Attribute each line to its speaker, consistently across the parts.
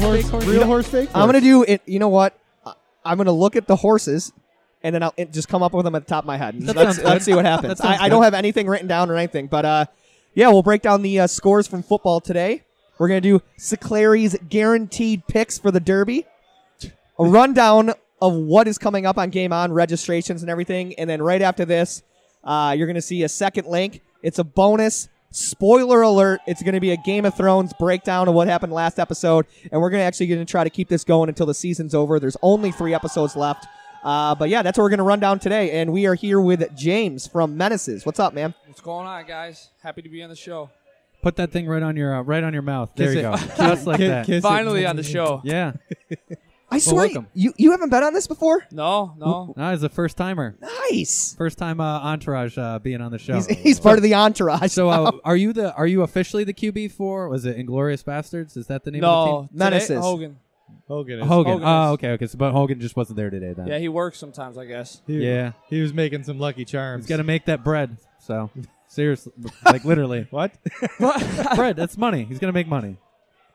Speaker 1: the horse fake?
Speaker 2: I'm gonna do it. You know what? I- I'm gonna look at the horses, and then I'll it- just come up with them at the top of my head.
Speaker 3: That
Speaker 2: let's
Speaker 3: sounds
Speaker 2: let's
Speaker 3: good.
Speaker 2: see what happens.
Speaker 3: That sounds
Speaker 2: I, I don't
Speaker 3: good.
Speaker 2: have anything written down or anything, but uh, yeah, we'll break down the uh, scores from football today. We're gonna do Siclari's guaranteed picks for the Derby, a rundown of what is coming up on Game On registrations and everything, and then right after this, uh, you're gonna see a second link. It's a bonus. Spoiler alert! It's going to be a Game of Thrones breakdown of what happened last episode, and we're going to actually going to try to keep this going until the season's over. There's only three episodes left, uh, but yeah, that's what we're going to run down today. And we are here with James from Menaces. What's up, man?
Speaker 4: What's going on, guys? Happy to be on the show.
Speaker 3: Put that thing right on your uh, right on your mouth. There
Speaker 1: Kiss
Speaker 3: you
Speaker 1: it.
Speaker 3: go. Just like that.
Speaker 4: Finally on the show.
Speaker 3: Yeah.
Speaker 2: I swear
Speaker 4: welcome.
Speaker 2: you you haven't been on this before.
Speaker 4: No, no.
Speaker 3: No, he's a first timer.
Speaker 2: Nice.
Speaker 3: First time uh, entourage uh, being on the show.
Speaker 2: He's, he's part of the entourage.
Speaker 3: so uh, are you the are you officially the QB for was it Inglorious Bastards? Is that the name
Speaker 4: No.
Speaker 3: of
Speaker 2: the team?
Speaker 4: today-
Speaker 2: Menaces.
Speaker 4: Hogan.
Speaker 1: Hogan.
Speaker 3: the
Speaker 1: is-
Speaker 3: team? Hogan.
Speaker 4: Hogan
Speaker 3: Oh,
Speaker 4: is-
Speaker 3: okay, okay. So but Hogan just wasn't there today then.
Speaker 4: Yeah, he works sometimes, I guess.
Speaker 1: He-
Speaker 3: Yeah.
Speaker 1: He was making some Lucky
Speaker 3: He's
Speaker 1: Charms.
Speaker 3: got to make that bread. So seriously, like literally.
Speaker 1: what?
Speaker 3: bread, that's money. He's going to make money.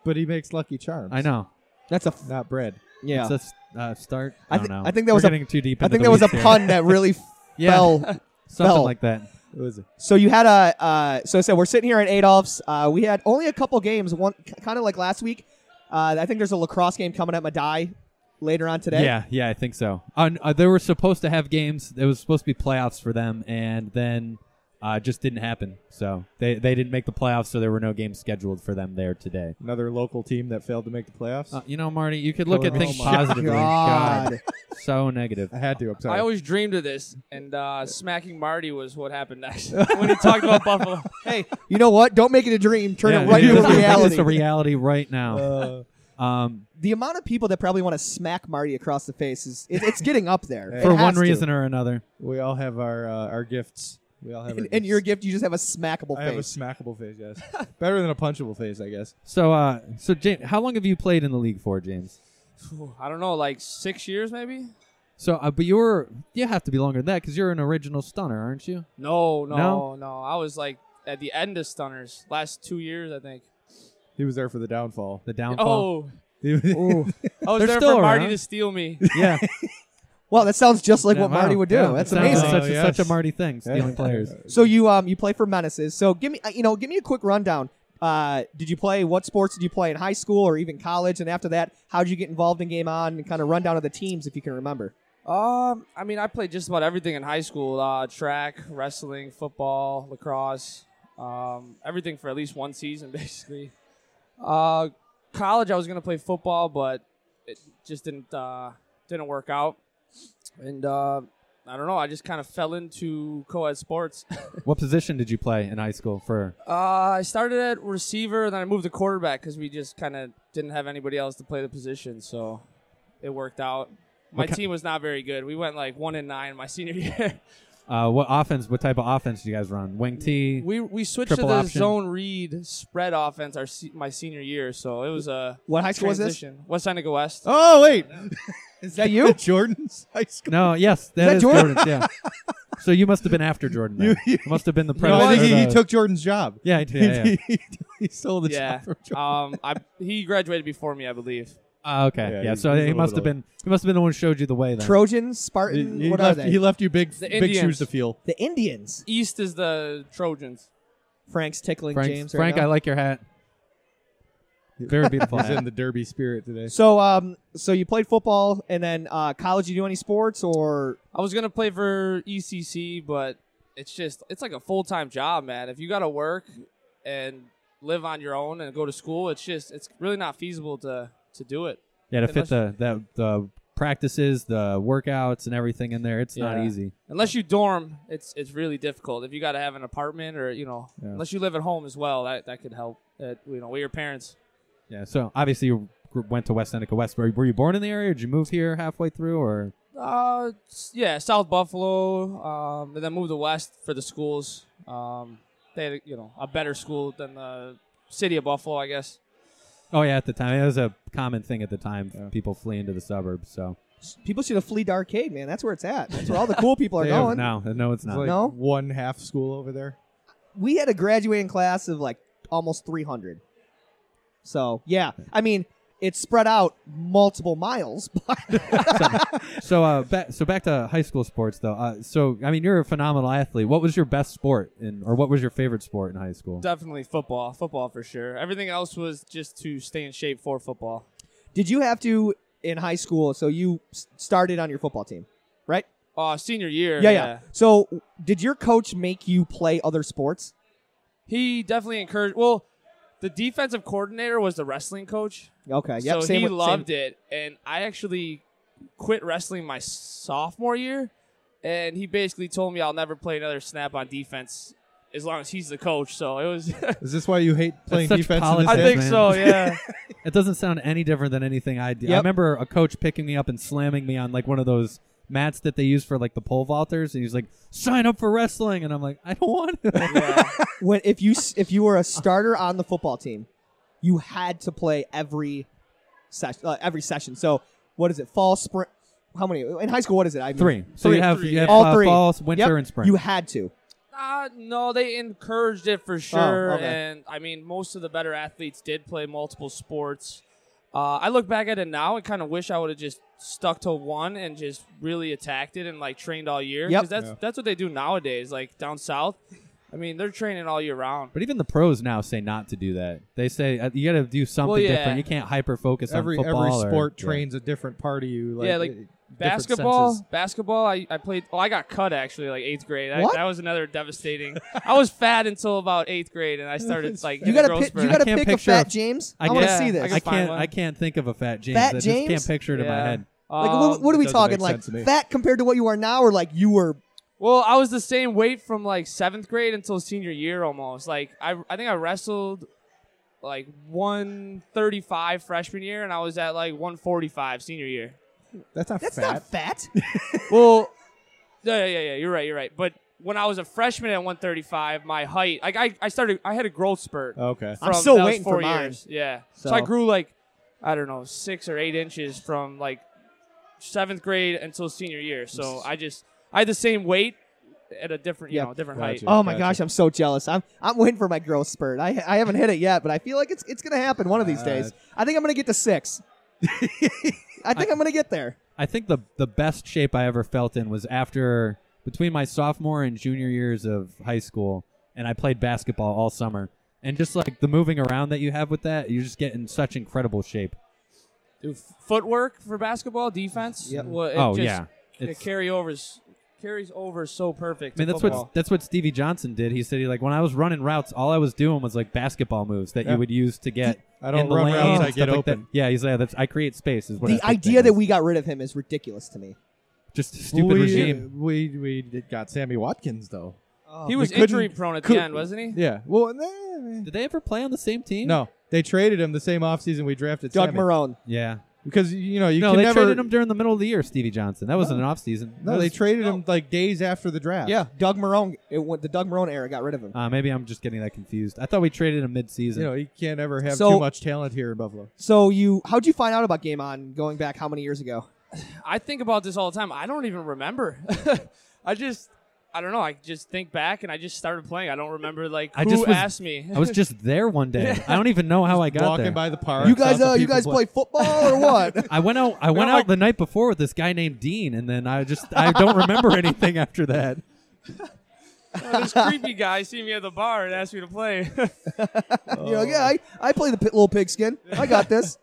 Speaker 1: But he makes Lucky Charms.
Speaker 3: I know.
Speaker 2: That's a f-
Speaker 1: Not bread.
Speaker 2: yeah.
Speaker 3: Let's uh, start.
Speaker 2: I
Speaker 3: I, don't
Speaker 2: thi-
Speaker 3: know.
Speaker 2: I think that
Speaker 3: We're
Speaker 2: was a-
Speaker 3: getting too deep.
Speaker 2: I
Speaker 3: into
Speaker 2: think
Speaker 3: the
Speaker 2: that was a
Speaker 3: weeds here.
Speaker 2: pun that really
Speaker 3: Yeah.
Speaker 2: fell.
Speaker 3: Something
Speaker 2: fell.
Speaker 3: like that.
Speaker 1: It was
Speaker 2: So you had a uh, so I said we're sitting here at Adolph's. Uh, we had only a couple games. One kind of like last week. Uh, I think there's a lacrosse game coming at Madai later on today.
Speaker 3: Yeah, yeah, I think so. Uh, n- uh, they were supposed to have games. It was supposed to be playoffs for them, and then uh, it just didn't happen. So they they didn't make the playoffs, so there were no games scheduled for them there today.
Speaker 1: another local team that failed to make the playoffs.
Speaker 3: Uh, you know, Marty, you could look at
Speaker 1: Oh
Speaker 3: things
Speaker 1: my
Speaker 3: positively.
Speaker 2: God.
Speaker 3: so negative.
Speaker 1: I had to. I'm sorry.
Speaker 4: I always dreamed of this, and uh, smacking Marty was what happened next when he talked about Buffalo.
Speaker 2: Hey, you know what? Don't make it a dream. Turn
Speaker 3: Yeah,
Speaker 2: it right
Speaker 3: dude,
Speaker 2: into
Speaker 3: this is-
Speaker 2: reality.
Speaker 3: This is a reality right now.
Speaker 1: Uh,
Speaker 3: Um,
Speaker 2: the amount of people that probably want to smack Marty across the face is it, it's getting up there It
Speaker 3: for
Speaker 2: has
Speaker 3: one
Speaker 2: to.
Speaker 3: reason or another.
Speaker 1: we all have our uh, our gifts. We all have. our
Speaker 2: And, and
Speaker 1: gifts.
Speaker 2: your gift, you just have a smackable
Speaker 1: I have a
Speaker 2: face.
Speaker 1: smackable face. Yes. Better than a punchable face, I guess.
Speaker 3: So, uh, so James, how long have you played in the league for, James?
Speaker 4: Phew, I don't know, like six years maybe?
Speaker 3: So, uh, but you're you have to be longer than that because you're an original stunner, aren't you?
Speaker 4: No, no,
Speaker 3: No?
Speaker 4: no, I was like at the end of Stunners last two years, I think.
Speaker 1: He was there for the downfall.
Speaker 3: The downfall.
Speaker 4: Oh,
Speaker 1: He was-
Speaker 2: Ooh.
Speaker 4: I was
Speaker 3: They're
Speaker 4: there
Speaker 3: still
Speaker 4: for Marty
Speaker 3: around.
Speaker 4: to steal me.
Speaker 3: Yeah.
Speaker 2: Well, that sounds just like what
Speaker 3: Yeah, wow.
Speaker 2: Marty would do.
Speaker 3: Yeah,
Speaker 2: That's
Speaker 3: that sounds
Speaker 2: amazing.
Speaker 3: Such,
Speaker 1: Oh,
Speaker 3: a-
Speaker 1: yes.
Speaker 3: such a Marty thing, stealing
Speaker 1: Yeah.
Speaker 3: players.
Speaker 2: So you um you play for Menaces. So give me uh, you know give me a quick rundown. Uh, did you play what sports did you play in high school or even college? And after that, how did you get involved in Game On and kind of rundown of the teams if you can remember?
Speaker 4: Um, I mean, I played just about everything in high school: uh, track, wrestling, football, lacrosse, um, everything for at least one season, basically. Uh, college, I was gonna play football, but it just didn't uh, didn't work out, and uh, I don't know. I just kind of fell into co-ed sports.
Speaker 3: What position did you play in high school for?
Speaker 4: uh, I started at receiver, then I moved to quarterback because we just kind of didn't have anybody else to play the position, so it worked out. My
Speaker 3: What ki-
Speaker 4: team was not very good. We went like one and nine my senior year.
Speaker 3: Uh, what offense? What type of offense did you guys run? Wing T.
Speaker 4: We we switched
Speaker 3: Triple
Speaker 4: to the
Speaker 3: option.
Speaker 4: zone read spread offense our se- my senior year, so it was a
Speaker 2: What high school was this?
Speaker 4: transition. West Seneca West.
Speaker 1: oh wait, is
Speaker 2: that you?
Speaker 1: Jordan's high school.
Speaker 3: No, yes,
Speaker 2: that
Speaker 3: that is
Speaker 2: Jordan?
Speaker 3: Jordan's, Yeah. so you must have been after Jordan. Then.
Speaker 1: You- you-
Speaker 3: must have been the
Speaker 1: No, I
Speaker 3: predator
Speaker 1: think he, he
Speaker 3: of-
Speaker 1: took Jordan's job.
Speaker 3: Uh, Yeah, I did, yeah, yeah.
Speaker 1: he, he stole the
Speaker 4: yeah,
Speaker 1: job from Jordan.
Speaker 4: um, I he graduated before me, I believe.
Speaker 3: Ah, okay.
Speaker 1: Yeah,
Speaker 3: Yeah.
Speaker 1: he's-
Speaker 3: so
Speaker 1: he's a
Speaker 3: he
Speaker 1: little
Speaker 3: must have
Speaker 1: bit
Speaker 3: been. He must have been the one who showed you the way. Then.
Speaker 2: Trojans,
Speaker 1: He,
Speaker 2: Spartan,
Speaker 1: he
Speaker 2: what
Speaker 1: left,
Speaker 2: are they?
Speaker 1: he left you big,
Speaker 4: The
Speaker 1: big shoes
Speaker 4: Indians.
Speaker 1: to fill.
Speaker 2: the Indians.
Speaker 4: East is the Trojans.
Speaker 2: Frank's tickling
Speaker 3: Frank.
Speaker 2: James right
Speaker 3: Frank,
Speaker 2: now.
Speaker 3: I like your hat. Very beautiful
Speaker 1: He's in
Speaker 3: hat.
Speaker 1: the derby spirit today.
Speaker 2: so um so you played football and then uh, college. You do any sports or
Speaker 4: I was gonna play for ECC, but it's just it's like a full time job, man. If you gotta work and live on your own and go to school, it's just it's really not feasible to to do it.
Speaker 3: Yeah, to
Speaker 4: It
Speaker 3: fit
Speaker 4: must-
Speaker 3: the that the practices, the workouts, and everything in there. It's not
Speaker 4: Yeah.
Speaker 3: easy.
Speaker 4: Unless you dorm, it's it's really difficult. If you got to have an apartment or you know,
Speaker 1: Yeah.
Speaker 4: unless you live at home as well, that that could help. Uh, you know, with your parents.
Speaker 3: Yeah. So obviously you gr- went to West Seneca West. Were, were you born in the area? Or did you move here halfway through? Or
Speaker 4: Uh, s- yeah, South Buffalo, um, and then moved to West for the schools. Um, they had, you know, a better school than the city of Buffalo, I guess.
Speaker 3: oh yeah, at the time it was a common thing at the time.
Speaker 1: Yeah.
Speaker 3: People fleeing to the suburbs. So
Speaker 2: people should have flee to arcade, man. That's where it's at. That's where all the cool people are
Speaker 1: Yeah,
Speaker 2: going.
Speaker 3: no, no, it's
Speaker 1: There's
Speaker 3: not.
Speaker 1: like
Speaker 2: No?
Speaker 1: one half school over there.
Speaker 2: we had a graduating class of like almost 300 so yeah i mean it's spread out multiple miles. But
Speaker 3: So, uh, ba- so back to high school sports though. Uh, so, I mean, you're a phenomenal athlete. What was your best sport, in, or what was your favorite sport in high school?
Speaker 4: Definitely football. Football for sure. Everything else was just to stay in shape for football.
Speaker 2: did you have to in high school? So you s- started on your football team, right?
Speaker 4: Uh, senior year.
Speaker 2: Yeah, yeah. So did your coach make you play other sports?
Speaker 4: He definitely encouraged. Well, the defensive coordinator was the wrestling coach,
Speaker 2: Okay. Uh, Yep.
Speaker 4: so
Speaker 2: same
Speaker 4: he
Speaker 2: with,
Speaker 4: loved
Speaker 2: same.
Speaker 4: it. And I actually quit wrestling my sophomore year, and he basically told me I'll never play another snap on defense as long as he's the coach. So it was.
Speaker 1: Is this why you hate playing
Speaker 3: such
Speaker 1: defense? In
Speaker 3: politics.
Speaker 1: this
Speaker 4: I
Speaker 3: Yes,
Speaker 1: day?
Speaker 4: think
Speaker 3: man.
Speaker 4: so. Yeah.
Speaker 3: It doesn't sound any different than anything I did. I
Speaker 2: Yep.
Speaker 3: remember a coach picking me up and slamming me on like one of those mats that they use for like the pole vaulters, and he's like, "Sign up for wrestling," and I'm like, "I don't want to."
Speaker 4: yeah.
Speaker 2: When if you s- if you were a starter on the football team, you had to play every session. Uh, every session. So what is it? Fall, spring. How many in high school? What is it? I mean,
Speaker 3: three. So you have
Speaker 4: three,
Speaker 3: you have
Speaker 2: All
Speaker 3: uh,
Speaker 2: three.
Speaker 3: fall, winter,
Speaker 2: Yep.
Speaker 3: and spring.
Speaker 2: You had to.
Speaker 4: Uh, no, they encouraged it for sure.
Speaker 2: Oh, okay.
Speaker 4: And I mean, most of the better athletes did play multiple sports. Uh, I look back at it now and kind of wish I would have just stuck to one and just really attacked it and like trained all year.
Speaker 2: Yep.
Speaker 4: 'Cause that's
Speaker 1: Yeah.
Speaker 4: that's what they do nowadays. Like down south, I mean, they're training all year round.
Speaker 3: But even the pros now say not to do that. They say uh, you got to do something
Speaker 4: Well, yeah.
Speaker 3: different. You can't hyper focus on
Speaker 1: Every
Speaker 3: football.
Speaker 1: every
Speaker 3: or-
Speaker 1: sport
Speaker 3: yeah.
Speaker 1: trains a different part of you. Like,
Speaker 4: Yeah,
Speaker 2: eh,
Speaker 4: like
Speaker 1: uh, different
Speaker 4: Basketball,
Speaker 1: senses.
Speaker 4: basketball. I, I played. Oh, I got cut actually, like eighth grade. I,
Speaker 2: What?
Speaker 4: that was another devastating. I was fat until about eighth grade, and I started like
Speaker 2: You
Speaker 4: got
Speaker 2: gotta
Speaker 4: growth
Speaker 2: pick, you
Speaker 4: spurt.
Speaker 2: gotta
Speaker 3: can't
Speaker 2: pick a
Speaker 3: picture
Speaker 2: fat
Speaker 3: a-
Speaker 2: James. I,
Speaker 3: I
Speaker 2: want to
Speaker 4: can't-
Speaker 2: see
Speaker 4: I
Speaker 2: this.
Speaker 4: can
Speaker 3: I
Speaker 4: find
Speaker 3: can't.
Speaker 4: one.
Speaker 3: I can't think of a fat James.
Speaker 2: Fat
Speaker 3: I just
Speaker 2: James?
Speaker 3: can't picture it in my
Speaker 4: Yeah.
Speaker 3: head.
Speaker 2: Like,
Speaker 4: Um,
Speaker 2: what, what are we
Speaker 1: doesn't
Speaker 2: talking?
Speaker 1: make
Speaker 2: Like
Speaker 1: sense to me.
Speaker 2: fat compared to what you are now, or like you were?
Speaker 4: Well, I was the same weight from like seventh grade until senior year almost. Like I, I think I wrestled like 135 freshman year, and I was at like 145 senior year.
Speaker 1: That's not
Speaker 2: That's
Speaker 1: fat.
Speaker 2: not fat.
Speaker 4: Well, yeah, yeah, yeah, yeah. You're right. You're right. But when I was a freshman at 135, my height, like I, I started, I had a growth spurt.
Speaker 1: okay.
Speaker 2: I'm
Speaker 4: from-
Speaker 2: still
Speaker 4: that was
Speaker 2: waiting for
Speaker 4: four
Speaker 2: mine.
Speaker 4: years. Yeah. So.
Speaker 2: So-
Speaker 4: I grew like I don't know six or eight inches from like seventh grade until senior year. So I just I had the same weight at a different you
Speaker 2: Yeah.
Speaker 4: know different
Speaker 1: Gotcha.
Speaker 4: height.
Speaker 2: Oh my
Speaker 1: Gotcha.
Speaker 2: gosh, I'm so jealous. I'm I'm waiting for my growth spurt. I I haven't hit it yet, but I feel like it's it's gonna happen one of these
Speaker 1: Uh,
Speaker 2: days. I think I'm gonna get to six. I think I, am gonna get there.
Speaker 3: I think the the best shape I ever felt in was after between my sophomore and junior years of high school, and I played basketball all summer. And just like the moving around that you have with that, you just get in such incredible shape.
Speaker 4: Dude, f- footwork for basketball defense.
Speaker 2: Yep.
Speaker 4: Well, it
Speaker 3: oh
Speaker 4: just,
Speaker 3: yeah,
Speaker 4: it
Speaker 3: It's-
Speaker 4: carry overs carries over so perfect.
Speaker 3: I mean
Speaker 4: to
Speaker 3: that's
Speaker 4: football.
Speaker 3: what that's what Stevie Johnson did. He said he like when I was running routes, all I was doing was like basketball moves that
Speaker 1: Yeah.
Speaker 3: you would use to get.
Speaker 1: I don't
Speaker 3: in the
Speaker 1: run
Speaker 3: lane
Speaker 1: routes,
Speaker 3: and
Speaker 1: I
Speaker 3: stuff
Speaker 1: get
Speaker 3: like that.
Speaker 1: open.
Speaker 3: Yeah, he's like that's, I create space. Is what I
Speaker 2: The
Speaker 3: think
Speaker 2: idea that
Speaker 3: is.
Speaker 2: we got rid of him is ridiculous to me.
Speaker 3: just a stupid
Speaker 1: we,
Speaker 3: regime.
Speaker 1: We we did- got Sammy Watkins though.
Speaker 4: he
Speaker 1: we
Speaker 4: was
Speaker 1: couldn't-
Speaker 4: injury prone at
Speaker 1: couldn't-
Speaker 4: the end, wasn't he?
Speaker 1: Yeah. Well, nah,
Speaker 3: Did they ever play on the same team?
Speaker 1: no, they traded him the same offseason we drafted
Speaker 2: Doug
Speaker 1: Sammy.
Speaker 2: Marone.
Speaker 3: Yeah.
Speaker 1: because you know you
Speaker 3: no,
Speaker 1: can
Speaker 3: they
Speaker 1: never.
Speaker 3: traded him during the middle of the year. Stevie Johnson. That wasn't an off season.
Speaker 1: no, they traded him like days after the draft.
Speaker 2: Yeah, Doug Marone. It went, the Doug Marone era got rid of him.
Speaker 3: Uh, maybe I'm just getting that confused. I thought we traded him mid-season.
Speaker 1: You know you can't ever have
Speaker 2: So-
Speaker 1: too much talent here in Buffalo.
Speaker 2: So you, how'd you find out about Game On going back how many years ago?
Speaker 4: I think about this all the time. I don't even remember. I just I don't know. I just think back and I just started playing. I don't remember like
Speaker 3: I
Speaker 4: who
Speaker 3: just was-
Speaker 4: asked me.
Speaker 3: I was just there one day. I don't even know how I got
Speaker 1: Walking
Speaker 3: there.
Speaker 1: by the park.
Speaker 2: you guys,
Speaker 1: saw some
Speaker 2: uh, you
Speaker 1: people
Speaker 2: guys play football or what?
Speaker 3: I went out. I
Speaker 4: I'm
Speaker 3: went out
Speaker 4: like-
Speaker 3: the night before with this guy named Dean, and then I just I don't remember anything after that.
Speaker 4: this creepy guy see me at the bar and asked me to play.
Speaker 2: you know, yeah, I, I play the pit, little pigskin. I got this.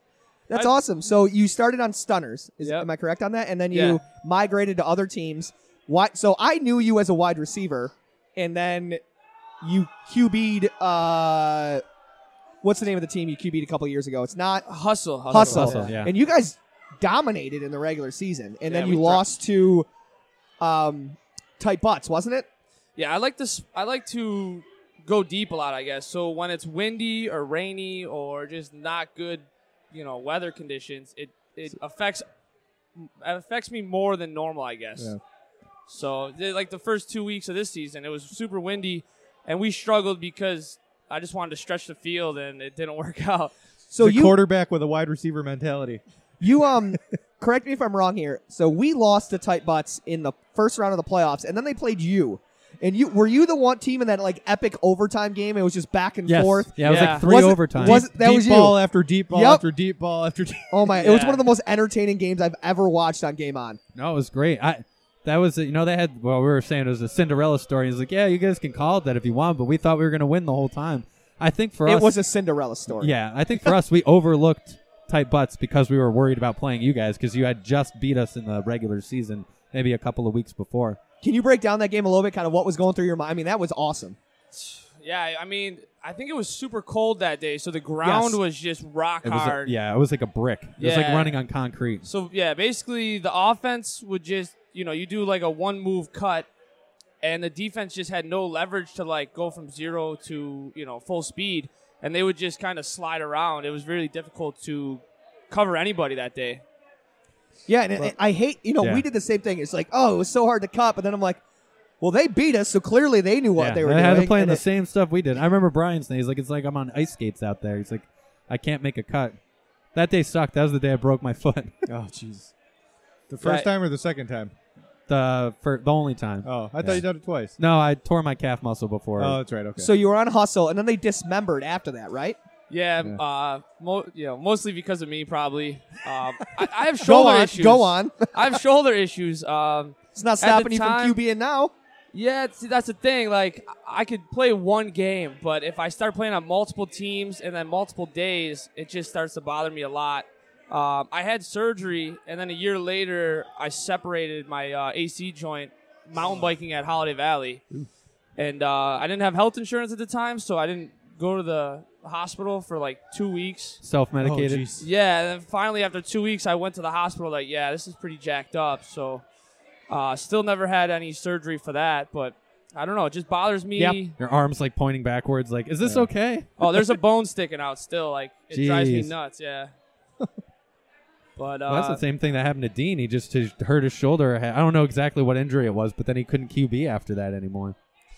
Speaker 2: That's
Speaker 4: I-
Speaker 2: awesome. So you started on Stunners. Is,
Speaker 4: Yep.
Speaker 2: Am I correct on that? And then you
Speaker 4: Yeah.
Speaker 2: migrated to other teams. Why, so I knew you as a wide receiver, and then you QB'd. Uh, what's the name of the team you QB'd a couple years ago? It's not
Speaker 4: hustle, hustle,
Speaker 2: Hustle.
Speaker 3: Hustle, yeah.
Speaker 2: And you guys dominated in the regular season, and
Speaker 4: Yeah,
Speaker 2: then
Speaker 4: we
Speaker 2: you
Speaker 4: dro-
Speaker 2: lost to um, Tight Butts, wasn't it?
Speaker 4: Yeah, I like this. I like to go deep a lot, I guess. So when it's windy or rainy or just not good, you know, weather conditions, it it affects it affects me more than normal, I guess.
Speaker 1: Yeah.
Speaker 4: So they- like the first two weeks of this season, it was super windy, and we struggled because I just wanted to stretch the field, and it didn't work out.
Speaker 2: So
Speaker 1: the
Speaker 2: you
Speaker 1: quarterback with a wide receiver mentality.
Speaker 2: You um, correct me if I'm wrong here. So we lost to Tight Butts in the first round of the playoffs, and then they played you, And you were you the one team in that like epic overtime game? It was just back and
Speaker 3: Yes.
Speaker 2: forth.
Speaker 3: Yeah, it was
Speaker 4: Yeah.
Speaker 3: like three
Speaker 2: Was it-
Speaker 3: overtime.
Speaker 2: was it- that
Speaker 1: deep
Speaker 2: was you.
Speaker 1: ball after deep ball
Speaker 2: Yep.
Speaker 1: after deep ball after deep.
Speaker 2: Oh my! It was
Speaker 4: Yeah.
Speaker 2: one of the most entertaining games I've ever watched on Game On.
Speaker 3: No, it was great. I that was you know they had well we were saying it was a Cinderella story. He's like, yeah, you guys can call it that if you want, but we thought we were gonna win the whole time. I think for
Speaker 2: It
Speaker 3: us,
Speaker 2: was a Cinderella story.
Speaker 3: yeah, I think for us we overlooked tight butts because we were worried about playing you guys because you had just beat us in the regular season maybe a couple of weeks before.
Speaker 2: Can you break down that game a little bit? Kind of what was going through your mind? I mean, that was awesome.
Speaker 4: Yeah, I mean, I think it was super cold that day, so the ground
Speaker 2: Yes.
Speaker 4: was just rock
Speaker 3: It was a-
Speaker 4: hard.
Speaker 3: yeah, it was like a brick. It was like
Speaker 4: Yeah.
Speaker 3: running on concrete.
Speaker 4: So yeah, basically the offense would just you know you do like a one move cut, and the defense just had no leverage to like go from zero to you know full speed, and they would just kind of slide around. It was really difficult to cover anybody that day.
Speaker 2: Yeah, and and I hate you know
Speaker 3: Yeah.
Speaker 2: we did the same thing. It's like oh, it was so hard to cut, but then I'm like, well, they beat us, so clearly they knew what
Speaker 3: yeah,
Speaker 2: they were doing.
Speaker 3: had to play in
Speaker 2: and
Speaker 3: the
Speaker 2: it-
Speaker 3: same stuff we did. I remember Brian's name. He's like, it's like I'm on ice skates out there. He's like, I can't make a cut. That day sucked. That was the day I broke my foot.
Speaker 1: Oh jeez. The first
Speaker 4: Right.
Speaker 1: time or the second time?
Speaker 3: the for the only time.
Speaker 1: Oh, I thought
Speaker 3: Yeah.
Speaker 1: you done it twice.
Speaker 3: No, I tore my calf muscle before.
Speaker 1: Oh, that's right. Okay.
Speaker 2: So you were on hustle, and then they dismembered after that, right?
Speaker 4: Yeah,
Speaker 1: Yeah.
Speaker 4: Uh, mo- you know, mostly because of me probably. Um, I, I have
Speaker 2: Go
Speaker 4: shoulder
Speaker 2: on,
Speaker 4: issues.
Speaker 2: go on.
Speaker 4: I have shoulder issues. Um,
Speaker 2: It's not
Speaker 4: the
Speaker 2: stopping you
Speaker 4: time-
Speaker 2: from QBing now.
Speaker 4: Yeah, see, that's the thing. Like, I I could play one game, but if I start playing on multiple teams and then multiple days, it just starts to bother me a lot. Um, I had surgery, and then a year later, I separated my uh, AC joint mountain biking at Holiday Valley. And uh, I didn't have health insurance at the time, so I didn't go to the hospital for like two weeks.
Speaker 3: Self
Speaker 1: oh,
Speaker 3: medicated.
Speaker 1: jeez.
Speaker 4: Yeah, and then finally after two weeks, I went to the hospital. Like, yeah, this is pretty jacked up. So, uh, still never had any surgery for that, but I don't know. It just bothers me.
Speaker 3: Your arms like pointing backwards. Like, is this okay?
Speaker 4: Oh, there's a bone sticking out still. Like, it drives me
Speaker 3: Jeez.
Speaker 4: nuts. Yeah. But uh,
Speaker 3: Well, that's the same thing that happened to Dean. He just his, hurt his shoulder. I don't know exactly what injury it was, but then he couldn't QB after that anymore.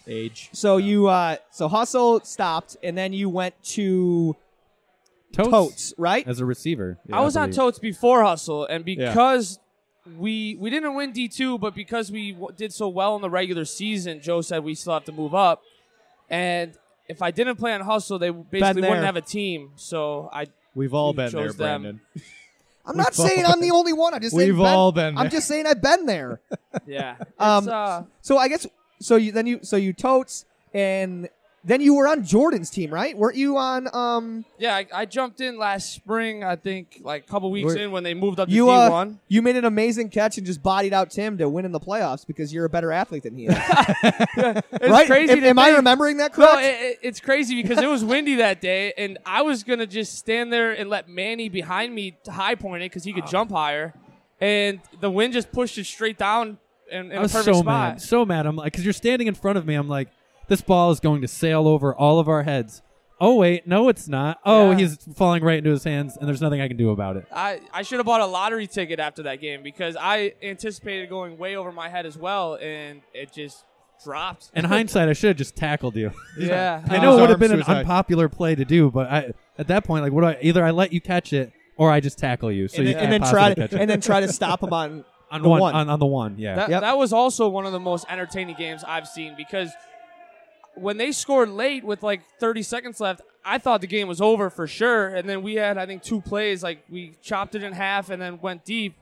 Speaker 1: Age.
Speaker 2: So you uh so hustle stopped, and then you went to
Speaker 3: Totes,
Speaker 2: totes, right?
Speaker 3: as a receiver. Yeah,
Speaker 4: I was on
Speaker 3: believe.
Speaker 4: totes before hustle, and because we we didn't win D two, but because we w- did so well in the regular season, Joe said we still have to move up. And if I didn't play on hustle, they basically
Speaker 2: there.
Speaker 4: wouldn't have a team. So I
Speaker 1: We've all
Speaker 4: You
Speaker 1: been there,
Speaker 4: chose them.
Speaker 1: Brandon.
Speaker 2: I'm not saying I'm the only one. I'm just saying
Speaker 1: We've
Speaker 2: Ben-
Speaker 1: all been
Speaker 2: I'm
Speaker 1: there.
Speaker 2: just saying I've been there.
Speaker 4: yeah.
Speaker 2: Um,
Speaker 4: It's, uh,
Speaker 2: So I guess so. You then you so you totes, and then you were on Jordan's team, right? Weren't you on? Um,
Speaker 4: yeah, I, I jumped in last spring. I think like a couple weeks
Speaker 3: We're-
Speaker 4: in when they moved up to D
Speaker 2: you uh,
Speaker 4: one.
Speaker 2: you made an amazing catch and just bodied out Tim to win in the playoffs because you're a better athlete than he is,
Speaker 4: It's
Speaker 2: right?
Speaker 4: crazy.
Speaker 2: Am,
Speaker 4: to
Speaker 2: am I
Speaker 4: think.
Speaker 2: remembering that correct?
Speaker 4: No, it, it- it's crazy because it was windy that day, and I was gonna just stand there and let Manny behind me high point it because he
Speaker 2: Ah.
Speaker 4: could jump higher, and the wind just pushed it straight down in, in
Speaker 3: I
Speaker 4: a
Speaker 3: was
Speaker 4: perfect
Speaker 3: so
Speaker 4: spot.
Speaker 3: mad. So mad. I'm like, because you're standing in front of me. I'm like, this ball is going to sail over all of our heads. Oh wait, no, it's not. Oh,
Speaker 4: Yeah.
Speaker 3: he's falling right into his hands, and there's nothing I can do about it.
Speaker 4: I, I should have bought a lottery ticket after that game because I anticipated going way over my head as well, and it just dropped.
Speaker 3: In hindsight, I should have just tackled you.
Speaker 4: yeah,
Speaker 3: I
Speaker 1: His
Speaker 3: know it would have
Speaker 1: arm
Speaker 3: been an
Speaker 1: suicide.
Speaker 3: unpopular play to do, but I, at that point, like, what do I? Either I let you catch it, or I just tackle you, so
Speaker 2: and,
Speaker 3: you
Speaker 2: then- and
Speaker 3: can't
Speaker 2: then
Speaker 3: possibly
Speaker 2: try
Speaker 3: catch
Speaker 2: to
Speaker 3: it
Speaker 2: and then try to stop him on
Speaker 3: on
Speaker 2: the
Speaker 3: one,
Speaker 2: one.
Speaker 3: On, on the one. Yeah,
Speaker 4: That,
Speaker 2: Yep.
Speaker 4: that was also one of the most entertaining games I've seen because when they scored late with like 30 seconds left, I thought the game was over for sure. And then we had, I think, two plays. Like we chopped it in half and then went deep.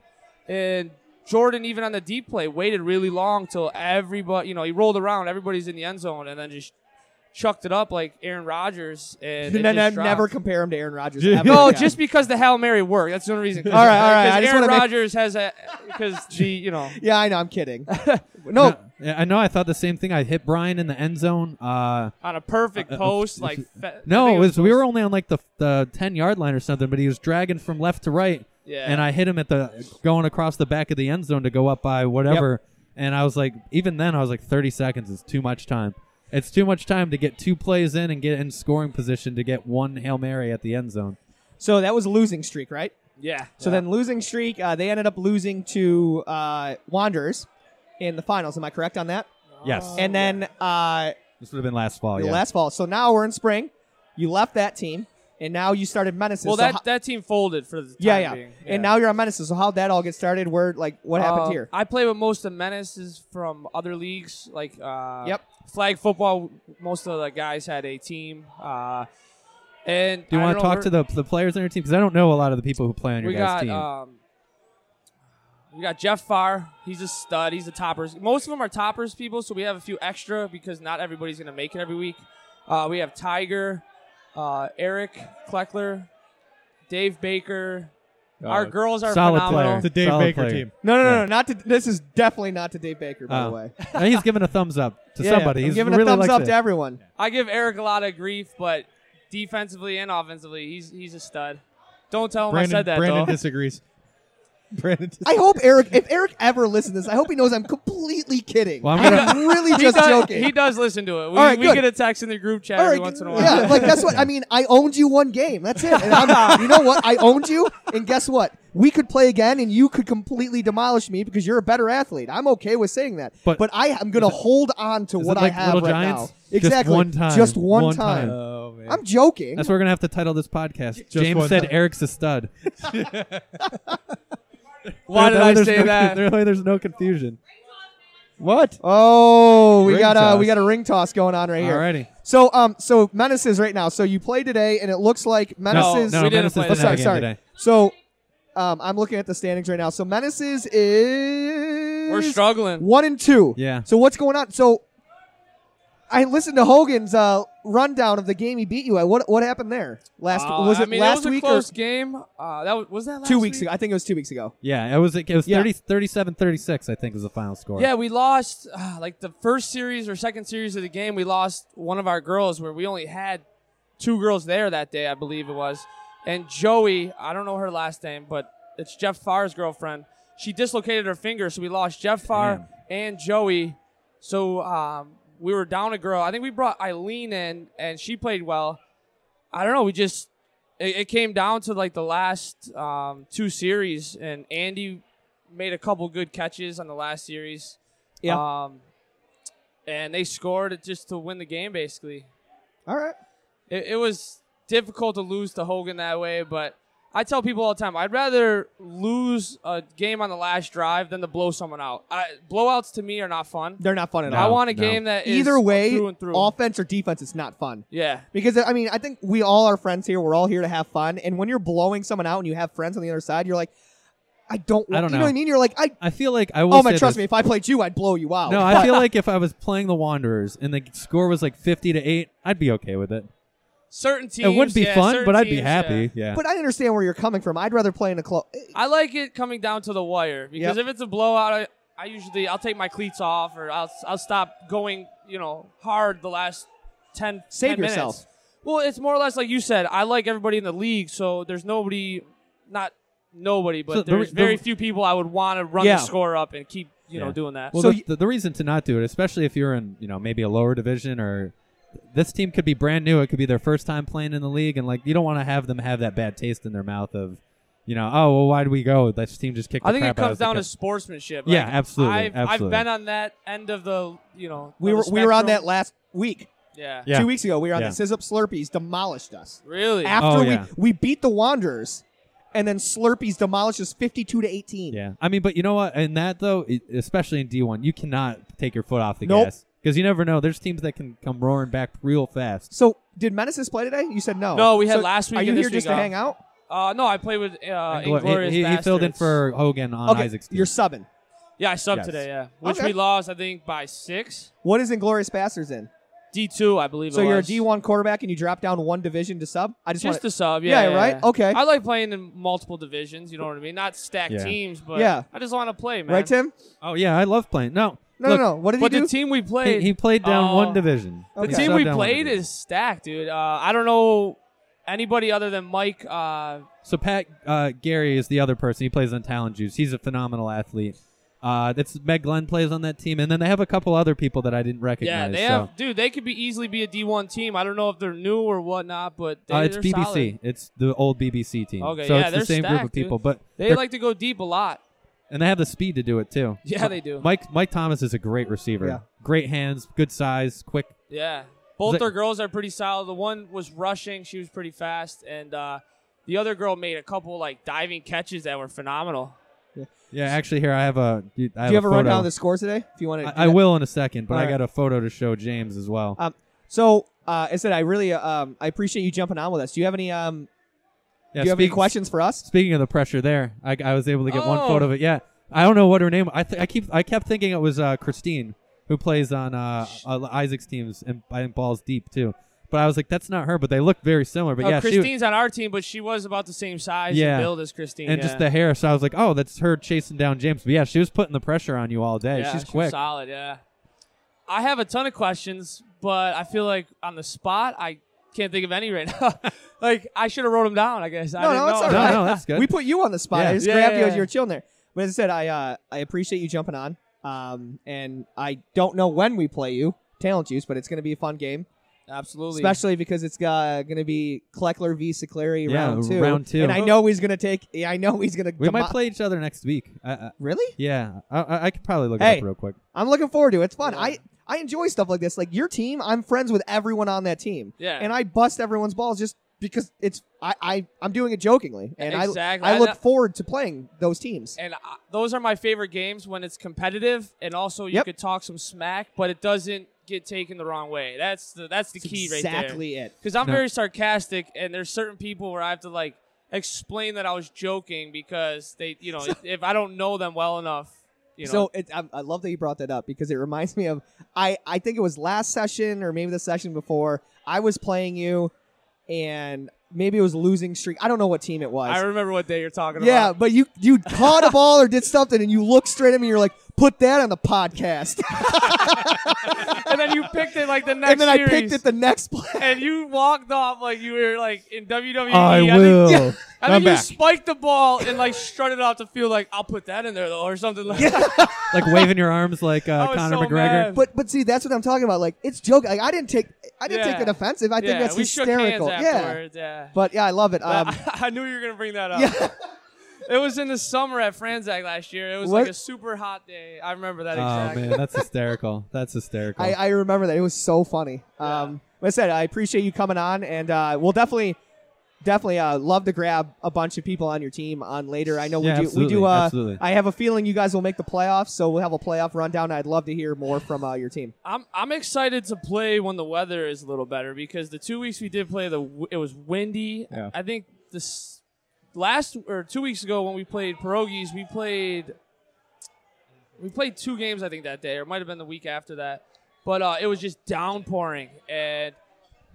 Speaker 4: And Jordan, even on the deep play, waited really long till everybody, you know, he rolled around, everybody's in the end zone, and then just chucked it up like Aaron Rodgers. And it
Speaker 2: No, no,
Speaker 4: just dropped.
Speaker 2: never compare him to Aaron Rodgers. ever
Speaker 4: No,
Speaker 2: again.
Speaker 4: just because the Hail Mary worked. That's the only reason.
Speaker 2: All right, all right. I
Speaker 4: Because
Speaker 2: just
Speaker 4: Aaron
Speaker 2: wanna make-
Speaker 4: Rodgers has a because the you know
Speaker 2: yeah, I know. I'm kidding.
Speaker 3: No,
Speaker 2: no,
Speaker 3: yeah, I know. I thought the same thing. I hit Brian in the end zone. Uh,
Speaker 4: on a perfect
Speaker 3: Uh, uh,
Speaker 4: post,
Speaker 3: if
Speaker 4: like
Speaker 3: you-
Speaker 4: fe- I
Speaker 3: no,
Speaker 4: think
Speaker 3: it was we were only on like the the ten yard line or something, but he was dragging from left to right,
Speaker 4: Yeah.
Speaker 3: and I hit him at the going across the back of the end zone to go up by whatever. And I was like, even then, I was like, thirty seconds is too much time. It's too much time to get two plays in and get in scoring position to get one hail mary at the end zone.
Speaker 2: so that was a losing streak, right?
Speaker 4: yeah.
Speaker 2: So then losing streak, uh, they ended up losing to uh, Wanderers in the finals. Am I correct on that?
Speaker 3: Yes,
Speaker 2: and then uh,
Speaker 3: this would have been last fall.
Speaker 2: the
Speaker 3: Oh, Yeah,
Speaker 2: last fall. So now we're in spring. You left that team. and now you started Menaces.
Speaker 4: Well,
Speaker 2: So
Speaker 4: that
Speaker 2: ho-
Speaker 4: that team folded for the time
Speaker 2: yeah, yeah.
Speaker 4: being.
Speaker 2: And now you're on Menaces. So how'd that all get started? Where like what happened
Speaker 4: Uh,
Speaker 2: here?
Speaker 4: I play with most of menaces from other leagues, like uh,
Speaker 2: Yep.
Speaker 4: flag football. Most of the guys had a team, uh, and
Speaker 3: Do you
Speaker 4: I don't
Speaker 3: want to
Speaker 4: know,
Speaker 3: talk
Speaker 4: we're-
Speaker 3: to the the players on your team? Because I don't know a lot of the people who play on your
Speaker 4: We
Speaker 3: guys'
Speaker 4: got
Speaker 3: team.
Speaker 4: um, we got Jeff Farr. He's a stud. He's a toppers. Most of them are toppers people, so we have a few extra because not everybody's gonna make it every week. Uh, we have Tiger, uh, Eric Kleckler, Dave Baker.
Speaker 1: Uh,
Speaker 4: Our girls are
Speaker 3: Uh, solid
Speaker 4: phenomenal.
Speaker 3: player.
Speaker 1: It's a Dave
Speaker 3: Solid
Speaker 1: Baker
Speaker 3: player.
Speaker 1: team.
Speaker 2: No, no, no,
Speaker 3: yeah.
Speaker 2: no. Not to, this is definitely not to Dave Baker, by
Speaker 3: Oh.
Speaker 2: the way.
Speaker 3: And he's giving a thumbs up to
Speaker 2: Yeah,
Speaker 3: somebody.
Speaker 2: I'm
Speaker 3: He's
Speaker 2: giving
Speaker 3: really
Speaker 2: a thumbs
Speaker 3: likes
Speaker 2: up
Speaker 3: it.
Speaker 2: to everyone.
Speaker 4: I give Eric a lot of grief, but defensively and offensively, he's he's a stud. Don't tell him
Speaker 1: Brandon,
Speaker 4: I said that
Speaker 1: Brandon
Speaker 4: though.
Speaker 1: disagrees. Brandon dis-
Speaker 2: I hope Eric, if Eric ever listens to this, I hope he knows I'm completely kidding.
Speaker 3: Well, I'm
Speaker 2: I'm,
Speaker 3: gonna-
Speaker 2: really
Speaker 4: he,
Speaker 2: just
Speaker 4: does,
Speaker 2: joking.
Speaker 4: he does listen to it. We,
Speaker 2: All right,
Speaker 4: we
Speaker 2: good.
Speaker 4: get a text in the group chat
Speaker 2: All
Speaker 4: every
Speaker 2: right,
Speaker 4: once in a while.
Speaker 2: yeah, like guess what? I mean, I owned you one game. That's it. And I'm- you know what? I owned you, and guess what? We could play again, and you could completely demolish me because you're a better athlete. I'm okay with saying that,
Speaker 3: But-
Speaker 2: I am gonna hold on to
Speaker 3: it
Speaker 2: what I
Speaker 3: like
Speaker 2: have
Speaker 3: Little
Speaker 2: right
Speaker 3: Giants?
Speaker 2: now.
Speaker 3: Just
Speaker 2: Exactly,
Speaker 3: one time.
Speaker 2: Just one,
Speaker 3: One
Speaker 2: time.
Speaker 3: time.
Speaker 1: oh man.
Speaker 2: I'm joking.
Speaker 3: That's what we're gonna have to title this podcast.
Speaker 1: one
Speaker 3: James said
Speaker 1: time.
Speaker 3: Eric's a stud.
Speaker 4: Why did
Speaker 3: That way
Speaker 4: I
Speaker 3: there's
Speaker 4: say
Speaker 3: no-
Speaker 4: that?
Speaker 3: way there's no confusion.
Speaker 1: what?
Speaker 2: Oh, we
Speaker 1: Ring
Speaker 2: got a
Speaker 1: toss.
Speaker 2: we got a ring toss going on right here.
Speaker 3: Alrighty.
Speaker 2: So um, so menaces right now. So you play today, and it looks like menaces.
Speaker 3: no,
Speaker 4: we didn't
Speaker 3: Menaces
Speaker 4: play
Speaker 2: Oh,
Speaker 3: didn't have
Speaker 2: sorry,
Speaker 3: a game
Speaker 2: sorry.
Speaker 3: today.
Speaker 2: So um, I'm looking at the standings right now. So menaces is
Speaker 4: We're struggling.
Speaker 2: one and two.
Speaker 3: Yeah.
Speaker 2: So what's going on? So I listened to Hogan's uh, rundown of the game he beat you at. What what happened there last?
Speaker 4: Uh,
Speaker 2: was it
Speaker 4: I mean,
Speaker 2: last
Speaker 4: it was
Speaker 2: week
Speaker 4: a close
Speaker 2: or
Speaker 4: game? Uh, that was, was that last
Speaker 2: two weeks
Speaker 4: week?
Speaker 2: ago? I think it was two weeks ago.
Speaker 3: Yeah, it was it was
Speaker 2: Yeah.
Speaker 3: 30, 37 36 I think was the final score.
Speaker 4: Yeah, we lost uh, like the first series or second series of the game. We lost one of our girls where we only had two girls there that day, I believe it was. And Joey, I don't know her last name, but it's Jeff Farr's girlfriend. She dislocated her finger, so we lost Jeff Farr
Speaker 3: Damn.
Speaker 4: and Joey. So um, we were down a girl. I think we brought Eileen in, and she played well. I don't know. We just it, it came down to like the last um, two series, and Andy made a couple good catches on the last series.
Speaker 2: Yeah.
Speaker 4: Um, and they scored it just to win the game, basically.
Speaker 2: All right.
Speaker 4: It, it was difficult to lose to Hogan that way, but I tell people all the time I'd rather lose a game on the last drive than to blow someone out. I, blowouts to me are not fun.
Speaker 2: They're not fun at
Speaker 3: No.
Speaker 4: I
Speaker 2: all.
Speaker 4: want a game that is
Speaker 2: Either way,
Speaker 4: through and through.
Speaker 2: offense or defense, it's not fun.
Speaker 4: yeah.
Speaker 2: Because I mean, I think we all are friends here. We're all here to have fun. And when you're blowing someone out and you have friends on the other side, you're like, I don't. Want,
Speaker 3: I don't
Speaker 2: You know
Speaker 3: know.
Speaker 2: what I mean? You're like, I.
Speaker 3: I feel like I will
Speaker 2: Oh my,
Speaker 3: say
Speaker 2: trust
Speaker 3: this.
Speaker 2: me. If I played you, I'd blow you out.
Speaker 3: No,
Speaker 2: But-
Speaker 3: I feel like if I was playing the Wanderers and the score was like 50 to 8, I'd be okay with it.
Speaker 4: Certain teams.
Speaker 3: It wouldn't be
Speaker 4: yeah,
Speaker 3: fun,
Speaker 4: certain
Speaker 3: but I'd be
Speaker 4: teams, yeah.
Speaker 3: happy. Yeah.
Speaker 2: But I understand where you're coming from. I'd rather play in a Uh, close.
Speaker 4: I like it coming down to the wire because if it's a blowout, I, I usually I'll take my cleats off or I'll I'll stop going you know hard the last 10,
Speaker 2: Save
Speaker 4: 10 minutes.
Speaker 2: yourself.
Speaker 4: Well, it's more or less like you said. I like everybody in the league, so there's nobody, not nobody, but
Speaker 3: So the re-
Speaker 4: there's
Speaker 3: the-
Speaker 4: very few people I would want to run
Speaker 2: Yeah.
Speaker 4: the score up and keep you know
Speaker 3: Yeah.
Speaker 4: doing that.
Speaker 3: Well,
Speaker 2: So
Speaker 3: the,
Speaker 2: y-
Speaker 3: the, the reason to not do it, especially if you're in, you know, maybe a lower division or this team could be brand new. It could be their first time playing in the league, and like you don't want to have them have that bad taste in their mouth of, you know, oh well, why did we go? That team just kicked.
Speaker 4: I
Speaker 3: the
Speaker 4: think it
Speaker 3: crap out of
Speaker 4: comes
Speaker 3: us to
Speaker 4: down
Speaker 3: co-
Speaker 4: to sportsmanship.
Speaker 3: Yeah,
Speaker 4: Like,
Speaker 3: absolutely,
Speaker 4: I've,
Speaker 3: absolutely.
Speaker 4: I've been on that end of the you know
Speaker 2: We
Speaker 4: of
Speaker 2: were
Speaker 4: the
Speaker 2: we were on that
Speaker 4: spectrum.
Speaker 2: last week,
Speaker 4: yeah.
Speaker 3: Yeah.
Speaker 2: two weeks ago. We were on
Speaker 3: Yeah.
Speaker 2: the Sizzup Slurpees demolished us.
Speaker 4: really
Speaker 2: After
Speaker 3: Oh,
Speaker 2: we
Speaker 3: yeah.
Speaker 2: we beat the Wanderers, and then Slurpees demolished us fifty two to eighteen.
Speaker 3: Yeah, I mean, but you know what? In that though, i- especially in D one, you cannot take your foot off the
Speaker 2: Nope.
Speaker 3: gas because you never know. There's teams that can come roaring back real fast.
Speaker 2: So did Menaces play today? You said no.
Speaker 4: No, we had
Speaker 2: So
Speaker 4: last week
Speaker 2: Are you
Speaker 4: and
Speaker 2: here
Speaker 4: this
Speaker 2: just
Speaker 4: week
Speaker 2: to
Speaker 4: off.
Speaker 2: hang out?
Speaker 4: Uh, no, I played with uh,
Speaker 3: He-
Speaker 4: Inglorious
Speaker 3: he, he filled in for Hogan on
Speaker 2: okay,
Speaker 3: Isaac's team.
Speaker 2: you're subbing.
Speaker 4: Yeah, I subbed
Speaker 3: Yes.
Speaker 4: today. Yeah, which
Speaker 2: Okay.
Speaker 4: we lost, I think, by six.
Speaker 2: What is Inglorious Bastards in?
Speaker 4: D two, I believe.
Speaker 2: So
Speaker 4: it
Speaker 2: you're a
Speaker 4: was.
Speaker 2: D one quarterback and you drop down one division to sub. I just,
Speaker 4: Just
Speaker 2: wanna,
Speaker 4: a sub,
Speaker 2: Yeah,
Speaker 4: yeah,
Speaker 2: right? Okay.
Speaker 4: I like playing in multiple divisions. You know what I mean? Not stacked
Speaker 3: Yeah.
Speaker 4: teams, but
Speaker 2: Yeah.
Speaker 4: I just want to play, man.
Speaker 2: right, Tim?
Speaker 3: oh yeah, I love playing. No,
Speaker 2: No,
Speaker 3: look,
Speaker 2: no, no. What did
Speaker 4: But
Speaker 2: he
Speaker 4: the
Speaker 2: do?
Speaker 4: team we played,
Speaker 3: He, he played down
Speaker 4: Oh.
Speaker 3: one division.
Speaker 2: The
Speaker 4: the
Speaker 3: He
Speaker 2: Okay.
Speaker 4: team
Speaker 3: subbed
Speaker 4: we
Speaker 3: down one
Speaker 4: played
Speaker 3: division.
Speaker 4: is stacked, dude. Uh, I don't know anybody other than Mike. Uh,
Speaker 3: So Pat uh, Gary is the other person. He plays on Talent Juice. He's a phenomenal athlete. Uh, that's Meg Glenn plays on that team, and then they have a couple other people that I didn't
Speaker 4: yeah,
Speaker 3: recognize.
Speaker 4: they
Speaker 3: so.
Speaker 4: have, dude. They could be easily be a D one team. I don't know if they're new or whatnot, but they,
Speaker 3: Uh, it's
Speaker 4: are
Speaker 3: BBC.
Speaker 4: Solid.
Speaker 3: It's the old BBC team.
Speaker 4: Okay,
Speaker 3: so
Speaker 4: yeah,
Speaker 3: it's the
Speaker 4: they're
Speaker 3: same group of
Speaker 4: stacked, dude.
Speaker 3: people, but
Speaker 4: They
Speaker 3: they're-
Speaker 4: like to go deep a lot.
Speaker 3: and they have the speed to do it too.
Speaker 4: Yeah, they do.
Speaker 3: Mike Mike Thomas is a great receiver.
Speaker 2: Yeah.
Speaker 3: Great hands, good size, quick.
Speaker 4: Yeah. Both
Speaker 3: Was it-
Speaker 4: their girls are pretty solid. The one was rushing; she was pretty fast, and uh, the other girl made a couple like diving catches that were phenomenal.
Speaker 3: Yeah, actually, here I have a. Do
Speaker 2: Do you have a
Speaker 3: photo.
Speaker 2: rundown of the scores today? If you want to,
Speaker 3: I, I will in a second, but I
Speaker 2: Alright.
Speaker 3: got a photo to show James as well.
Speaker 2: Um, so uh, I said I really uh, um, I appreciate you jumping on with us. Do you have any um,
Speaker 3: Yeah,
Speaker 2: Do you have any
Speaker 3: speak-
Speaker 2: questions for us?
Speaker 3: Speaking of the pressure, there, I, I was able to get one
Speaker 4: Oh.
Speaker 3: photo of it. Yeah, I don't know what her name. I th- I keep I kept thinking it was uh, Christine who plays on uh, uh, Isaac's teams and I think balls deep too. But I was like, that's not her. But they look very similar. But
Speaker 4: Uh,
Speaker 3: yeah, she,
Speaker 4: Christine's on our team, but she was about the same size
Speaker 3: Yeah.
Speaker 4: and build as Christine,
Speaker 3: and
Speaker 4: yeah.
Speaker 3: just the hair. So I was like, oh, that's her chasing down James. But yeah, she was putting the pressure on you all day.
Speaker 4: Yeah,
Speaker 3: she's
Speaker 4: she was
Speaker 3: quick.
Speaker 4: solid. Yeah, I have a ton of questions, but I feel like on the spot I can't think of any right now. like I should have wrote them down. I guess I
Speaker 2: No,
Speaker 4: didn't
Speaker 2: no, it's
Speaker 4: know.
Speaker 2: all
Speaker 3: No,
Speaker 2: right.
Speaker 3: no, that's good.
Speaker 2: We put you on the spot.
Speaker 3: Yeah.
Speaker 2: I just
Speaker 4: Yeah,
Speaker 2: grabbed
Speaker 4: yeah,
Speaker 2: you as
Speaker 4: yeah.
Speaker 2: you were chilling there. But as I said, I uh, I appreciate you jumping on. Um, and I don't know when we play you, Talent Juice, but it's going to be a fun game,
Speaker 4: Absolutely.
Speaker 2: especially because it's uh, going to be Kleckler v. Sicleri
Speaker 3: Yeah,
Speaker 2: round two.
Speaker 3: round two.
Speaker 2: And I know he's going to take. yeah, I know he's going to.
Speaker 3: We might play each other next week. I, I,
Speaker 2: Really?
Speaker 3: yeah, I- I, I could probably look it
Speaker 2: Hey.
Speaker 3: up real quick.
Speaker 2: I'm looking forward to it. It's fun.
Speaker 4: Yeah.
Speaker 2: I I enjoy stuff like this. Like your team, I'm friends with everyone on that team.
Speaker 4: Yeah.
Speaker 2: And I bust everyone's balls just because it's I I I'm doing it jokingly, and
Speaker 4: Exactly.
Speaker 2: I I
Speaker 4: I
Speaker 2: look
Speaker 4: know-
Speaker 2: forward to playing those teams.
Speaker 4: and I, those are my favorite games when it's competitive, and also you
Speaker 2: Yep.
Speaker 4: could talk some smack, but it doesn't get taken the wrong way. That's the that's the key right there.
Speaker 2: exactly it.
Speaker 4: because I'm
Speaker 3: No.
Speaker 4: very sarcastic, and there's certain people where I have to like explain that I was joking because they, you know, if I don't know them well enough, you know.
Speaker 2: so it, I, I love that you brought that up because it reminds me of I, I think it was last session or maybe the session before I was playing you and maybe it was losing streak I don't know what team it was
Speaker 4: I remember what day you're talking
Speaker 2: yeah
Speaker 4: about.
Speaker 2: but you you caught a ball or did something and you looked straight at me and you're like put that on the podcast
Speaker 4: Yeah, and then you picked it like the next.
Speaker 2: and then I picked
Speaker 4: series,
Speaker 2: it the next play
Speaker 4: and you walked off like you were like in WWE.
Speaker 3: I
Speaker 4: think-
Speaker 3: will.
Speaker 4: I think,
Speaker 3: I'm
Speaker 4: you
Speaker 3: back.
Speaker 4: spiked the ball and like strutted off the field like I'll put that in there though or something like that.
Speaker 3: like waving your arms like uh,
Speaker 4: I was
Speaker 3: Conor
Speaker 4: Oh, so
Speaker 3: McGregor.
Speaker 4: mad.
Speaker 2: but but see that's what I'm talking about like it's joke like I didn't take I didn't
Speaker 4: Yeah.
Speaker 2: take it offensive I think
Speaker 4: yeah,
Speaker 2: that's
Speaker 4: we
Speaker 2: hysterical
Speaker 4: shook hands
Speaker 2: yeah
Speaker 4: afterwards. Yeah.
Speaker 2: but yeah I love it
Speaker 4: But
Speaker 2: um,
Speaker 4: I knew you were gonna bring that up.
Speaker 2: yeah.
Speaker 4: It was in the summer at Franzac last year. It was
Speaker 2: What?
Speaker 4: like a super hot day. I remember that exactly.
Speaker 3: Oh man, that's hysterical. That's hysterical.
Speaker 2: I, I remember that. It was so funny.
Speaker 4: Yeah.
Speaker 2: Um, like I said, I appreciate you coming on, and uh, we'll definitely, definitely uh, love to grab a bunch of people on your team on later. I know
Speaker 3: Yeah,
Speaker 2: we do. We do.
Speaker 3: absolutely,
Speaker 2: Uh,
Speaker 3: absolutely.
Speaker 2: I have a feeling you guys will make the playoffs, so we'll have a playoff rundown. I'd love to hear more from uh, your team.
Speaker 4: I'm I'm excited to play when the weather is a little better because the two weeks we did play the w- it was windy.
Speaker 3: Yeah.
Speaker 4: I think this last or two weeks ago when we played pierogies, we played we played two games I think that day or it might have been the week after that. But uh, it was just downpouring and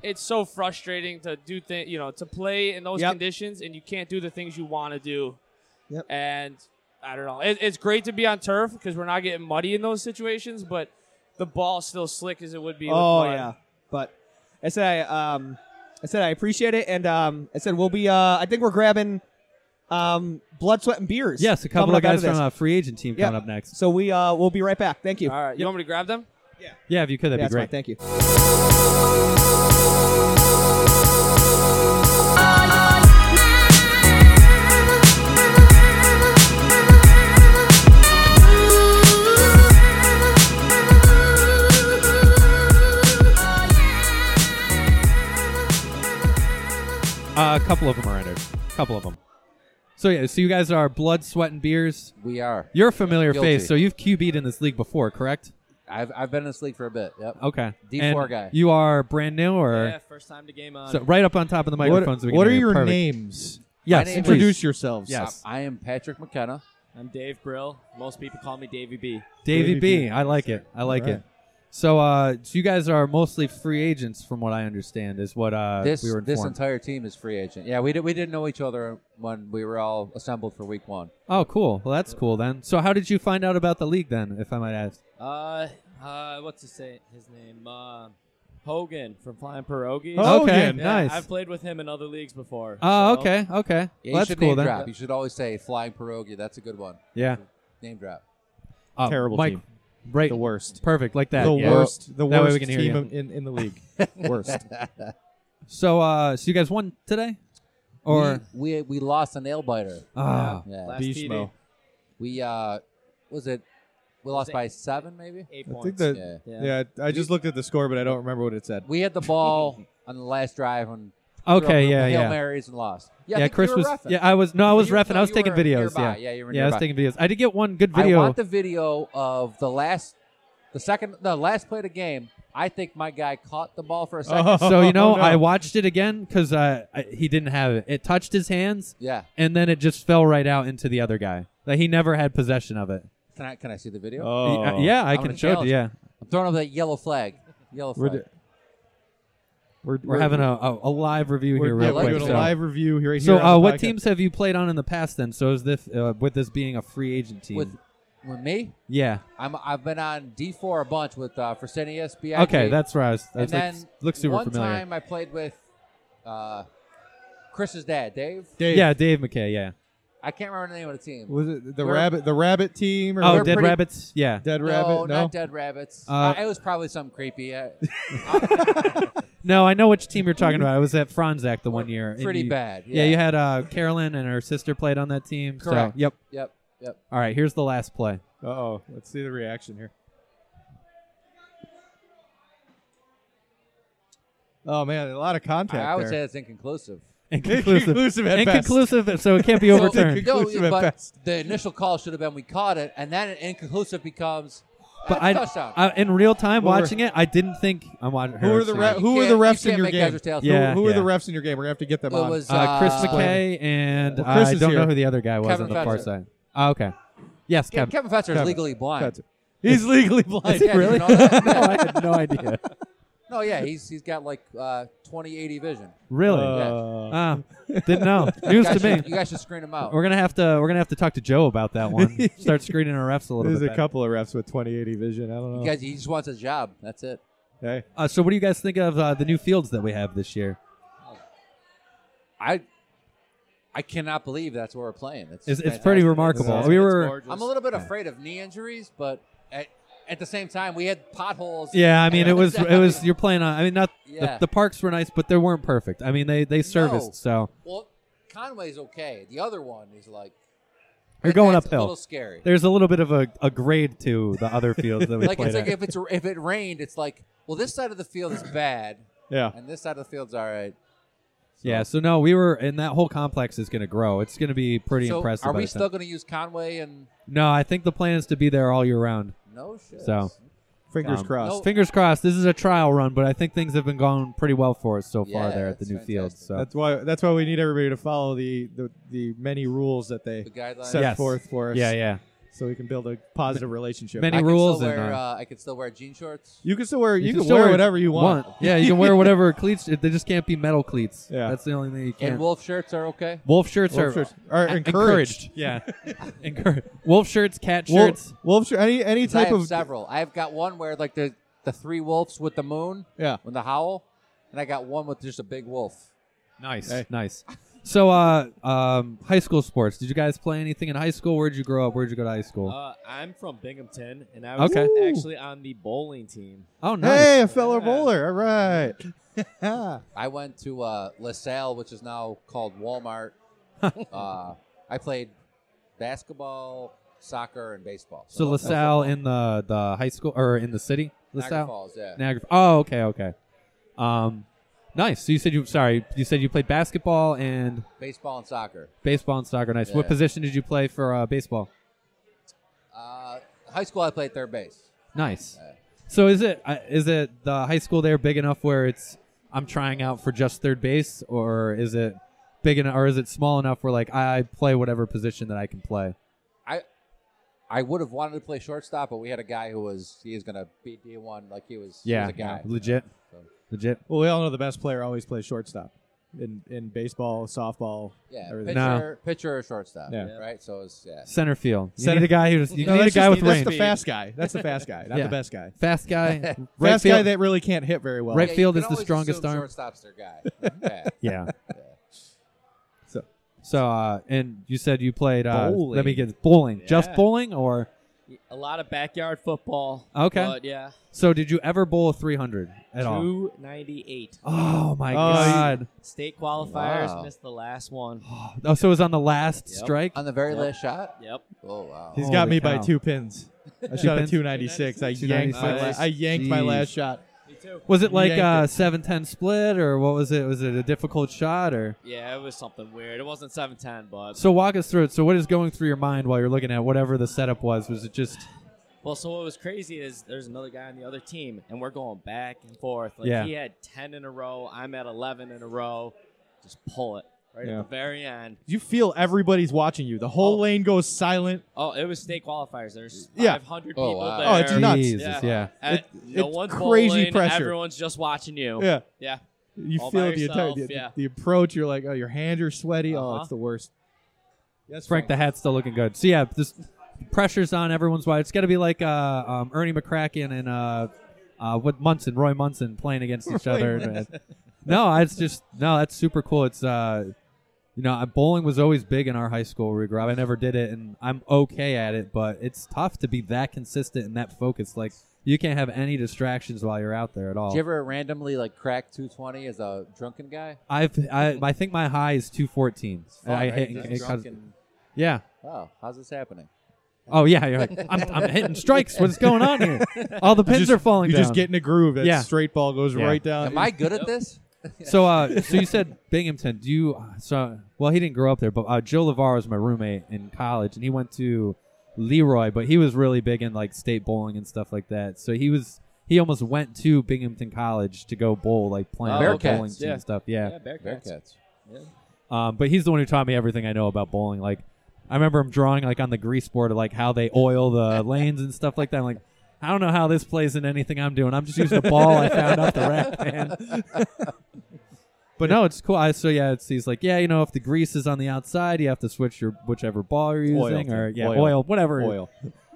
Speaker 4: it's so frustrating to do thi- you know to play in those
Speaker 2: Yep.
Speaker 4: conditions and you can't do the things you want to do.
Speaker 2: Yep.
Speaker 4: And I don't know. It, it's great to be on turf because we're not getting muddy in those situations, but the ball's still slick as it would be. with
Speaker 2: Oh
Speaker 4: mud.
Speaker 2: yeah, but I said I, um, I said I appreciate it, and um, I said we'll be. Uh, I think we're grabbing, um, blood, sweat, and beers.
Speaker 3: yes, a couple
Speaker 2: coming
Speaker 3: of
Speaker 2: up out
Speaker 3: guys from
Speaker 2: this.
Speaker 3: a free agent team
Speaker 2: Yeah.
Speaker 3: coming up next.
Speaker 2: So we uh, we'll be right back. Thank you.
Speaker 4: All right. You want me to grab them?
Speaker 3: Yeah, if you could, that'd
Speaker 2: Yeah,
Speaker 3: be
Speaker 2: that's fine.
Speaker 3: great.
Speaker 2: Thank you.
Speaker 3: Uh, a couple of them are entered. A couple of them. So yeah, so you guys are blood, sweat, and beers.
Speaker 5: We are.
Speaker 3: You're a familiar
Speaker 5: Guilty.
Speaker 3: face, so you've QB'd in this league before, correct?
Speaker 5: I've, I've been in this league for a bit. Yep.
Speaker 3: Okay.
Speaker 5: D4
Speaker 3: And
Speaker 5: guy.
Speaker 3: You are brand new, or
Speaker 4: first time to game on.
Speaker 3: so right up on top of the microphone.
Speaker 1: what
Speaker 3: so we can
Speaker 1: what
Speaker 3: hear
Speaker 1: are
Speaker 3: you.
Speaker 1: your
Speaker 3: Perfect.
Speaker 1: names?
Speaker 3: Yes,
Speaker 5: My name
Speaker 3: please.
Speaker 1: Introduce yourselves.
Speaker 3: Yes.
Speaker 5: I am Patrick McKenna.
Speaker 6: I'm Dave Brill. Most people call me Davey B.
Speaker 3: Davy
Speaker 1: Davey
Speaker 3: B.
Speaker 1: B.
Speaker 3: I like it. I like
Speaker 1: All right.
Speaker 3: it. So, uh, so you guys are mostly free agents, from what I understand, is what uh,
Speaker 5: This
Speaker 3: we were
Speaker 5: this
Speaker 3: informed.
Speaker 5: entire team is free agent. Yeah, we, did, we didn't know each other when we were all assembled for week one.
Speaker 3: oh, cool. Well, that's cool then. So, how did you find out about the league then, if I might ask?
Speaker 6: Uh, uh, what's his say? His name, uh, Hogan from Flying Pierogies.
Speaker 1: Oh,
Speaker 3: okay,
Speaker 1: yeah.
Speaker 6: Yeah,
Speaker 3: nice.
Speaker 6: I've played with him in other leagues before.
Speaker 3: Oh,
Speaker 6: so-
Speaker 3: okay, okay.
Speaker 5: Yeah,
Speaker 3: Well,
Speaker 5: you
Speaker 3: that's
Speaker 5: should
Speaker 3: cool
Speaker 5: name
Speaker 3: then.
Speaker 5: drop. You should always say Flying Pierogi. That's a good one.
Speaker 3: Yeah.
Speaker 5: Name drop.
Speaker 3: Oh,
Speaker 1: Terrible
Speaker 3: Mike,
Speaker 1: team.
Speaker 3: Right.
Speaker 1: The worst.
Speaker 3: Perfect, like that.
Speaker 1: the
Speaker 3: yeah.
Speaker 1: worst. The
Speaker 3: That way we
Speaker 1: worst
Speaker 3: can hear
Speaker 1: team
Speaker 3: you.
Speaker 1: in, in, in the league. worst.
Speaker 3: So, uh, so you guys won today, or
Speaker 5: we, we, we lost a nail biter.
Speaker 3: ah,
Speaker 5: Yeah.
Speaker 6: Last TD.
Speaker 1: Bishmo.
Speaker 5: We uh, was it? we lost
Speaker 6: It was
Speaker 5: by seven, maybe.
Speaker 6: Eight
Speaker 7: I think
Speaker 6: points.
Speaker 7: that.
Speaker 5: Yeah.
Speaker 6: yeah.
Speaker 7: Yeah, I just looked at the score, but I don't remember what it said.
Speaker 5: We had the ball on the last drive and
Speaker 3: Okay, yeah,
Speaker 5: Hail
Speaker 3: yeah.
Speaker 5: Marys and lost. Yeah, I
Speaker 3: yeah,
Speaker 5: think you
Speaker 3: Chris
Speaker 5: were
Speaker 3: was.
Speaker 5: reffing.
Speaker 3: Yeah, I was. No, I was
Speaker 5: You-
Speaker 3: refing.
Speaker 5: no,
Speaker 3: I was
Speaker 5: you
Speaker 3: taking
Speaker 5: were
Speaker 3: videos.
Speaker 5: nearby.
Speaker 3: Yeah,
Speaker 5: yeah, you were
Speaker 3: yeah, I was
Speaker 5: nearby.
Speaker 3: taking videos. I did get one good
Speaker 5: I
Speaker 3: video.
Speaker 5: want the video of the last, the second, the last play of the game. I think my guy caught the ball for a second.
Speaker 3: so you know,
Speaker 7: Oh, no.
Speaker 3: I watched it again because uh, I- he didn't have it. It touched his hands,
Speaker 5: Yeah.
Speaker 3: and then it just fell right out into the other guy. Like he never had possession of it.
Speaker 5: Can I can I see the video?
Speaker 7: Oh,
Speaker 3: Y- uh, yeah, I
Speaker 5: I'm
Speaker 3: can
Speaker 5: gonna
Speaker 3: show it. to you, Yeah,
Speaker 5: I'm throwing up that yellow flag. Yellow
Speaker 3: We're
Speaker 5: flag.
Speaker 3: we're, having a, a, a live review
Speaker 7: We're
Speaker 3: here real
Speaker 5: like
Speaker 3: quick.
Speaker 7: doing
Speaker 3: so-
Speaker 7: a live review here right
Speaker 3: So,
Speaker 7: here. on
Speaker 3: uh,
Speaker 7: the
Speaker 3: what
Speaker 7: podcast.
Speaker 3: teams have you played on in the past? Then, so is this uh, with this being a free agent team?
Speaker 5: with with me,
Speaker 3: yeah.
Speaker 5: I'm I've been on D4 a bunch with uh, Fresenius. BIG.
Speaker 3: Okay, that's where I was.
Speaker 5: and
Speaker 3: That
Speaker 5: then
Speaker 3: looks, looks super
Speaker 5: one
Speaker 3: familiar.
Speaker 5: time I played with uh, Chris's dad, Dave.
Speaker 7: Dave,
Speaker 3: yeah, Dave McKay. Yeah.
Speaker 5: I can't remember the name of the team.
Speaker 7: was it the
Speaker 5: We're-
Speaker 7: rabbit? The rabbit team or
Speaker 3: Oh,
Speaker 5: we're
Speaker 3: Dead
Speaker 5: pretty-
Speaker 3: Rabbits. Yeah.
Speaker 7: dead
Speaker 5: no,
Speaker 7: rabbit? No,
Speaker 5: not dead rabbits.
Speaker 3: Uh,
Speaker 5: I, it was probably some creepy. Uh,
Speaker 3: No, I know which team you're talking about. I was at Franzak the one year. and
Speaker 5: pretty
Speaker 3: you-
Speaker 5: bad.
Speaker 3: Yeah. you had uh, Carolyn and her sister played on that team. so-
Speaker 5: Correct.
Speaker 3: yep.
Speaker 5: Yep. Yep.
Speaker 3: All right. Here's the last play.
Speaker 7: Uh oh, let's see the reaction here. Oh man, a lot of contact
Speaker 5: I, I would say
Speaker 7: there.
Speaker 5: that's inconclusive.
Speaker 3: Inconclusive.
Speaker 7: at best.
Speaker 3: Inconclusive. So it can't be
Speaker 5: So-
Speaker 3: overturned.
Speaker 5: no,
Speaker 7: Inconclusive at
Speaker 5: but
Speaker 7: best.
Speaker 5: the initial call should have been we caught it, and then inconclusive becomes
Speaker 3: But
Speaker 5: that's
Speaker 3: I,
Speaker 5: touchdown.
Speaker 3: I, Uh, in real time
Speaker 7: Well, we're-
Speaker 3: watching it, I didn't think I'm watching.
Speaker 7: Who are the
Speaker 5: You
Speaker 7: re- who were the
Speaker 5: can't- you
Speaker 7: refs in
Speaker 5: can't
Speaker 7: your
Speaker 5: make
Speaker 7: game?
Speaker 5: heads or tails.
Speaker 7: Who-
Speaker 3: Yeah,
Speaker 7: who are the
Speaker 3: yeah.
Speaker 7: refs in your game? We're gonna have to get them
Speaker 5: It
Speaker 7: on.
Speaker 5: was
Speaker 3: Uh, Chris
Speaker 5: uh,
Speaker 3: McKay and
Speaker 7: Well, Chris
Speaker 3: I
Speaker 7: is
Speaker 3: don't know
Speaker 7: here.
Speaker 3: who the other guy was
Speaker 5: Kevin
Speaker 3: on the far
Speaker 5: Fetzer.
Speaker 3: side. Oh, okay. Yes,
Speaker 5: Ke-
Speaker 3: Kevin.
Speaker 5: Kevin Fetzer is
Speaker 7: Kevin.
Speaker 5: legally blind.
Speaker 7: That's- he's legally blind.
Speaker 5: Yeah, did you
Speaker 3: Really?
Speaker 5: know that?
Speaker 3: no,
Speaker 5: Yeah.
Speaker 3: I had no idea.
Speaker 5: No, yeah, he's he's got like uh, 2080 vision.
Speaker 3: Really?
Speaker 7: Uh,
Speaker 3: Ah, didn't know. News
Speaker 5: You
Speaker 3: to
Speaker 5: guys should-
Speaker 3: me.
Speaker 5: You guys should screen him out.
Speaker 3: We're gonna have to we're gonna have to talk to Joe about that one. Start screening our refs a little
Speaker 7: There's
Speaker 3: bit.
Speaker 7: a
Speaker 3: better.
Speaker 7: couple of refs with 2080 vision. I don't
Speaker 5: You
Speaker 7: know.
Speaker 5: guys, he just wants a job. That's it.
Speaker 7: Hey,
Speaker 3: Uh, so, what do you guys think of uh, the new fields that we have this year?
Speaker 5: I I cannot believe that's where we're playing. It's
Speaker 3: It's, it's
Speaker 5: fantastic.
Speaker 3: pretty remarkable.
Speaker 7: It's-
Speaker 3: we
Speaker 6: It's
Speaker 3: were,
Speaker 6: gorgeous.
Speaker 5: I'm a little bit afraid of knee injuries, but at, at the same time, we had potholes.
Speaker 3: yeah. I mean, it was it was you're playing on. I mean, not
Speaker 5: Yeah.
Speaker 3: the, the parks were nice, but they weren't perfect. I mean, they they serviced. So
Speaker 5: Well, Conway's okay. The other one is like
Speaker 3: you're going
Speaker 5: that's A
Speaker 3: uphill.
Speaker 5: little scary.
Speaker 3: There's a little bit of a, a grade to the other fields that we
Speaker 5: Like
Speaker 3: played
Speaker 5: it's like
Speaker 3: at.
Speaker 5: if it's if it rained, it's like well, this side of the field is bad,
Speaker 7: yeah.
Speaker 5: and this side of the field's all right.
Speaker 3: Yeah, so no, we were, and that whole complex is going to grow. It's going to be pretty
Speaker 5: so
Speaker 3: impressive.
Speaker 5: are
Speaker 3: I
Speaker 5: we
Speaker 3: think.
Speaker 5: still going to use Conway and
Speaker 3: No, I think the plan is to be there all year round.
Speaker 5: no shit?
Speaker 3: So,
Speaker 7: Fingers
Speaker 3: Um,
Speaker 7: crossed.
Speaker 5: No.
Speaker 3: Fingers crossed. This is a trial run, but I think things have been going pretty well for us so far
Speaker 5: Yeah,
Speaker 3: there at the
Speaker 5: that's
Speaker 3: new field.
Speaker 5: fantastic.
Speaker 3: So
Speaker 7: That's why. That's why we need everybody to follow the the, the many rules that they
Speaker 5: the guidelines.
Speaker 7: set
Speaker 3: Yes.
Speaker 7: forth for us.
Speaker 3: yeah, yeah.
Speaker 7: So we can build a positive relationship.
Speaker 3: Many
Speaker 5: I can
Speaker 3: rules
Speaker 5: still
Speaker 3: and
Speaker 5: wear,
Speaker 3: uh,
Speaker 5: uh, I could still wear jean shorts.
Speaker 7: you can still wear. You, can,
Speaker 3: still
Speaker 7: wear, whatever you want.
Speaker 3: Yeah, you can wear whatever cleats. They just can't be metal cleats.
Speaker 7: Yeah.
Speaker 3: that's the only thing you can't.
Speaker 5: And wolf shirts are okay.
Speaker 3: wolf shirts
Speaker 7: Wolf
Speaker 3: are
Speaker 7: shirts are
Speaker 3: en-
Speaker 7: encouraged.
Speaker 3: Yeah, encouraged. Wolf shirts, cat shirts.
Speaker 7: Wolf, wolf shirt. Any any
Speaker 5: 'Cause I
Speaker 7: type
Speaker 5: have
Speaker 7: of
Speaker 5: several. I've got one where like the the three wolves with the moon,
Speaker 7: yeah.
Speaker 5: with the howl, and I got one with just a big wolf.
Speaker 3: Nice,
Speaker 7: Hey.
Speaker 3: nice. So, uh, um, high school sports. Did you guys play anything in high school? Where'd you grow up? Where'd you go to high school?
Speaker 6: Uh, I'm from Binghamton, and I was
Speaker 3: Okay.
Speaker 6: actually on the bowling team.
Speaker 3: oh,
Speaker 7: Hey,
Speaker 3: nice.
Speaker 7: a fellow
Speaker 6: Yeah.
Speaker 7: bowler. All right. yeah.
Speaker 5: I went to uh, LaSalle, which is now called Walmart. uh, I played basketball, soccer, and baseball.
Speaker 3: So LaSalle in the the high school or in the city?
Speaker 5: Niagara
Speaker 3: LaSalle.
Speaker 5: Falls, yeah.
Speaker 3: Niagara. Oh, okay, okay. Um, nice. So you said you sorry. You said you played basketball and
Speaker 5: baseball and soccer.
Speaker 3: baseball and soccer. Nice. What
Speaker 5: Yeah.
Speaker 3: position did you play for uh, baseball?
Speaker 5: Uh, high school, I played third base.
Speaker 3: Nice.
Speaker 5: Yeah.
Speaker 3: So is it uh, is it the high school there big enough where it's I'm trying out for just third base, or is it big enough, or is it small enough where like I play whatever position that I can play?
Speaker 5: I would have wanted to play shortstop, but we had a guy who was he was gonna be D one like he was. he
Speaker 3: Yeah,
Speaker 5: was a guy.
Speaker 3: yeah, legit,
Speaker 5: So,
Speaker 3: legit.
Speaker 7: Well, we all know the best player always plays shortstop in in baseball, softball.
Speaker 5: yeah,
Speaker 7: Everything.
Speaker 5: pitcher,
Speaker 3: No.
Speaker 5: pitcher or shortstop.
Speaker 7: Yeah.
Speaker 5: right. So it's yeah.
Speaker 3: Center field. You
Speaker 7: Center-
Speaker 3: need a guy who's you
Speaker 7: No,
Speaker 3: need a
Speaker 7: that's
Speaker 3: guy
Speaker 7: just
Speaker 3: with
Speaker 7: the,
Speaker 3: range.
Speaker 7: That's the fast guy. That's the fast guy, not
Speaker 3: Yeah.
Speaker 7: the best guy.
Speaker 3: fast guy. right
Speaker 7: Fast guy
Speaker 3: field.
Speaker 7: that really can't hit very well.
Speaker 5: Yeah,
Speaker 3: Right
Speaker 5: you
Speaker 3: field
Speaker 5: can
Speaker 3: is the
Speaker 5: always
Speaker 3: strongest
Speaker 5: assume
Speaker 3: arm.
Speaker 5: Shortstop's their guy. yeah.
Speaker 3: yeah.
Speaker 7: So-
Speaker 3: So uh, and you said you played. Uh, Let me
Speaker 7: Bowling.
Speaker 3: get bowling. Just
Speaker 7: Yeah.
Speaker 3: bowling, or
Speaker 6: A lot of backyard football.
Speaker 7: Oh,
Speaker 3: Okay.
Speaker 6: But yeah,
Speaker 3: So did you ever bowl a 300 at all?
Speaker 6: 298.
Speaker 3: Oh my
Speaker 7: Oh, you-
Speaker 3: god.
Speaker 6: State qualifiers
Speaker 5: Wow.
Speaker 6: missed the last one.
Speaker 3: Oh, so it was on the last
Speaker 6: Yep.
Speaker 3: strike?
Speaker 5: On the very
Speaker 6: Yep.
Speaker 5: last shot?
Speaker 6: Yep.
Speaker 5: Oh, wow.
Speaker 7: He's
Speaker 3: Holy
Speaker 7: got me by
Speaker 3: cow.
Speaker 7: two pins. I shot a
Speaker 3: pins?
Speaker 7: 296. I yanked my la-
Speaker 3: 296.
Speaker 7: I yanked my
Speaker 3: Jeez.
Speaker 7: last shot.
Speaker 6: Me too.
Speaker 3: Was it like
Speaker 7: Yanked
Speaker 3: a
Speaker 7: it.
Speaker 3: 7-10 split or what was it? Was it a difficult shot or
Speaker 6: Yeah, it was something weird. It wasn't 710, but
Speaker 3: So walk us through it. So what is going through your mind while you're looking at whatever the setup was? Was it just
Speaker 6: Well, so what was crazy is there's another guy on the other team, and we're going back and forth. Like
Speaker 3: Yeah.
Speaker 6: he had ten in a row, I'm at eleven in a row. Just pull it right
Speaker 7: Yeah.
Speaker 6: at the very end.
Speaker 7: You feel everybody's watching you. The whole
Speaker 6: Oh.
Speaker 7: lane goes silent.
Speaker 6: Oh, it was state qualifiers. There's
Speaker 7: Yeah.
Speaker 6: 500
Speaker 5: Oh,
Speaker 6: people
Speaker 5: wow.
Speaker 6: there.
Speaker 7: Oh, it's nuts.
Speaker 3: Jesus,
Speaker 6: Yeah.
Speaker 3: yeah.
Speaker 6: Uh,
Speaker 7: It-
Speaker 6: no
Speaker 7: it's
Speaker 6: one's
Speaker 7: crazy
Speaker 6: bowling,
Speaker 7: pressure.
Speaker 6: Everyone's just watching
Speaker 4: Oh.
Speaker 6: you.
Speaker 7: Yeah.
Speaker 6: Yeah.
Speaker 7: You
Speaker 6: All by
Speaker 7: feel the entire
Speaker 6: yourself,
Speaker 7: the,
Speaker 6: yeah.
Speaker 7: the approach. You're like, oh, your hands are sweaty. Oh,
Speaker 6: Uh-huh.
Speaker 7: it's the worst. Yes,
Speaker 3: Frank, the hat's still looking good. So yeah, this pressure's on everyone's wide. It's got to be like uh, um, Ernie McCracken and uh, uh, what Munson, Roy Munson, playing against each other. no, it's just no. That's super cool. It's uh, you know, uh, bowling was always big in our high school. where we grew up. I never did it, and I'm okay at it, but it's tough to be that consistent and that focused. Like you can't have any distractions while you're out there at all.
Speaker 5: Did you ever randomly like crack 220 as a drunken guy?
Speaker 3: I've I, I think my high is 214.
Speaker 5: Fun,
Speaker 3: Uh, I
Speaker 5: right?
Speaker 3: hit-
Speaker 5: Just
Speaker 3: it
Speaker 5: drunk
Speaker 3: comes-
Speaker 5: and-
Speaker 3: yeah.
Speaker 5: oh, how's this happening?
Speaker 3: Oh yeah, you're like I'm, I'm hitting strikes. What's going on here? All the pins
Speaker 7: just-
Speaker 3: are falling
Speaker 7: You
Speaker 3: down.
Speaker 7: just get in a groove. That
Speaker 3: Yeah.
Speaker 7: straight ball goes
Speaker 3: Yeah.
Speaker 7: right down.
Speaker 5: Am I good at this?
Speaker 3: so, uh, so you said Binghamton. Do you? uh, So, well, he didn't grow up there, but uh, Joe Lavar was my roommate in college, and he went to Leroy, but he was really big in like state bowling and stuff like that. So he was he almost went to Binghamton College to go bowl, like playing
Speaker 5: Oh,
Speaker 3: their
Speaker 5: Bearcats,
Speaker 3: bowling team
Speaker 6: yeah.
Speaker 3: and stuff. Yeah.
Speaker 6: Yeah, Bearcats.
Speaker 5: Bearcats.
Speaker 3: Um, but he's the one who taught me everything I know about bowling. Like, I remember him drawing like on the grease board of like how they oil the lanes and stuff like that. I'm like, I don't know how this plays in anything I'm doing. I'm just using a ball I found off the rack, man. but no, it's cool. I, so yeah, it's he's like, yeah, you know, if the grease is on the outside, you have to switch your whichever ball you're
Speaker 7: Oil,
Speaker 3: using or
Speaker 7: dude.
Speaker 3: yeah, oil,
Speaker 7: Oil.
Speaker 3: whatever.
Speaker 7: oil.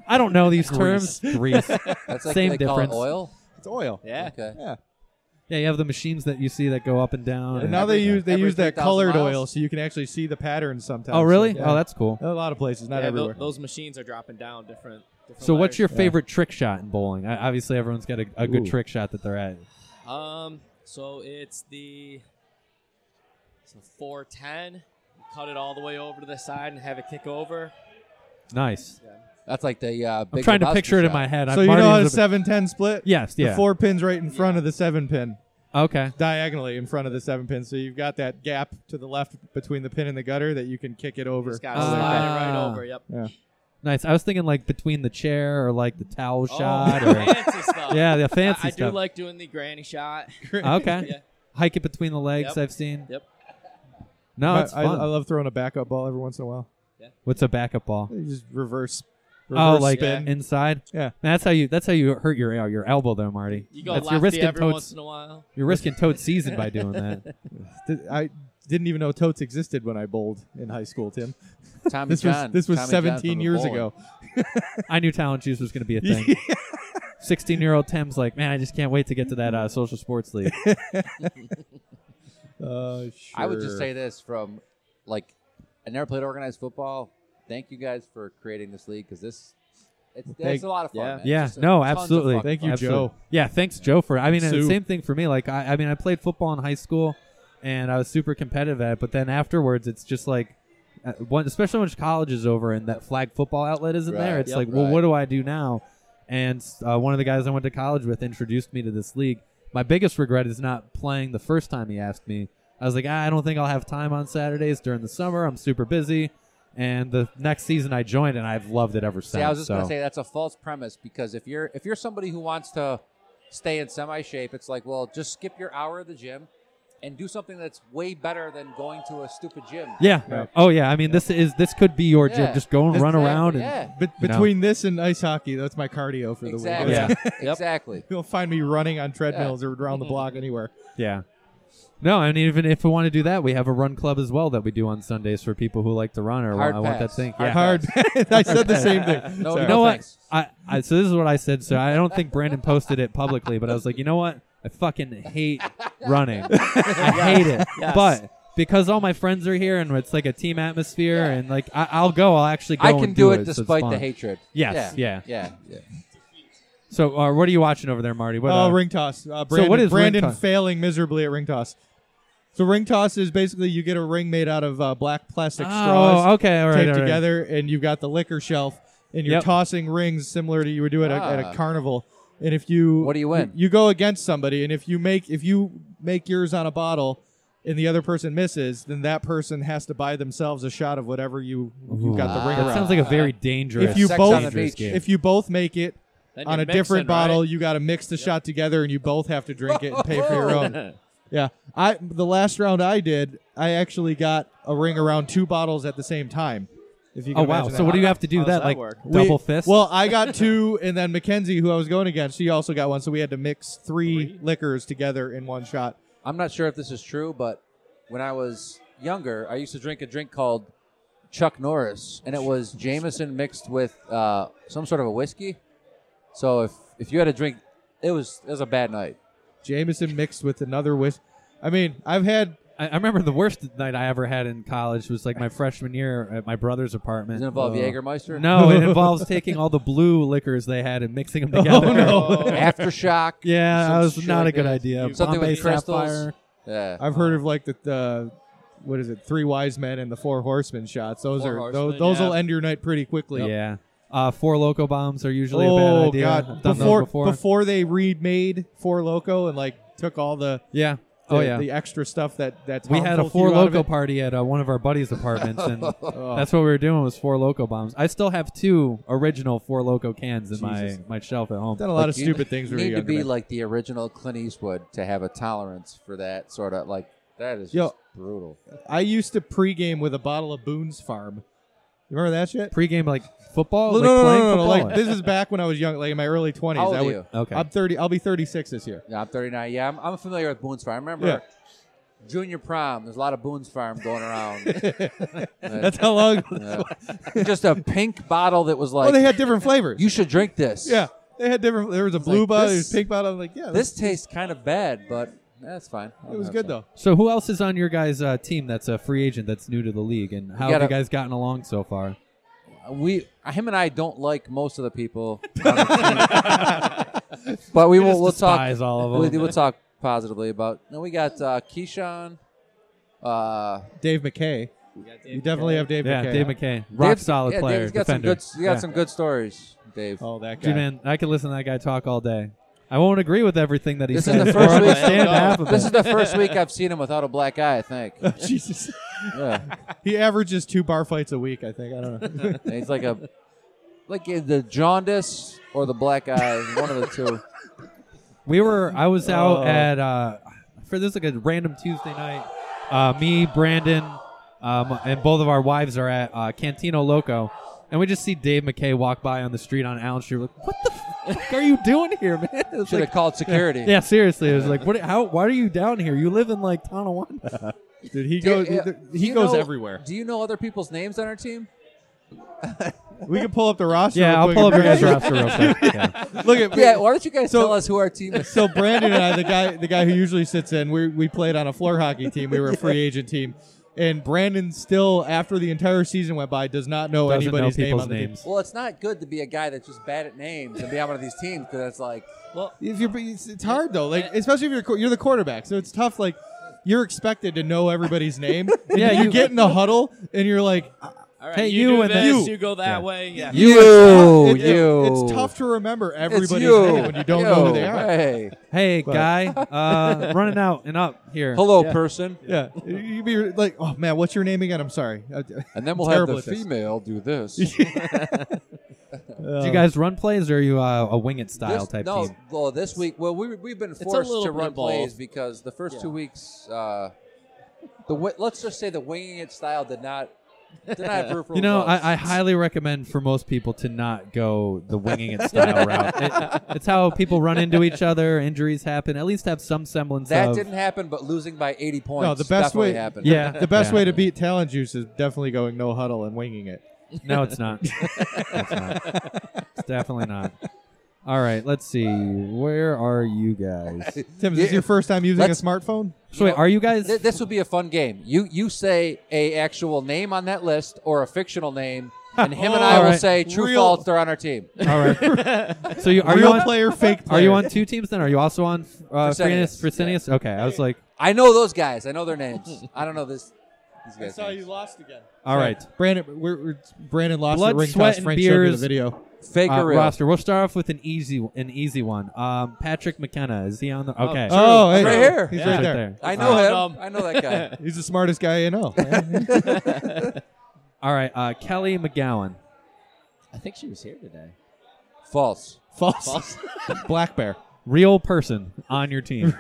Speaker 3: I don't know these terms. Grease.
Speaker 5: That's like
Speaker 3: Same
Speaker 5: they
Speaker 3: difference.
Speaker 5: call it oil.
Speaker 7: It's oil.
Speaker 6: Yeah.
Speaker 5: Okay.
Speaker 3: yeah, you have the machines that you see that go up and down.
Speaker 7: And
Speaker 3: and-
Speaker 7: now they
Speaker 5: Every-
Speaker 7: use they
Speaker 5: every
Speaker 7: use that
Speaker 5: 3,000
Speaker 7: colored
Speaker 5: miles.
Speaker 7: oil, so you can actually see the pattern sometimes.
Speaker 3: oh, really?
Speaker 7: Yeah.
Speaker 3: Oh, that's cool.
Speaker 7: a lot of places, not
Speaker 6: Yeah, tho-
Speaker 7: everywhere.
Speaker 6: those machines are dropping down different. different
Speaker 3: So, what's your
Speaker 6: letters.
Speaker 3: favorite trick shot in bowling? I, obviously, everyone's got a, a good
Speaker 7: Ooh.
Speaker 3: trick shot that they're at.
Speaker 6: Um, so it's the so 410. You cut it all the way over to the side and have it kick over.
Speaker 3: Nice.
Speaker 5: That's like the uh, big
Speaker 3: I'm trying to
Speaker 5: Lebowski
Speaker 3: picture it in
Speaker 5: shot.
Speaker 3: my head.
Speaker 7: so
Speaker 3: I'm
Speaker 7: you know
Speaker 3: already
Speaker 7: how
Speaker 3: in
Speaker 7: the
Speaker 3: the-
Speaker 7: seven ten split?
Speaker 3: Yes. Yeah.
Speaker 7: The four pins right in front of the seven pin,
Speaker 3: okay.
Speaker 7: diagonally in front of the seven pin. So you've got that gap to the left between the pin and the gutter that you can kick it over.
Speaker 6: Just got to
Speaker 3: Ah.
Speaker 6: slide it right over. Yep.
Speaker 3: Nice. I was thinking like between the chair or like the towel
Speaker 6: Oh,
Speaker 3: shot. Or,
Speaker 6: fancy stuff.
Speaker 3: yeah, the
Speaker 6: I,
Speaker 3: fancy
Speaker 6: I do
Speaker 3: stuff.
Speaker 6: like doing the granny shot.
Speaker 3: okay.
Speaker 6: Yeah.
Speaker 3: Hike it between the legs.
Speaker 6: Yep.
Speaker 3: I've seen.
Speaker 6: Yep.
Speaker 3: No,
Speaker 7: I,
Speaker 3: it's
Speaker 7: I,
Speaker 3: fun.
Speaker 7: I love throwing a backup ball every once in a while.
Speaker 3: What's a backup ball?
Speaker 7: You just reverse.
Speaker 3: Oh,
Speaker 7: reverse
Speaker 3: like
Speaker 7: spin.
Speaker 3: inside.
Speaker 7: Yeah.
Speaker 3: That's how you. That's how you hurt your uh, your elbow there, Marty.
Speaker 6: You go
Speaker 3: that's,
Speaker 6: lefty
Speaker 3: you're risking
Speaker 6: every
Speaker 3: toad.
Speaker 6: once in a while.
Speaker 3: You're risking toad season by doing that.
Speaker 7: Did- I didn't even know totes existed when I bowled in high school, Tim.
Speaker 5: Tommy
Speaker 7: This
Speaker 5: John.
Speaker 7: was this was
Speaker 5: Tommy John from
Speaker 7: 17
Speaker 5: the
Speaker 7: years
Speaker 5: bowling.
Speaker 7: ago.
Speaker 3: I knew talent juice was going to be a thing. Sixteen year old Tim's like, man, I just can't wait to get to that uh, social sports league.
Speaker 7: Uh,
Speaker 5: I would just
Speaker 7: sure.
Speaker 5: say this from like I never played organized football. Thank you guys for creating this league because this it's,
Speaker 7: Thank-
Speaker 5: it's a lot of fun.
Speaker 6: yeah.
Speaker 5: man.
Speaker 3: Yeah,
Speaker 5: Just a-
Speaker 3: no,
Speaker 5: tons of
Speaker 3: absolutely.
Speaker 5: fun.
Speaker 7: Thank you,
Speaker 3: Absolutely.
Speaker 7: Joe.
Speaker 3: Yeah, thanks, Joe, for. I mean, and
Speaker 7: Sue.
Speaker 3: same thing for me. Like, I, I mean, I played football in high school, and I was super competitive at it. But then afterwards, it's just like, uh, one, especially when college is over and that flag football outlet isn't there.
Speaker 5: Right.
Speaker 3: It's
Speaker 5: Yep.
Speaker 3: like, well,
Speaker 5: Right.
Speaker 3: what do I do now? And uh, one of the guys I went to college with introduced me to this league. My biggest regret is not playing the first time he asked me. I was like, ah, I don't think I'll have time on Saturdays during the summer. I'm super busy. And the next season I joined, and I've loved it ever since.
Speaker 5: See, I was just gonna
Speaker 3: so.
Speaker 5: say that's a false premise because if you're if you're somebody who wants to stay in semi shape, it's like, well, just skip your hour at the gym and do something that's way better than going to a stupid gym.
Speaker 3: Yeah. Oh yeah. I mean, this is this could be your
Speaker 5: Yeah.
Speaker 3: gym. Just go and run
Speaker 5: Exactly,
Speaker 3: around and
Speaker 5: yeah.
Speaker 7: Be-
Speaker 3: you know.
Speaker 7: between this and ice hockey, that's my cardio for the
Speaker 5: Exactly.
Speaker 7: week.
Speaker 3: Yeah.
Speaker 5: Exactly.
Speaker 7: You'll find me running on treadmills or around the block anywhere.
Speaker 3: yeah. No, I mean, even if we want to do that, we have a run club as well that we do on Sundays for people who like to run or
Speaker 5: Hard
Speaker 3: want, I want that
Speaker 5: pass.
Speaker 3: thing.
Speaker 5: Hard
Speaker 3: yeah.
Speaker 7: Hard. I said the same thing.
Speaker 5: No,
Speaker 7: Sorry.
Speaker 3: You know what?
Speaker 5: Thanks.
Speaker 3: I, I so this is what I said. So I don't think Brandon posted it publicly, but I was like, you know what? I fucking hate running. I hate it. But because all my friends are here and it's like a team atmosphere and like I, I'll go. I'll actually go.
Speaker 5: I can
Speaker 3: and
Speaker 5: do it
Speaker 3: so it's
Speaker 5: despite the
Speaker 3: fun.
Speaker 5: hatred.
Speaker 3: Yes,
Speaker 5: Yeah.
Speaker 3: yeah.
Speaker 5: Yeah.
Speaker 3: So, uh, what are you watching over there, Marty? What,
Speaker 7: Oh,
Speaker 3: uh,
Speaker 7: ring toss. Uh, Brandon,
Speaker 3: what is ring
Speaker 7: Brandon
Speaker 3: toss?
Speaker 7: failing miserably at ring toss? So ring toss is basically you get a ring made out of uh, black plastic straws
Speaker 3: Oh, okay, all right,
Speaker 7: taped
Speaker 3: all right.
Speaker 7: together, and you've got the liquor shelf, and you're
Speaker 3: Yep.
Speaker 7: tossing rings similar to you would do at, a, at
Speaker 5: Ah.
Speaker 7: a carnival. And if you
Speaker 5: What do you win?
Speaker 7: You, go against somebody, and if you make if you make yours on a bottle, and the other person misses, then that person has to buy themselves a shot of whatever you you got the
Speaker 5: Ooh.
Speaker 7: ring
Speaker 3: That
Speaker 7: around.
Speaker 3: sounds like a very dangerous.
Speaker 7: If you
Speaker 5: Sex
Speaker 7: both-
Speaker 5: on the
Speaker 3: dangerous
Speaker 5: beach.
Speaker 3: game.
Speaker 7: if you both make it,
Speaker 6: Then
Speaker 7: on
Speaker 6: you're
Speaker 7: a different
Speaker 6: mixing, right?
Speaker 7: bottle. You got to mix the shot together, and you both have to drink it and pay for your own. Yeah, I the last round I did, I actually got a ring around two bottles at the same time. If you
Speaker 3: oh
Speaker 7: can
Speaker 3: wow!
Speaker 7: imagine
Speaker 3: So
Speaker 7: that.
Speaker 3: what do you have to do
Speaker 6: How
Speaker 3: that,
Speaker 6: does that
Speaker 3: like
Speaker 6: work?
Speaker 7: We-
Speaker 3: double fist?
Speaker 7: Well, I got two, and then Mackenzie, who I was going against, she also got one. So we had to mix three liquors together in one shot.
Speaker 5: I'm not sure if this is true, but when I was younger, I used to drink a drink called Chuck Norris, and it was Jameson mixed with uh, some sort of a whiskey. So if if you had a drink, it was it was a bad night.
Speaker 7: Jameson mixed with another whiskey. I mean, I've had
Speaker 3: I, I remember the worst night I ever had in college was like my freshman year at my brother's apartment.
Speaker 5: Does it involve
Speaker 3: Uh,
Speaker 5: Jägermeister?
Speaker 3: No, it involves taking all the blue liquors they had and mixing them together.
Speaker 5: Aftershock.
Speaker 3: Yeah,
Speaker 5: some
Speaker 3: that was
Speaker 5: shit
Speaker 3: not a
Speaker 5: like
Speaker 3: good
Speaker 5: that.
Speaker 3: idea.
Speaker 5: Something
Speaker 3: Bombay
Speaker 5: with crystals.
Speaker 3: Sapphire.
Speaker 5: Yeah.
Speaker 7: I've heard of like the, the what is it, three wise men and the four horsemen shots. Those
Speaker 6: Four
Speaker 7: are
Speaker 6: horsemen,
Speaker 7: those, those
Speaker 6: yeah.
Speaker 7: will end your night pretty quickly.
Speaker 3: Yeah. Uh, four loco bombs are usually a
Speaker 7: oh
Speaker 3: bad idea.
Speaker 7: god!
Speaker 3: I've done
Speaker 7: before,
Speaker 3: those before.
Speaker 7: before they remade Four Loco and like took all the,
Speaker 3: Yeah.
Speaker 7: the
Speaker 3: Oh yeah.
Speaker 7: the extra stuff that that
Speaker 3: we
Speaker 7: Tom
Speaker 3: had a
Speaker 7: Cole
Speaker 3: four
Speaker 7: threw out of
Speaker 3: loco
Speaker 7: it. Oh.
Speaker 3: party at uh, one of our buddies' apartments, and that's what we were doing was four loco bombs. I still have two original four loco cans in my, my shelf at home.
Speaker 7: Done a lot of
Speaker 5: You
Speaker 7: stupid things. when we were
Speaker 5: Need to
Speaker 7: younger,
Speaker 5: be
Speaker 7: man.
Speaker 5: like the original Clint Eastwood to have a tolerance for that sort of like that is
Speaker 7: Yo.
Speaker 5: just brutal.
Speaker 7: I used to pregame with a bottle of Boone's Farm. You remember that shit?
Speaker 3: Pre-game like football,
Speaker 7: no,
Speaker 3: Oh, like
Speaker 7: no, no,
Speaker 3: playing
Speaker 7: no, no,
Speaker 3: football.
Speaker 7: Like this is back when I was young, like in my early twenties.
Speaker 5: How old
Speaker 7: I
Speaker 5: are
Speaker 7: would-
Speaker 5: you?
Speaker 3: okay.
Speaker 7: I'm thirty. I'll be thirty-six this year.
Speaker 5: Yeah, I'm 39. Yeah, I'm, I'm familiar with Boone's Farm. I remember
Speaker 7: Yeah.
Speaker 5: junior prom. There's a lot of Boone's Farm going around.
Speaker 7: That's how long.
Speaker 5: Yeah. Just a pink bottle that was like,
Speaker 7: Oh, they had different flavors.
Speaker 5: you should drink this.
Speaker 7: yeah, they had different. There was a blue
Speaker 5: like
Speaker 7: bottle, there
Speaker 5: this-
Speaker 7: was pink bottle. I'm like, yeah,
Speaker 5: This tastes kind of bad, but that's fine.
Speaker 7: It was good though.
Speaker 3: so who else is on your guys' uh, team that's a free agent that's new to the league, and how have
Speaker 5: gotta-
Speaker 3: you guys gotten along so far?
Speaker 5: We, him and I don't like most of the people, on the team. but we will. We'll talk.
Speaker 3: despise all of
Speaker 5: we-
Speaker 3: them.
Speaker 5: We'll talk positively about. No, we got uh, Keyshawn. Uh,
Speaker 7: Dave McKay. You definitely have Dave
Speaker 3: yeah,
Speaker 7: McKay.
Speaker 3: Dave McKay, rock
Speaker 5: Dave's-
Speaker 3: solid
Speaker 5: yeah,
Speaker 3: player,
Speaker 5: Dave's got
Speaker 3: defender.
Speaker 5: Some good, he got
Speaker 3: Yeah.
Speaker 5: some good stories, Dave.
Speaker 7: Oh, that guy.
Speaker 3: Dude, man, I could listen to that guy talk all day. I won't agree with everything that he
Speaker 5: This
Speaker 3: says.
Speaker 5: is the
Speaker 3: or
Speaker 5: first week.
Speaker 3: understand half of
Speaker 5: This
Speaker 3: it.
Speaker 5: is the first week I've seen him without a black eye. I think.
Speaker 7: Jesus.
Speaker 5: Yeah,
Speaker 7: He averages two bar fights a week, I think. I don't know.
Speaker 5: And he's like a, like the jaundice or the black eye, one of the two.
Speaker 3: We were. I was out at uh, for this like a random Tuesday night. Uh, me, Brandon, um, and both of our wives are at uh, Cantino Loco, and we just see Dave McKay walk by on the street on Allen Street. We're like, what the fuck are you doing here, man? It was
Speaker 5: Should
Speaker 3: like,
Speaker 5: have called security.
Speaker 3: yeah, seriously. It was like, what? How? Why are you down here? You live in like Tonawanda.
Speaker 7: Dude, he
Speaker 5: Do-
Speaker 7: goes
Speaker 5: uh, do
Speaker 7: he
Speaker 5: you
Speaker 7: goes
Speaker 5: know-
Speaker 7: everywhere.
Speaker 5: Do you know other people's names on our team?
Speaker 7: We can pull up the roster.
Speaker 3: Yeah,
Speaker 7: real
Speaker 3: I'll
Speaker 7: quick
Speaker 3: pull up
Speaker 7: and
Speaker 3: your guys'
Speaker 7: Brandon-
Speaker 3: roster real quick. Yeah.
Speaker 7: Look at
Speaker 5: Yeah. Why don't you guys
Speaker 7: So-
Speaker 5: tell us who our team is?
Speaker 7: So Brandon and I, the guy, the guy who usually sits in, we we played on a floor hockey team. We were a free agent team, and Brandon still, after the entire season went by, does not know
Speaker 3: Doesn't know
Speaker 7: anybody's name
Speaker 3: people's
Speaker 7: on the team.
Speaker 3: names.
Speaker 5: Well, it's not good to be a guy that's just bad at names and be on one of these teams because that's like
Speaker 7: If you're, it's, it's hard though, like especially if you're qu- you're the quarterback, so it's tough. Like you're expected to know everybody's name. And
Speaker 3: Yeah,
Speaker 7: you
Speaker 3: you-
Speaker 7: get in the huddle and you're like,
Speaker 6: All right,
Speaker 3: Hey,
Speaker 6: you,
Speaker 3: you
Speaker 6: do
Speaker 3: and
Speaker 6: this,
Speaker 3: then-
Speaker 6: you. go that way. Yeah.
Speaker 5: you.
Speaker 7: It- it- It's tough to remember
Speaker 5: Oh, It's
Speaker 7: everybody's
Speaker 5: you.
Speaker 7: name when you don't know who
Speaker 5: Yo,
Speaker 7: they are.
Speaker 5: Hey,
Speaker 3: Hey, guy, uh, running out and up here.
Speaker 5: hello, person.
Speaker 7: Yeah, you'd be like, "Oh man, what's your name again?" I'm sorry.
Speaker 5: And then we'll
Speaker 7: Terrible
Speaker 5: have
Speaker 7: at
Speaker 5: the
Speaker 7: this.
Speaker 5: female do this.
Speaker 3: Do you guys run plays or are you uh, a wing it style
Speaker 5: This-
Speaker 3: type
Speaker 5: no,
Speaker 3: team?
Speaker 5: well, this week, well, we, we've been
Speaker 6: a
Speaker 5: forced
Speaker 6: little
Speaker 5: to
Speaker 6: bit
Speaker 5: run
Speaker 6: of both.
Speaker 5: plays because the first two weeks, uh, the wi- let's just say the winging it style did not did not prove
Speaker 3: You know, I, I highly recommend for most people to not go the winging it style route. It, it's how people run into each other, injuries happen. At least have some semblance
Speaker 5: that
Speaker 3: of.
Speaker 5: didn't happen, but losing by eighty points.
Speaker 7: the best
Speaker 5: definitely
Speaker 7: way-
Speaker 5: happened.
Speaker 3: yeah,
Speaker 7: the best
Speaker 3: yeah.
Speaker 7: way to beat talent juice is definitely going no huddle and winging it.
Speaker 3: No, it's not. it's not. It's definitely not. All right, let's see. Where are you guys?
Speaker 7: Tim, is this
Speaker 5: Yeah.
Speaker 7: your first time using
Speaker 5: Let's-
Speaker 7: a smartphone?
Speaker 3: So wait, are you guys?
Speaker 5: Th- this would be a fun game. You you say a actual name on that list or a fictional name, and him and I
Speaker 3: All
Speaker 5: will
Speaker 3: right.
Speaker 5: say true
Speaker 7: Real-
Speaker 5: false. They're on our team.
Speaker 3: All right. So you are
Speaker 7: Real
Speaker 3: you on?
Speaker 7: player, fake player?
Speaker 3: Are you on two teams then? Are you also on uh,
Speaker 5: Fresenius.
Speaker 3: Fresenius? Fresenius? Okay, I was like,
Speaker 5: I know those guys. I know their names. I don't know this. These guys. names.
Speaker 7: lost again.
Speaker 3: all right.
Speaker 7: Brandon, we're, we're, Brandon lost
Speaker 3: Blood,
Speaker 7: the ring
Speaker 3: sweat,
Speaker 7: toss.
Speaker 3: and
Speaker 7: Frank showed me the
Speaker 3: beers.
Speaker 7: video.
Speaker 5: Fake
Speaker 3: Uh,
Speaker 5: or real?
Speaker 3: roster. We'll start off with an easy, an easy one. Um, Patrick McKenna is he on the? Okay,
Speaker 6: True.
Speaker 7: Oh, hey,
Speaker 5: Right here.
Speaker 7: He's
Speaker 6: Yeah.
Speaker 7: right
Speaker 3: Right
Speaker 7: there.
Speaker 3: there.
Speaker 5: I know
Speaker 6: Uh,
Speaker 5: him.
Speaker 6: um,
Speaker 5: I know that guy.
Speaker 7: He's the smartest guy I know.
Speaker 3: All right, uh, Kelly McGowan.
Speaker 6: I think she was here today.
Speaker 5: false.
Speaker 7: False. Black bear.
Speaker 3: Real person on your team.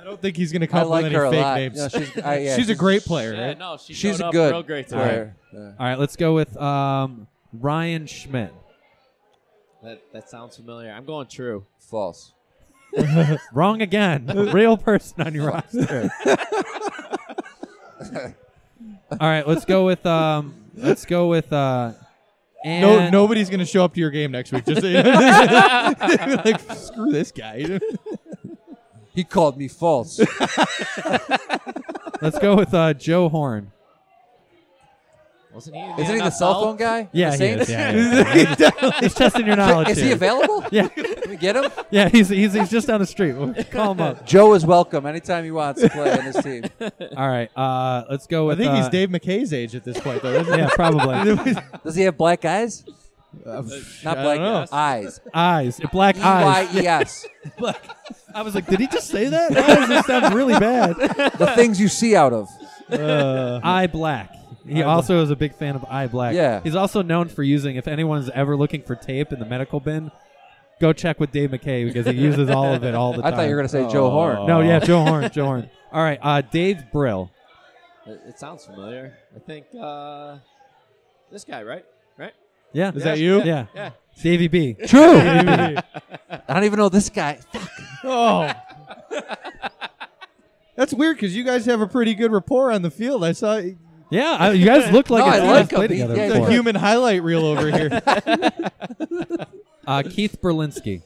Speaker 7: I don't think he's going to
Speaker 5: I
Speaker 7: come
Speaker 5: like
Speaker 7: with
Speaker 5: her
Speaker 7: any
Speaker 5: a
Speaker 7: fake
Speaker 5: lot.
Speaker 7: names.
Speaker 5: No, she's, I- yeah,
Speaker 7: she's a great player,
Speaker 6: Yeah,
Speaker 7: right?
Speaker 6: no, she
Speaker 5: She's
Speaker 6: showed
Speaker 5: a
Speaker 6: up
Speaker 5: good
Speaker 6: real great today.
Speaker 5: player. Yeah.
Speaker 3: All right, let's go with um, Ryan Schmidt.
Speaker 6: That that sounds familiar. I'm going true.
Speaker 5: False.
Speaker 3: Wrong again. Real person on your roster. All right, let's go with um, let's go with uh, and
Speaker 7: No, nobody's going to show up to your game next week. Just like screw this guy.
Speaker 5: He called me false.
Speaker 3: Let's go with uh, Joe Horn.
Speaker 6: Wasn't he? in
Speaker 5: Isn't he the
Speaker 6: NFL?
Speaker 5: cell phone guy? The
Speaker 3: Yeah, he is.
Speaker 5: Saints?
Speaker 3: Yeah, yeah, yeah. he's testing your knowledge.
Speaker 5: Is he
Speaker 3: here.
Speaker 5: available?
Speaker 3: Yeah.
Speaker 5: Can we get him?
Speaker 3: Yeah, he's, he's he's just down the street. We'll call him up.
Speaker 5: Joe is welcome anytime he wants to play on his team.
Speaker 3: All right, uh, let's go
Speaker 7: I
Speaker 3: with.
Speaker 7: think he's
Speaker 3: uh,
Speaker 7: Dave McKay's age at this point, though. Isn't he?
Speaker 3: Yeah, probably
Speaker 5: Does he have black eyes? Uh, Not
Speaker 7: Uh, I
Speaker 5: black
Speaker 7: don't know.
Speaker 5: eyes.
Speaker 3: eyes, black
Speaker 5: E
Speaker 3: eyes.
Speaker 5: Y E S.
Speaker 3: I was like, did he just say that? Uh-huh. That was- that sounds really bad.
Speaker 5: The things you see out of.
Speaker 3: Eye black. He also is a big fan of eye black.
Speaker 5: Yeah.
Speaker 3: he's also known for using. If anyone's ever looking for tape in the medical bin, go check with Dave McKay because he uses all of it all the
Speaker 5: I
Speaker 3: time.
Speaker 5: thought you were going to say
Speaker 7: Oh.
Speaker 5: Joe Horn.
Speaker 3: No, yeah, Joe Horn, Joe Horn. All right, uh, Dave Brill.
Speaker 6: It, it sounds familiar. I think uh, this guy, right? Right?
Speaker 3: Yeah,
Speaker 7: Is that you?
Speaker 3: Yeah,
Speaker 6: Yeah.
Speaker 3: Davey B.
Speaker 5: True. I don't even know this guy.
Speaker 7: Oh. That's weird because you guys have a pretty good rapport on the field. I saw the
Speaker 3: Yeah, I, you guys look like
Speaker 5: No,
Speaker 3: a
Speaker 5: I
Speaker 3: team
Speaker 5: like
Speaker 3: that's
Speaker 5: him.
Speaker 3: played
Speaker 5: He-
Speaker 3: together
Speaker 5: yeah, he's
Speaker 3: before.
Speaker 5: like-
Speaker 7: human highlight reel over here.
Speaker 3: Uh, Keith Berlinski.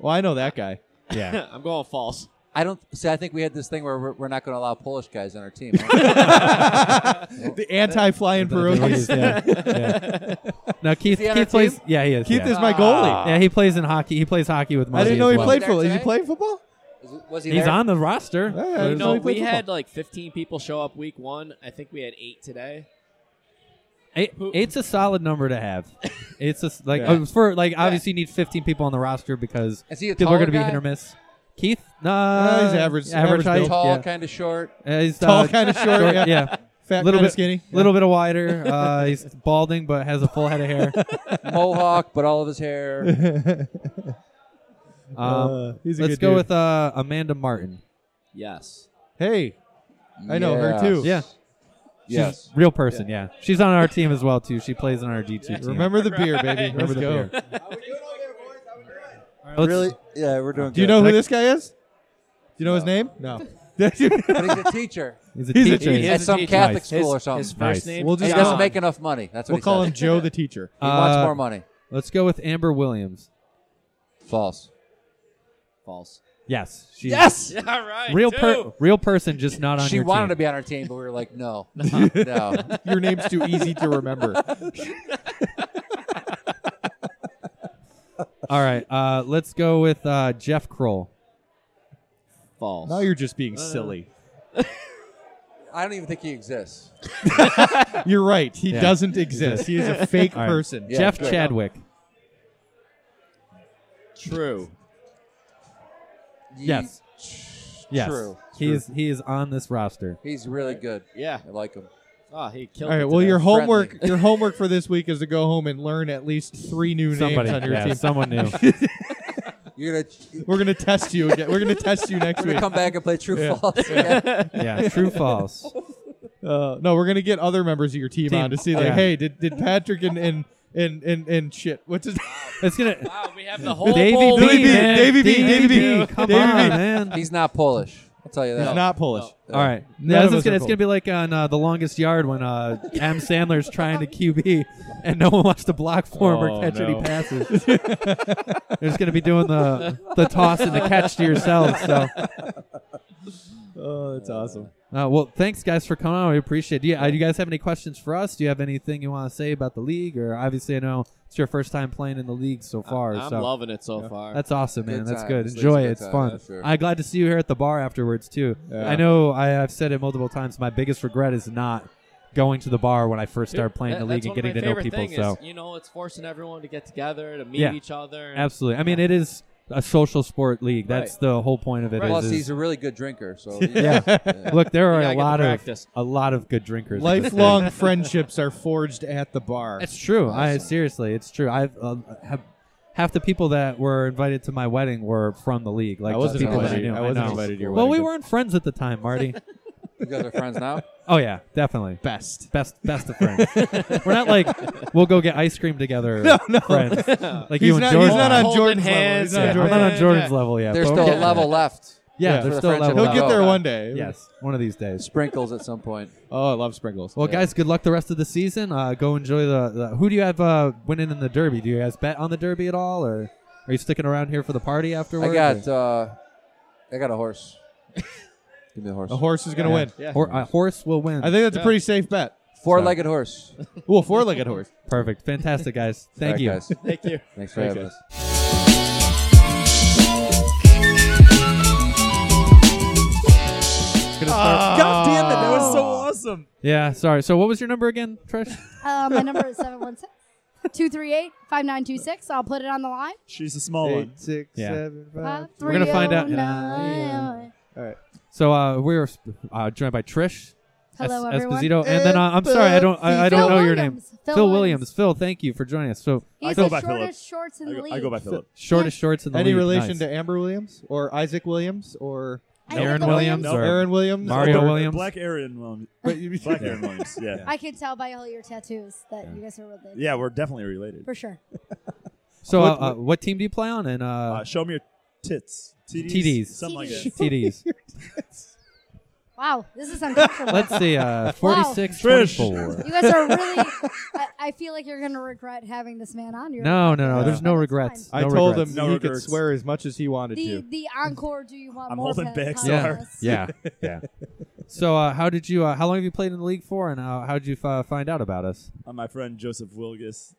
Speaker 7: well, I know that guy.
Speaker 3: Yeah.
Speaker 6: I'm going false.
Speaker 5: I don't see. I think we had this thing where we're, we're not going to allow Polish guys on our team.
Speaker 7: The anti-flying pierogies.
Speaker 3: yeah. Now Keith,
Speaker 5: he on our
Speaker 3: Keith plays.
Speaker 5: team? Ah.
Speaker 3: Yeah, he is.
Speaker 7: Keith
Speaker 3: yeah.
Speaker 7: is my goalie.
Speaker 3: Yeah, he plays in hockey. He plays hockey with.
Speaker 7: I
Speaker 3: Marty
Speaker 7: didn't
Speaker 3: as
Speaker 7: know he
Speaker 3: well.
Speaker 7: played
Speaker 5: there
Speaker 7: football. Is he
Speaker 5: today?
Speaker 7: playing football?
Speaker 5: Was- Was he
Speaker 3: He's
Speaker 5: there?
Speaker 3: on the roster.
Speaker 7: Yeah,
Speaker 3: So
Speaker 7: I didn't
Speaker 6: You
Speaker 3: he's-
Speaker 7: know
Speaker 6: know,
Speaker 7: he played
Speaker 6: we had
Speaker 7: football.
Speaker 6: like 15 people show up week one. I think we had eight today.
Speaker 3: eight, eight's a solid number to have. It's a, s- like
Speaker 7: Yeah.
Speaker 3: uh, for like obviously you need 15 people on the roster because
Speaker 5: Is he a
Speaker 3: people are
Speaker 5: taller
Speaker 3: gonna be
Speaker 5: guy?
Speaker 3: hit or miss. Keith, no,
Speaker 7: Uh, he's average- average
Speaker 3: average, height.
Speaker 7: build.
Speaker 5: Tall,
Speaker 3: yeah.
Speaker 5: kind of short.
Speaker 3: Uh, he's
Speaker 7: Tall,
Speaker 3: uh,
Speaker 7: kind of short.
Speaker 3: short,
Speaker 7: yeah.
Speaker 3: yeah.
Speaker 7: Fat,
Speaker 3: Little
Speaker 7: kinda
Speaker 3: bit
Speaker 7: skinny.
Speaker 3: A little bit of wider. Uh, he's balding but has a full head of hair.
Speaker 5: mohawk, but all of his hair.
Speaker 3: Um,
Speaker 7: Uh, he's a
Speaker 3: let's
Speaker 7: good
Speaker 3: go
Speaker 7: dude.
Speaker 3: with uh, Amanda Martin.
Speaker 6: Yes.
Speaker 7: Hey, I know her too.
Speaker 3: Yeah,
Speaker 5: Yes.
Speaker 3: real person. Yeah. she's on our team as well too. She plays on our D two team.
Speaker 7: Remember the beer, baby.
Speaker 3: Remember
Speaker 7: Remember
Speaker 3: the beer. All right, let's-
Speaker 5: Really? Yeah, we're doing.
Speaker 7: Do you know who this guy is? Do you know his name? No.
Speaker 5: But he's a teacher
Speaker 3: He's a
Speaker 7: He's a
Speaker 3: teacher.
Speaker 7: teacher.
Speaker 5: at
Speaker 6: a
Speaker 5: some
Speaker 6: teacher.
Speaker 5: Catholic
Speaker 3: Nice.
Speaker 5: school or something.
Speaker 6: His first
Speaker 3: Nice.
Speaker 6: name.
Speaker 7: We'll
Speaker 5: he
Speaker 7: just
Speaker 5: doesn't
Speaker 7: call him,
Speaker 5: make enough money. That's what
Speaker 7: we'll
Speaker 5: he
Speaker 7: call
Speaker 5: said.
Speaker 7: him Joe the teacher.
Speaker 5: He wants
Speaker 3: Uh,
Speaker 5: more money.
Speaker 3: Let's go with Amber Williams.
Speaker 5: False.
Speaker 6: False.
Speaker 3: Yes. She's
Speaker 5: Yes.
Speaker 6: Yeah, right.
Speaker 3: Real per- real person, just not on
Speaker 5: She
Speaker 3: your
Speaker 5: wanted to
Speaker 3: team.
Speaker 5: be on our team, but we were like, no, no.
Speaker 7: Your name's too easy to remember.
Speaker 3: All right. Uh, let's go with uh, Jeff Kroll.
Speaker 6: False.
Speaker 7: Now you're just
Speaker 3: Uh,
Speaker 7: being silly.
Speaker 5: I don't even think he exists.
Speaker 7: You're right. He
Speaker 3: Yeah.
Speaker 7: doesn't exist. He is a fake
Speaker 3: All right.
Speaker 7: person.
Speaker 5: Yeah,
Speaker 3: Jeff
Speaker 5: good.
Speaker 3: Chadwick.
Speaker 6: true.
Speaker 5: Ye-
Speaker 3: Yes. Yes.
Speaker 5: True.
Speaker 3: He is he is on this roster.
Speaker 5: He's really good.
Speaker 6: Yeah.
Speaker 5: I like him.
Speaker 6: Oh, he
Speaker 7: All
Speaker 6: killed
Speaker 7: right.
Speaker 6: it
Speaker 7: Well,
Speaker 6: today.
Speaker 7: your homework
Speaker 5: Friendly.
Speaker 7: your homework for this week is to go home and learn at least three new
Speaker 3: Somebody.
Speaker 7: names on your
Speaker 3: yeah,
Speaker 7: team.
Speaker 3: Someone new.
Speaker 5: You're gonna,
Speaker 7: We're gonna test you again. We're gonna test you next
Speaker 5: we're gonna
Speaker 7: week.
Speaker 5: come back and play true
Speaker 7: Yeah.
Speaker 5: false. Yeah.
Speaker 3: yeah. True. False.
Speaker 7: Uh, no, we're gonna get other members of your team,
Speaker 3: Team.
Speaker 7: on to see like,
Speaker 3: Yeah.
Speaker 7: hey, did, did Patrick and and and and, and shit? What's his
Speaker 3: It's gonna.
Speaker 6: Wow, we have the whole
Speaker 3: Davey
Speaker 6: bowl
Speaker 3: B,
Speaker 7: Davey B,
Speaker 3: man.
Speaker 7: Davey B, Davey B.
Speaker 3: Come
Speaker 7: Davey
Speaker 3: on,
Speaker 7: B.
Speaker 3: man.
Speaker 5: He's not Polish. I'll tell you that.
Speaker 7: He's not Polish.
Speaker 5: No.
Speaker 3: All right.
Speaker 7: None of
Speaker 3: That's
Speaker 7: us
Speaker 3: just gonna,
Speaker 7: are
Speaker 3: it's going to be like on uh, The Longest Yard when uh, Am Sandler's trying to QB and no one wants to block for him
Speaker 1: Oh,
Speaker 3: or catch any
Speaker 1: no.
Speaker 3: passes. They're just going to be doing the, the toss and the catch to yourself. So,
Speaker 7: Oh, that's awesome.
Speaker 3: uh, Well, thanks, guys, for coming on. We appreciate it. Do you, uh, do you guys have any questions for us? Do you have anything you want to say about the league? Or obviously, I know it's your first time playing in the league so far.
Speaker 6: I'm
Speaker 3: so.
Speaker 6: loving it so far.
Speaker 3: That's awesome, man.
Speaker 5: Good
Speaker 3: That's
Speaker 5: times.
Speaker 3: good.
Speaker 5: It's
Speaker 3: Enjoy
Speaker 5: a
Speaker 3: it.
Speaker 5: good
Speaker 3: It's
Speaker 5: time,
Speaker 3: fun.
Speaker 5: that's sure.
Speaker 3: I'm glad to see you here at the bar afterwards too.
Speaker 7: Yeah.
Speaker 3: I know I, I've said it multiple times. My biggest regret is not going to the bar when I first started playing
Speaker 6: That-
Speaker 3: the league
Speaker 6: that's
Speaker 3: and
Speaker 6: one of
Speaker 3: getting
Speaker 6: my
Speaker 3: to know
Speaker 6: favorite
Speaker 3: people.
Speaker 6: things
Speaker 3: So
Speaker 6: is, you know, it's forcing everyone to get together to meet
Speaker 3: Yeah.
Speaker 6: each other.
Speaker 3: absolutely. I mean, it is a social sport league. That's
Speaker 6: Right.
Speaker 3: the whole point of it.
Speaker 5: Plus,
Speaker 3: is-
Speaker 5: he's a really good drinker. So
Speaker 3: is- look, there
Speaker 6: You gotta get the
Speaker 3: are a lot of
Speaker 6: practice.
Speaker 3: a lot of good drinkers. in this league.
Speaker 7: Lifelong friendships are forged at the bar.
Speaker 3: It's true. I
Speaker 5: Awesome.
Speaker 3: seriously, it's true. I've uh, have. Half the people that were invited to my wedding were from the league. Like
Speaker 7: I
Speaker 3: just
Speaker 7: wasn't
Speaker 3: people that
Speaker 7: invited.
Speaker 3: I knew.
Speaker 7: I wasn't
Speaker 3: know.
Speaker 7: invited to your
Speaker 3: Well, we
Speaker 7: wedding, but-
Speaker 3: weren't friends at the time, Marty.
Speaker 5: you guys are friends now.
Speaker 3: Oh yeah, definitely.
Speaker 7: best.
Speaker 3: Best best of friends. We're not like we'll go get ice cream together. No, no. Friends. Like you
Speaker 7: He's
Speaker 3: and
Speaker 7: not,
Speaker 3: Jordan.
Speaker 7: he's not on
Speaker 6: Holding
Speaker 7: Jordan's level.
Speaker 6: hands,
Speaker 7: He's
Speaker 3: yeah,
Speaker 7: not
Speaker 3: I'm
Speaker 7: on
Speaker 3: not
Speaker 7: Jordan's level.
Speaker 3: on Jordan's level yet.
Speaker 5: There's
Speaker 3: but
Speaker 5: still
Speaker 3: we're
Speaker 5: a
Speaker 3: getting
Speaker 5: level left.
Speaker 3: Yeah,
Speaker 7: Yeah.
Speaker 3: there's
Speaker 5: for the
Speaker 3: still a
Speaker 5: friendship
Speaker 3: level.
Speaker 7: He'll
Speaker 3: up.
Speaker 7: get there
Speaker 5: Oh.
Speaker 7: one day.
Speaker 3: Yes, one of these days.
Speaker 5: Sprinkles at some point.
Speaker 7: Oh, I love sprinkles.
Speaker 3: Well, guys, good luck the rest of the season. Uh, go enjoy the, the. Who do you have uh, winning in the Derby? Do you guys bet on the Derby at all, or are you sticking around here for the party afterwards?
Speaker 5: I got, uh, I got a horse. Give me a horse.
Speaker 7: a horse is gonna
Speaker 3: Yeah.
Speaker 7: win.
Speaker 3: Or a horse will win.
Speaker 7: I think that's a pretty safe bet.
Speaker 5: Four-legged horse.
Speaker 7: Ooh, a four-legged horse.
Speaker 3: Perfect. Fantastic, guys.
Speaker 5: All
Speaker 3: Thank
Speaker 5: right,
Speaker 3: you.
Speaker 5: Guys.
Speaker 6: Thank you.
Speaker 5: Thanks for
Speaker 7: Thanks,
Speaker 5: having
Speaker 7: guys.
Speaker 5: us.
Speaker 3: Gonna
Speaker 7: Ah.
Speaker 3: start-
Speaker 2: God damn it, that was so awesome.
Speaker 3: Yeah. Sorry. So, what was your number again, Trish?
Speaker 8: Uh, my number is 716 238 5926. I'll put it on the line.
Speaker 9: She's a small one.
Speaker 7: six,
Speaker 3: Yeah.
Speaker 7: seven,
Speaker 8: Uh,
Speaker 3: We're gonna find out.
Speaker 8: 309.
Speaker 3: So uh, we're uh, joined by Trish
Speaker 8: Hello,
Speaker 3: Es-
Speaker 8: everyone.
Speaker 3: Esposito, and then uh, I'm sorry, I don't, I, I don't
Speaker 8: Phil
Speaker 3: know your name.
Speaker 8: Williams. Phil
Speaker 3: Phil
Speaker 8: Williams.
Speaker 3: Williams. Phil, thank you for joining us. So uh,
Speaker 8: He's
Speaker 9: go
Speaker 8: the
Speaker 9: by
Speaker 8: shortest
Speaker 9: Philip.
Speaker 8: shorts in
Speaker 9: I
Speaker 8: the
Speaker 9: go,
Speaker 8: league.
Speaker 9: I go by Philip.
Speaker 3: shortest shorts in the
Speaker 7: Any
Speaker 3: league.
Speaker 7: relation
Speaker 3: nice.
Speaker 7: to Amber Williams or Isaac Williams or
Speaker 8: I go
Speaker 3: Aaron
Speaker 8: with the
Speaker 3: Williams or-
Speaker 7: Aaron Williams?
Speaker 3: Mario
Speaker 7: or,
Speaker 3: Williams?
Speaker 9: Black Aaron Williams.
Speaker 7: But you-
Speaker 9: Black Aaron Williams. Yeah.
Speaker 8: I can tell by all your tattoos that you guys are related.
Speaker 9: Yeah, we're definitely related.
Speaker 8: For sure.
Speaker 3: So
Speaker 7: What-
Speaker 3: uh, uh, what team do you play on? And
Speaker 9: Uh,
Speaker 3: uh,
Speaker 9: show me your tits. TDs.
Speaker 3: TDs.
Speaker 9: Something like
Speaker 8: TDs.
Speaker 9: that.
Speaker 3: TDs.
Speaker 8: Wow, this is uncomfortable.
Speaker 3: Let's see. Uh, 46,
Speaker 9: Trish.
Speaker 3: 24.
Speaker 8: you guys are really. I, I feel like you're going to regret having this man on. You're
Speaker 3: No, no, no.
Speaker 8: Yeah.
Speaker 3: There's no
Speaker 8: That's
Speaker 3: regrets.
Speaker 8: fine.
Speaker 7: I
Speaker 3: No
Speaker 7: told
Speaker 3: regrets.
Speaker 7: him
Speaker 9: No
Speaker 7: he
Speaker 9: regrets.
Speaker 7: could swear as much as he wanted
Speaker 8: The,
Speaker 7: to.
Speaker 8: the encore, do you want
Speaker 9: I'm
Speaker 8: more?
Speaker 9: holding
Speaker 8: Pat
Speaker 9: back so
Speaker 8: Thomas?
Speaker 9: hard.
Speaker 3: Yeah, yeah. So uh, how did you? Uh, how long have you played in the league for? And how, how did you uh, find out about us?
Speaker 9: Uh, my friend Joseph Wilgus.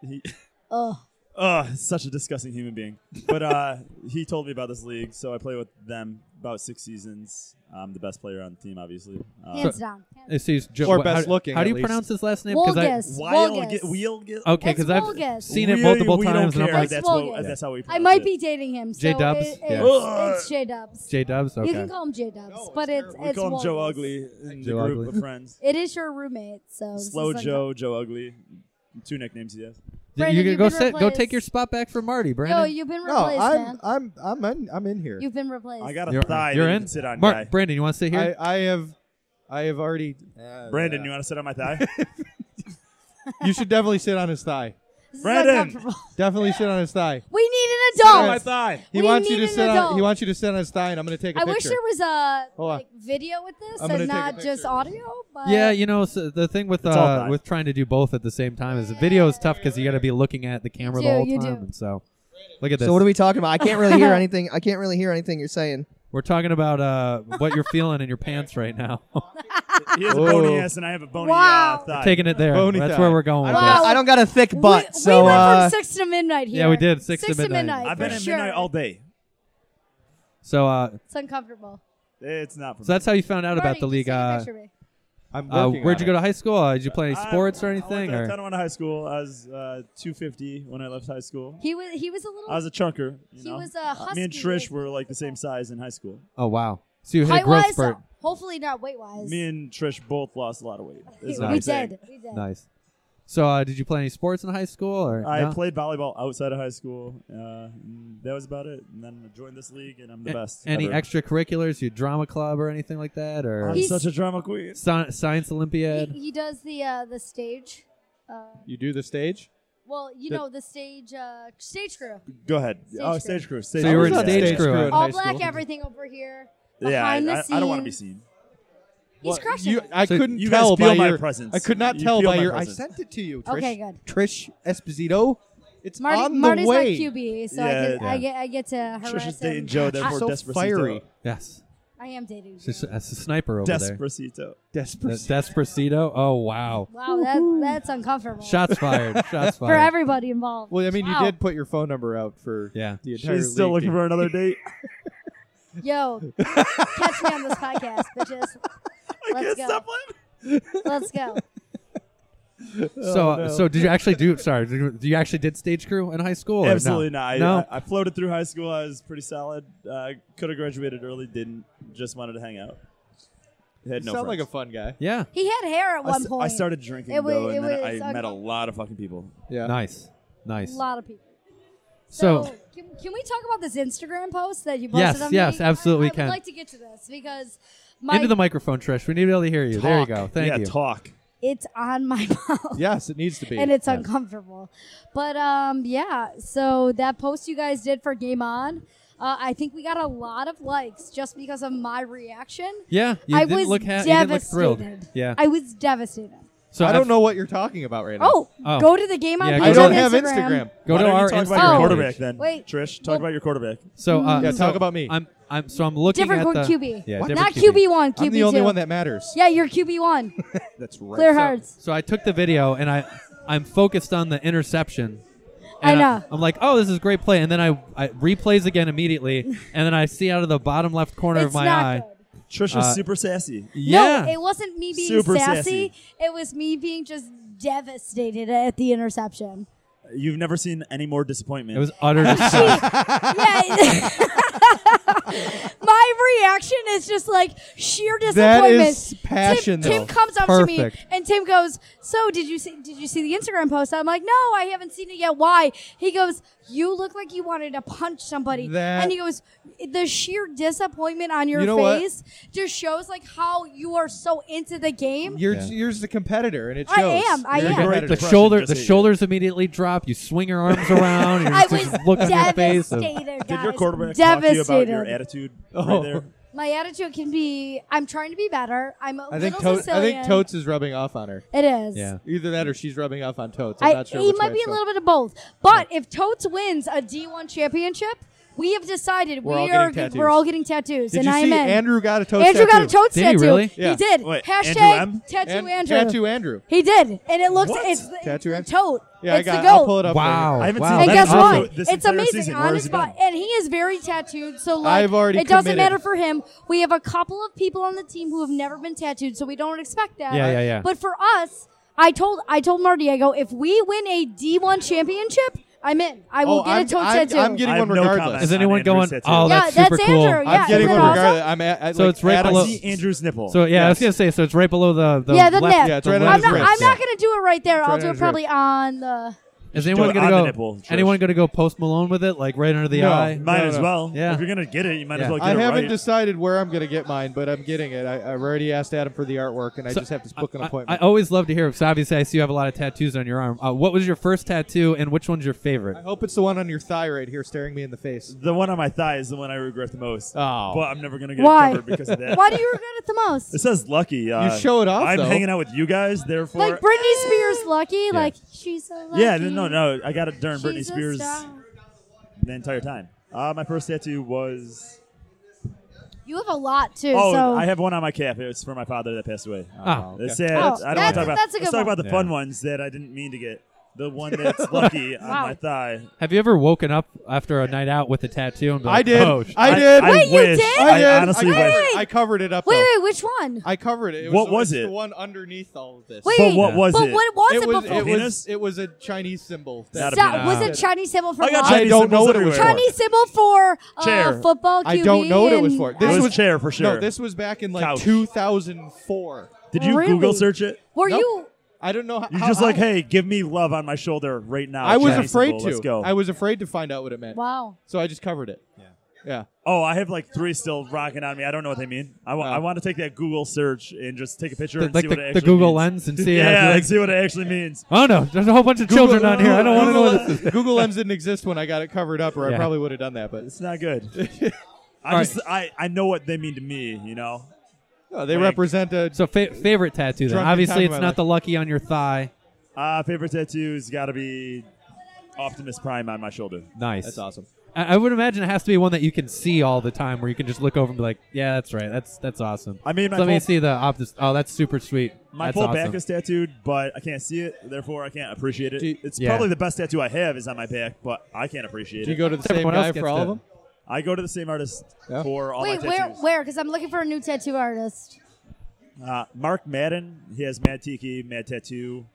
Speaker 9: He,
Speaker 8: Ugh.
Speaker 9: oh, such a disgusting human being. But uh, he told me about this league, so I play with them about six seasons. I'm the best player on the team, obviously. Uh,
Speaker 8: Hands down. Hands
Speaker 3: It seems Jo-
Speaker 7: Or
Speaker 3: wh-
Speaker 7: best
Speaker 3: how,
Speaker 7: looking,
Speaker 3: How do
Speaker 7: at
Speaker 3: you
Speaker 7: least.
Speaker 3: pronounce his last name? 'Cause I,
Speaker 8: Wolgus.
Speaker 9: Wild
Speaker 8: Wolgus.
Speaker 9: get, we'll get.
Speaker 3: okay,
Speaker 8: It's
Speaker 3: because I've
Speaker 8: Wolgus.
Speaker 3: seen it
Speaker 9: We-
Speaker 3: multiple
Speaker 9: we
Speaker 3: times,
Speaker 9: Don't
Speaker 3: and I'm
Speaker 9: care.
Speaker 3: like,
Speaker 9: that's,
Speaker 8: That's
Speaker 9: what,
Speaker 8: Wolgus.
Speaker 9: that's how we.
Speaker 8: I might
Speaker 9: pronounce
Speaker 8: be dating him. So
Speaker 3: J-Dubs?
Speaker 8: It,
Speaker 3: Yeah.
Speaker 9: Ugh.
Speaker 8: It's, it's J Dubs.
Speaker 3: J Dubs. Okay.
Speaker 8: You can call him J Dubs, but it's
Speaker 9: it. We
Speaker 8: it's
Speaker 9: call him Joe
Speaker 8: Wolgus.
Speaker 9: Ugly in the
Speaker 3: Joe
Speaker 9: group
Speaker 3: Ugly.
Speaker 9: of friends.
Speaker 8: It is your roommate, so Oh, this
Speaker 9: Slow
Speaker 8: is like-
Speaker 9: Joe, Joe Ugly, two nicknames he has.
Speaker 8: Brandon,
Speaker 3: you can
Speaker 8: you've
Speaker 3: go
Speaker 8: been
Speaker 3: sit, go take
Speaker 8: replaced.
Speaker 3: your spot back from Marty,
Speaker 8: Yo,
Speaker 3: Brandon.
Speaker 8: you've been
Speaker 7: No,
Speaker 8: replaced, man.
Speaker 7: I'm I'm I'm in, I'm in here.
Speaker 8: You've been replaced.
Speaker 9: I got a
Speaker 3: You're-
Speaker 9: thigh.
Speaker 3: you're
Speaker 9: that you
Speaker 3: in?
Speaker 9: can Sit on
Speaker 3: Mark,
Speaker 9: guy.
Speaker 3: Brandon, you want to sit here?
Speaker 7: I, I have I have already Uh,
Speaker 9: Brandon, you want to sit on my thigh?
Speaker 7: You should definitely sit on his thigh.
Speaker 8: This is
Speaker 9: Brandon!
Speaker 8: uncomfortable.
Speaker 7: Definitely sit on his thigh.
Speaker 8: We need an adult.
Speaker 7: thigh. He
Speaker 8: We
Speaker 7: wants you
Speaker 8: need
Speaker 7: to
Speaker 8: an
Speaker 7: sit on
Speaker 8: adult.
Speaker 7: he wants you to sit on his thigh and I'm gonna take a
Speaker 8: I
Speaker 7: picture.
Speaker 8: wish there was a
Speaker 7: Hold on.
Speaker 8: like, video with this
Speaker 7: I'm gonna take a
Speaker 8: and not
Speaker 7: picture
Speaker 8: just
Speaker 7: of
Speaker 8: audio. But
Speaker 3: yeah, you know so the thing with
Speaker 9: It's all
Speaker 3: uh,
Speaker 9: fine.
Speaker 3: with trying to do both at the same time is the video is tough because you got to be looking at the camera
Speaker 8: do,
Speaker 3: the whole
Speaker 8: you
Speaker 3: time,
Speaker 8: do.
Speaker 3: and so look at this.
Speaker 2: So what are we talking about? I can't really hear anything. I can't really hear anything you're saying.
Speaker 3: We're talking about uh, what you're feeling in your pants right now.
Speaker 9: He has a
Speaker 7: Whoa.
Speaker 9: bony ass, and I have a bony
Speaker 8: Wow.
Speaker 9: uh, thigh.
Speaker 3: Taking it there.
Speaker 7: Bony
Speaker 3: That's
Speaker 7: thigh.
Speaker 3: where we're going.
Speaker 2: I
Speaker 3: With
Speaker 2: don't,
Speaker 8: Wow.
Speaker 3: this.
Speaker 2: got, I don't got a thick
Speaker 8: we,
Speaker 2: butt,
Speaker 8: we
Speaker 2: so
Speaker 8: went
Speaker 2: uh,
Speaker 8: from six to midnight here.
Speaker 3: Yeah, we did, six to midnight.
Speaker 9: I've
Speaker 8: for
Speaker 9: been at
Speaker 8: sure.
Speaker 9: midnight all day.
Speaker 3: So uh,
Speaker 8: It's uncomfortable.
Speaker 9: It's not for
Speaker 3: so that's how you found out about
Speaker 8: Marty,
Speaker 3: the
Speaker 8: just
Speaker 3: league.
Speaker 8: take a
Speaker 3: Uh,
Speaker 8: picture of me.
Speaker 7: I'm
Speaker 3: uh,
Speaker 7: working
Speaker 3: where'd
Speaker 7: on
Speaker 3: you
Speaker 7: it.
Speaker 3: go to high school? Uh, did you play any
Speaker 9: I-
Speaker 3: sports or
Speaker 9: I went
Speaker 3: anything?
Speaker 9: to
Speaker 3: Or
Speaker 9: Tonawanda High School. I was uh, 250 when I left high school.
Speaker 8: He was he was a
Speaker 9: I
Speaker 8: little
Speaker 9: was a chunker. You
Speaker 8: He
Speaker 9: know?
Speaker 8: was a
Speaker 9: Uh, Me and
Speaker 8: husky.
Speaker 9: Trish were like the same size in high school.
Speaker 3: oh wow, so you hit a
Speaker 8: height
Speaker 3: growth
Speaker 8: wise.
Speaker 3: spurt.
Speaker 8: Hopefully not weight wise.
Speaker 9: Me and Trish both lost a lot of weight.
Speaker 8: we
Speaker 9: is what I'm saying.
Speaker 8: did. We did.
Speaker 3: Nice. So uh, did you play any sports in high school? Or
Speaker 9: I
Speaker 3: no?
Speaker 9: played volleyball outside of high school. Uh, and that was about it. And then I joined this league, and I'm the
Speaker 3: A-
Speaker 9: best.
Speaker 3: Any
Speaker 9: ever.
Speaker 3: extracurriculars? You drama club or anything like that? Or
Speaker 9: I'm
Speaker 8: He's-
Speaker 9: such a drama queen.
Speaker 3: Sci- science Olympiad.
Speaker 8: He, he does the uh, the stage. Uh,
Speaker 7: You do the stage?
Speaker 8: well, you
Speaker 7: The-
Speaker 8: know the stage uh, stage crew.
Speaker 9: Go ahead.
Speaker 8: Stage
Speaker 9: oh,
Speaker 8: crew.
Speaker 9: stage crew. Stage
Speaker 3: So you
Speaker 9: crew.
Speaker 3: were in
Speaker 9: Yeah.
Speaker 3: stage crew.
Speaker 7: crew in
Speaker 8: All
Speaker 7: high
Speaker 8: black
Speaker 7: school.
Speaker 8: everything over here.
Speaker 9: yeah, I,
Speaker 8: Behind the
Speaker 9: I- I don't want to be
Speaker 8: scenes.
Speaker 9: seen.
Speaker 8: He's
Speaker 7: Well,
Speaker 8: crushing
Speaker 7: you-
Speaker 8: it.
Speaker 7: I
Speaker 3: So
Speaker 7: couldn't
Speaker 9: you guys
Speaker 7: tell
Speaker 9: feel
Speaker 7: by
Speaker 9: my
Speaker 7: your
Speaker 9: presence.
Speaker 7: I could not
Speaker 9: You
Speaker 7: tell
Speaker 9: feel
Speaker 7: by
Speaker 9: my
Speaker 7: your. I
Speaker 9: presence.
Speaker 7: sent it to you, Trish.
Speaker 8: Okay, good.
Speaker 2: Trish Esposito. It's
Speaker 8: Marty,
Speaker 2: on the
Speaker 8: Marty's
Speaker 2: way.
Speaker 8: not QB, so I,
Speaker 9: Yeah,
Speaker 8: can, I get I get to harass
Speaker 9: Trisha's
Speaker 8: him.
Speaker 9: dating Joe, therefore
Speaker 2: so
Speaker 9: Despacito.
Speaker 2: fiery.
Speaker 3: Yes.
Speaker 8: I am dating.
Speaker 3: It's just-
Speaker 8: Joe.
Speaker 3: That's a sniper over there.
Speaker 9: Despacito.
Speaker 3: That- Despacito. Oh wow.
Speaker 8: Wow, that, that's uncomfortable
Speaker 3: Shots fired. Shots
Speaker 8: for
Speaker 3: fired.
Speaker 8: everybody involved.
Speaker 7: Well, I mean,
Speaker 8: Wow.
Speaker 7: you did put your phone number out for
Speaker 3: Yeah.
Speaker 7: the entire.
Speaker 9: She's still
Speaker 7: league
Speaker 9: looking
Speaker 7: to-
Speaker 9: for another date.
Speaker 8: Yo, catch me on this podcast, bitches.
Speaker 9: I
Speaker 8: Let's
Speaker 9: can't
Speaker 8: go.
Speaker 9: stop laughing.
Speaker 8: Let's go.
Speaker 9: Oh,
Speaker 3: So so did you actually do? Sorry, did you, you actually did stage crew in high school? or no?
Speaker 9: Absolutely not. I,
Speaker 3: No.
Speaker 9: I, I floated through high school. I was pretty solid. Uh, could have graduated early. Didn't. Just wanted to hang out. Had
Speaker 7: You
Speaker 9: no friends.
Speaker 7: sound like a fun guy.
Speaker 3: yeah.
Speaker 8: He had hair at
Speaker 9: I
Speaker 8: one
Speaker 9: s-
Speaker 8: point.
Speaker 9: I started drinking
Speaker 8: It wa-
Speaker 9: though,
Speaker 8: it
Speaker 9: and then I
Speaker 8: was
Speaker 9: met a
Speaker 8: uncom-
Speaker 9: lot of fucking people.
Speaker 7: Yeah.
Speaker 3: Nice.
Speaker 8: a
Speaker 3: Nice.
Speaker 8: lot of people.
Speaker 3: So-
Speaker 8: can, can we talk about this Instagram post that you posted?
Speaker 3: Yes,
Speaker 8: on
Speaker 3: yes,
Speaker 8: me?
Speaker 3: absolutely
Speaker 8: I, I
Speaker 3: can.
Speaker 8: would like to get to this because my
Speaker 3: Into the microphone, Trish. We need to be able to hear you. There you
Speaker 7: Talk.
Speaker 3: go. Thank
Speaker 9: yeah,
Speaker 3: you.
Speaker 9: talk.
Speaker 8: it's on my mouth.
Speaker 7: Yes, it needs to be.
Speaker 8: and it's
Speaker 7: Yes.
Speaker 8: uncomfortable. But um, yeah, so that post you guys did for Game On, uh, I think we got a lot of likes just because of my reaction.
Speaker 3: Yeah, you
Speaker 8: I
Speaker 3: didn't
Speaker 8: was
Speaker 3: look ha- you
Speaker 8: devastated.
Speaker 3: didn't look thrilled. Yeah.
Speaker 8: I was devastated.
Speaker 3: so
Speaker 7: I
Speaker 3: I've-
Speaker 7: don't know what you're talking about right now.
Speaker 8: Oh,
Speaker 3: Oh.
Speaker 8: go to the Game On
Speaker 3: Yeah,
Speaker 8: page
Speaker 3: go
Speaker 7: I
Speaker 3: He's
Speaker 7: don't
Speaker 8: on
Speaker 7: have Instagram.
Speaker 3: Go
Speaker 9: Why
Speaker 3: to
Speaker 9: don't
Speaker 3: our
Speaker 9: you talk
Speaker 3: Instagram.
Speaker 9: about your
Speaker 8: Oh.
Speaker 9: quarterback
Speaker 3: page.
Speaker 9: then,
Speaker 8: Wait,
Speaker 9: Trish. Talk
Speaker 8: well-
Speaker 9: about your quarterback.
Speaker 3: So uh,
Speaker 7: Yeah,
Speaker 3: so
Speaker 7: talk about me.
Speaker 3: I'm I'm so I'm looking
Speaker 8: Different
Speaker 3: at the
Speaker 8: QB.
Speaker 3: yeah,
Speaker 7: What?
Speaker 3: different
Speaker 8: Not QB one, QB
Speaker 7: I'm the only
Speaker 8: two.
Speaker 7: one that matters.
Speaker 8: yeah, you're QB one.
Speaker 1: That's right.
Speaker 8: Clear hearts.
Speaker 3: So I took the video and I I'm focused on the interception.
Speaker 8: I
Speaker 3: And
Speaker 8: know.
Speaker 3: I'm like, oh, this is a great play, and then I, I replays again immediately, and then I see out of the bottom left corner of
Speaker 8: It's
Speaker 3: my
Speaker 8: not
Speaker 3: eye.
Speaker 8: good.
Speaker 9: Trish was
Speaker 3: Uh,
Speaker 9: super sassy.
Speaker 3: Yeah.
Speaker 8: No, it wasn't me being
Speaker 9: Super
Speaker 8: sassy.
Speaker 9: sassy.
Speaker 8: It was me being just devastated at the interception.
Speaker 9: You've never seen any more disappointment.
Speaker 3: It was utter disgust.
Speaker 8: yeah. My reaction is just like sheer
Speaker 7: That
Speaker 8: disappointment.
Speaker 7: is passion,
Speaker 8: Tim, Tim
Speaker 7: though.
Speaker 8: comes up to me
Speaker 3: Perfect.
Speaker 8: and Tim goes, "So did you see? Did you see the Instagram post?" I'm like, "No, I haven't seen it yet. Why?" He goes, "You look like you wanted to punch somebody,"
Speaker 7: That-
Speaker 8: and he goes, "The sheer disappointment on your
Speaker 7: You know what?
Speaker 8: face just shows like how you are so into the game."
Speaker 7: You're
Speaker 3: Yeah.
Speaker 7: you're just a competitor, and it
Speaker 8: I
Speaker 7: shows.
Speaker 8: am, I
Speaker 7: You're a
Speaker 8: am.
Speaker 7: competitor.
Speaker 3: the
Speaker 9: Depression
Speaker 3: shoulder,
Speaker 9: just
Speaker 3: the
Speaker 9: hit you.
Speaker 3: shoulders immediately drop. You swing your arms around. You're
Speaker 8: I
Speaker 3: just,
Speaker 8: was
Speaker 3: look on your face. of-
Speaker 8: devastated. Guys.
Speaker 9: Did your quarterback talk to you
Speaker 8: devastated.
Speaker 9: about your attitude
Speaker 3: Oh.
Speaker 9: right there?
Speaker 8: My attitude can be I'm trying to be better. I'm a
Speaker 7: I think
Speaker 8: little
Speaker 7: Totes, I
Speaker 8: Sicilian.
Speaker 7: think Totes is rubbing off on her.
Speaker 8: It is.
Speaker 3: Yeah.
Speaker 7: Either that or she's rubbing off on Totes. I'm
Speaker 8: I,
Speaker 7: not sure.
Speaker 8: it
Speaker 7: which
Speaker 8: might
Speaker 7: way
Speaker 8: be
Speaker 7: it's
Speaker 8: a
Speaker 7: going.
Speaker 8: little bit of both. But if Totes wins a D1 championship, we have decided
Speaker 7: We're
Speaker 8: we
Speaker 7: all getting
Speaker 8: are
Speaker 7: tattoos.
Speaker 8: we're all getting tattoos,
Speaker 7: Did
Speaker 8: and
Speaker 7: you
Speaker 8: I
Speaker 7: see
Speaker 8: am in.
Speaker 7: Andrew got a Totes
Speaker 8: Andrew got a
Speaker 7: tattoo?
Speaker 8: Totes
Speaker 3: Did he
Speaker 8: tattoo.
Speaker 3: really?
Speaker 7: Yeah.
Speaker 8: He did.
Speaker 9: Wait,
Speaker 8: Hashtag
Speaker 9: Andrew M?
Speaker 8: tattoo
Speaker 7: And-
Speaker 8: Andrew.
Speaker 7: Tattoo Andrew.
Speaker 8: He did, and it looks
Speaker 9: What?
Speaker 8: it's the,
Speaker 7: Tattoo
Speaker 8: it's
Speaker 7: Andrew?
Speaker 8: the tote.
Speaker 7: Yeah, I
Speaker 8: it's
Speaker 7: got.
Speaker 8: the
Speaker 7: I'll
Speaker 8: goat.
Speaker 7: pull it up. right here.
Speaker 3: Wow.
Speaker 9: I haven't
Speaker 3: wow.
Speaker 9: seen
Speaker 8: And
Speaker 9: that
Speaker 3: that's
Speaker 8: guess
Speaker 9: awesome.
Speaker 3: awesome.
Speaker 8: what?
Speaker 9: This
Speaker 8: It's
Speaker 9: entire
Speaker 8: amazing
Speaker 9: season,
Speaker 8: on
Speaker 9: where
Speaker 8: his
Speaker 9: has he been?
Speaker 8: spot. And he is very tattooed, so like
Speaker 7: I've already
Speaker 8: it doesn't
Speaker 7: committed.
Speaker 8: matter for him. We have a couple of people on the team who have never been tattooed, so we don't expect that.
Speaker 3: Yeah, yeah, yeah.
Speaker 8: But for us, I told I told Marty, I go, if we win a D one championship, I'm in. I will
Speaker 7: Oh,
Speaker 8: get
Speaker 7: I'm-
Speaker 8: a toe
Speaker 7: I'm-
Speaker 8: tattoo.
Speaker 7: I'm getting
Speaker 9: I have
Speaker 7: one
Speaker 9: no
Speaker 7: regardless.
Speaker 9: comment.
Speaker 3: Is anyone
Speaker 9: Andrew's
Speaker 3: going?
Speaker 9: tattoo.
Speaker 3: Oh,
Speaker 8: Yeah,
Speaker 3: that's,
Speaker 8: that's
Speaker 3: super cool.
Speaker 8: Andrew. Yeah,
Speaker 7: I'm getting
Speaker 8: isn't
Speaker 7: one
Speaker 8: it awesome?
Speaker 7: regardless. I'm at, I,
Speaker 3: So
Speaker 7: like,
Speaker 3: it's right
Speaker 7: Adam's-
Speaker 3: below-
Speaker 9: I see Andrew's nipple.
Speaker 3: So yeah, I was
Speaker 9: Yes.
Speaker 3: gonna say. So it's right below the the
Speaker 8: yeah, the
Speaker 3: left.
Speaker 8: nip.
Speaker 7: Yeah, it's right
Speaker 3: the
Speaker 7: on
Speaker 8: I'm
Speaker 3: left
Speaker 7: his
Speaker 8: not.
Speaker 7: wrist.
Speaker 8: I'm
Speaker 7: Yeah.
Speaker 8: not gonna do it right there.
Speaker 7: right
Speaker 8: I'll
Speaker 7: on
Speaker 8: do it
Speaker 7: his
Speaker 8: probably on the.
Speaker 3: Is
Speaker 9: Do
Speaker 3: anyone
Speaker 9: it
Speaker 3: gonna
Speaker 9: on the
Speaker 3: go?
Speaker 9: nipple, Trish.
Speaker 3: anyone gonna go post Malone with it, like right under the
Speaker 7: No.
Speaker 3: eye?
Speaker 9: Might
Speaker 7: No,
Speaker 9: as
Speaker 7: no.
Speaker 9: well.
Speaker 3: Yeah.
Speaker 9: If you're gonna get it, you might
Speaker 3: Yeah.
Speaker 9: as well get
Speaker 7: I
Speaker 9: it
Speaker 7: haven't
Speaker 9: right.
Speaker 7: decided where I'm going to get mine, but I'm getting it. I, I've already asked Adam for the artwork, and I
Speaker 3: So
Speaker 7: just have to book an
Speaker 3: I- I,
Speaker 7: appointment.
Speaker 3: always love to hear because obviously I see you have a lot of tattoos on your arm. Uh, what was your first tattoo, and which one's your favorite?
Speaker 7: I hope it's the one on your thigh right here, staring me in the face.
Speaker 9: the one on my thigh is the one I regret the most.
Speaker 7: Oh.
Speaker 9: But I'm never gonna get
Speaker 8: Why?
Speaker 9: it covered because of that.
Speaker 8: Why do you regret it the
Speaker 9: It
Speaker 8: most?
Speaker 9: says lucky. Uh,
Speaker 7: show it off,
Speaker 9: I'm
Speaker 7: though.
Speaker 9: hanging out with you guys, therefore.
Speaker 8: Like Britney Spears, lucky. Like she's so lucky.
Speaker 9: yeah, no, no, I got it during
Speaker 8: She's
Speaker 9: Britney
Speaker 8: a
Speaker 9: Spears
Speaker 8: star.
Speaker 9: the entire time. Uh, my first tattoo was.
Speaker 8: You have a lot too.
Speaker 9: Oh,
Speaker 8: so
Speaker 9: I have one on my calf. It was for my father that passed away.
Speaker 3: Ah.
Speaker 9: It's sad.
Speaker 8: Oh,
Speaker 9: I don't
Speaker 8: that's-
Speaker 9: want to talk about.
Speaker 8: that's a good
Speaker 9: let's talk
Speaker 8: one.
Speaker 9: about the fun ones that I didn't mean to get. The one that's lucky on
Speaker 8: Wow.
Speaker 9: my thigh.
Speaker 3: Have you ever woken up after a night out with a tattoo and been
Speaker 7: I
Speaker 3: like,
Speaker 7: did.
Speaker 3: Oh, sh-
Speaker 7: I did.
Speaker 9: I,
Speaker 7: I,
Speaker 8: Wait, you
Speaker 9: wish.
Speaker 8: did?
Speaker 9: I,
Speaker 7: did.
Speaker 9: honestly
Speaker 7: I covered,
Speaker 9: wish.
Speaker 8: Wait.
Speaker 7: I covered it up.
Speaker 8: wait,
Speaker 7: though.
Speaker 8: wait, which one?
Speaker 7: I covered it. it
Speaker 9: What
Speaker 7: the-
Speaker 9: was
Speaker 7: it's
Speaker 9: it?
Speaker 7: The one underneath all of this.
Speaker 8: Wait,
Speaker 9: But
Speaker 8: wait,
Speaker 9: what was
Speaker 8: but
Speaker 9: it?
Speaker 8: what was it,
Speaker 7: was,
Speaker 8: before?
Speaker 7: it
Speaker 9: Penis?
Speaker 7: was it was a Chinese symbol.
Speaker 9: Not a
Speaker 8: Stop.
Speaker 9: penis.
Speaker 8: Was it Chinese symbol for
Speaker 9: I got
Speaker 8: love?
Speaker 7: Chinese- I don't know what it was for.
Speaker 8: Chinese symbol for uh,
Speaker 9: Chair.
Speaker 8: football. QB
Speaker 7: I don't know what it was
Speaker 8: and-
Speaker 7: for.
Speaker 9: It
Speaker 7: This
Speaker 9: was
Speaker 7: was
Speaker 9: chair for sure.
Speaker 7: No, this was back in like
Speaker 9: Couch.
Speaker 7: 2004.
Speaker 9: Did you
Speaker 8: Really? Uh-uh.
Speaker 9: Google search it?
Speaker 8: Were
Speaker 7: Nope.
Speaker 8: you?
Speaker 7: I don't know. How,
Speaker 9: You're
Speaker 7: how-
Speaker 9: just like,
Speaker 7: how-
Speaker 9: hey, give me love on my shoulder right now.
Speaker 7: I was
Speaker 9: Chinese
Speaker 7: afraid
Speaker 9: symbol.
Speaker 7: to.
Speaker 9: Let's go.
Speaker 7: I was afraid to find out what it meant,
Speaker 8: Wow.
Speaker 7: so I just covered it. Yeah, yeah.
Speaker 9: Oh, I have like three still rocking on me. I don't know what they mean. I wa-
Speaker 7: Oh.
Speaker 9: I want to take that Google search and just take a picture and
Speaker 3: like
Speaker 9: see
Speaker 3: the,
Speaker 9: what it
Speaker 3: the
Speaker 9: actually
Speaker 3: Google
Speaker 9: means.
Speaker 3: lens and see
Speaker 9: yeah,
Speaker 3: it?
Speaker 9: and see what it actually means.
Speaker 3: oh no, there's a whole bunch of children on here. I don't want to know what this is.
Speaker 7: Google Lens didn't exist when I got it covered up, or
Speaker 3: Yeah.
Speaker 7: I probably would have done that. But
Speaker 9: It's not good. I just I, I know what they mean to me. You know,
Speaker 7: No, Oh, they
Speaker 9: Like-
Speaker 7: represent a.
Speaker 3: So fa- favorite tattoo then.
Speaker 7: Drunk in
Speaker 3: Obviously,
Speaker 7: time
Speaker 3: it's
Speaker 7: of my
Speaker 3: not
Speaker 7: life.
Speaker 3: the lucky on your thigh.
Speaker 9: uh, favorite tattoos got to be Optimus Prime on my shoulder.
Speaker 3: Nice.
Speaker 1: That's awesome.
Speaker 3: I, I would imagine it has to be one that you can see all the time, where you can just look over and be like, "Yeah, that's right. That's that's awesome."
Speaker 9: I made my
Speaker 3: so let me
Speaker 9: full-
Speaker 3: see the optus. Oh, that's super sweet.
Speaker 9: My
Speaker 3: that's
Speaker 9: full
Speaker 3: awesome.
Speaker 9: back is tattooed, but I can't see it. Therefore, I can't appreciate it.
Speaker 7: Do you-
Speaker 9: it's
Speaker 3: Yeah.
Speaker 9: probably the best tattoo I have is on my back, but I can't appreciate
Speaker 7: Do you
Speaker 9: it.
Speaker 7: go to the same
Speaker 3: Everyone else
Speaker 7: guy
Speaker 3: gets
Speaker 7: for all
Speaker 3: to-
Speaker 7: of them?
Speaker 9: I go to the same artist
Speaker 7: Yeah.
Speaker 9: for all
Speaker 8: Wait,
Speaker 9: my
Speaker 8: where?
Speaker 9: tattoos.
Speaker 8: Where? Because I'm looking for a new tattoo artist.
Speaker 9: Uh, Mark Madden, he has Mad Tiki, Mad Tattoo.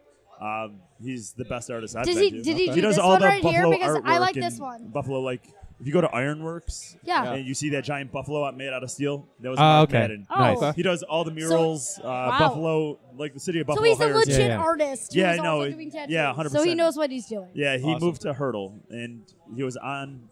Speaker 9: Um, he's the best artist I've
Speaker 8: Did
Speaker 9: been
Speaker 8: he-
Speaker 9: to.
Speaker 8: did he
Speaker 9: he
Speaker 8: do
Speaker 9: does
Speaker 8: this
Speaker 9: all
Speaker 8: one
Speaker 9: the
Speaker 8: right here?
Speaker 9: buffalo
Speaker 8: Because I
Speaker 9: artwork
Speaker 8: like this
Speaker 9: and
Speaker 8: one.
Speaker 9: Buffalo, like if you go to Ironworks,
Speaker 8: Yeah.
Speaker 9: and you see that giant buffalo out made out of steel, that was
Speaker 3: Oh,
Speaker 9: Mark
Speaker 3: okay.
Speaker 9: Madden.
Speaker 8: Oh,
Speaker 3: Nice.
Speaker 9: He does all the murals, uh, Buffalo, like the city of
Speaker 8: so
Speaker 9: Buffalo.
Speaker 8: he's a
Speaker 9: hires-
Speaker 8: legit
Speaker 3: Yeah, yeah.
Speaker 8: artist. who's
Speaker 9: Yeah, I
Speaker 8: also
Speaker 9: know.
Speaker 8: doing tattoos.
Speaker 9: Yeah, 100%.
Speaker 8: So he knows what he's doing.
Speaker 9: Yeah, he
Speaker 7: Awesome.
Speaker 9: moved to Hurdle, and he was on.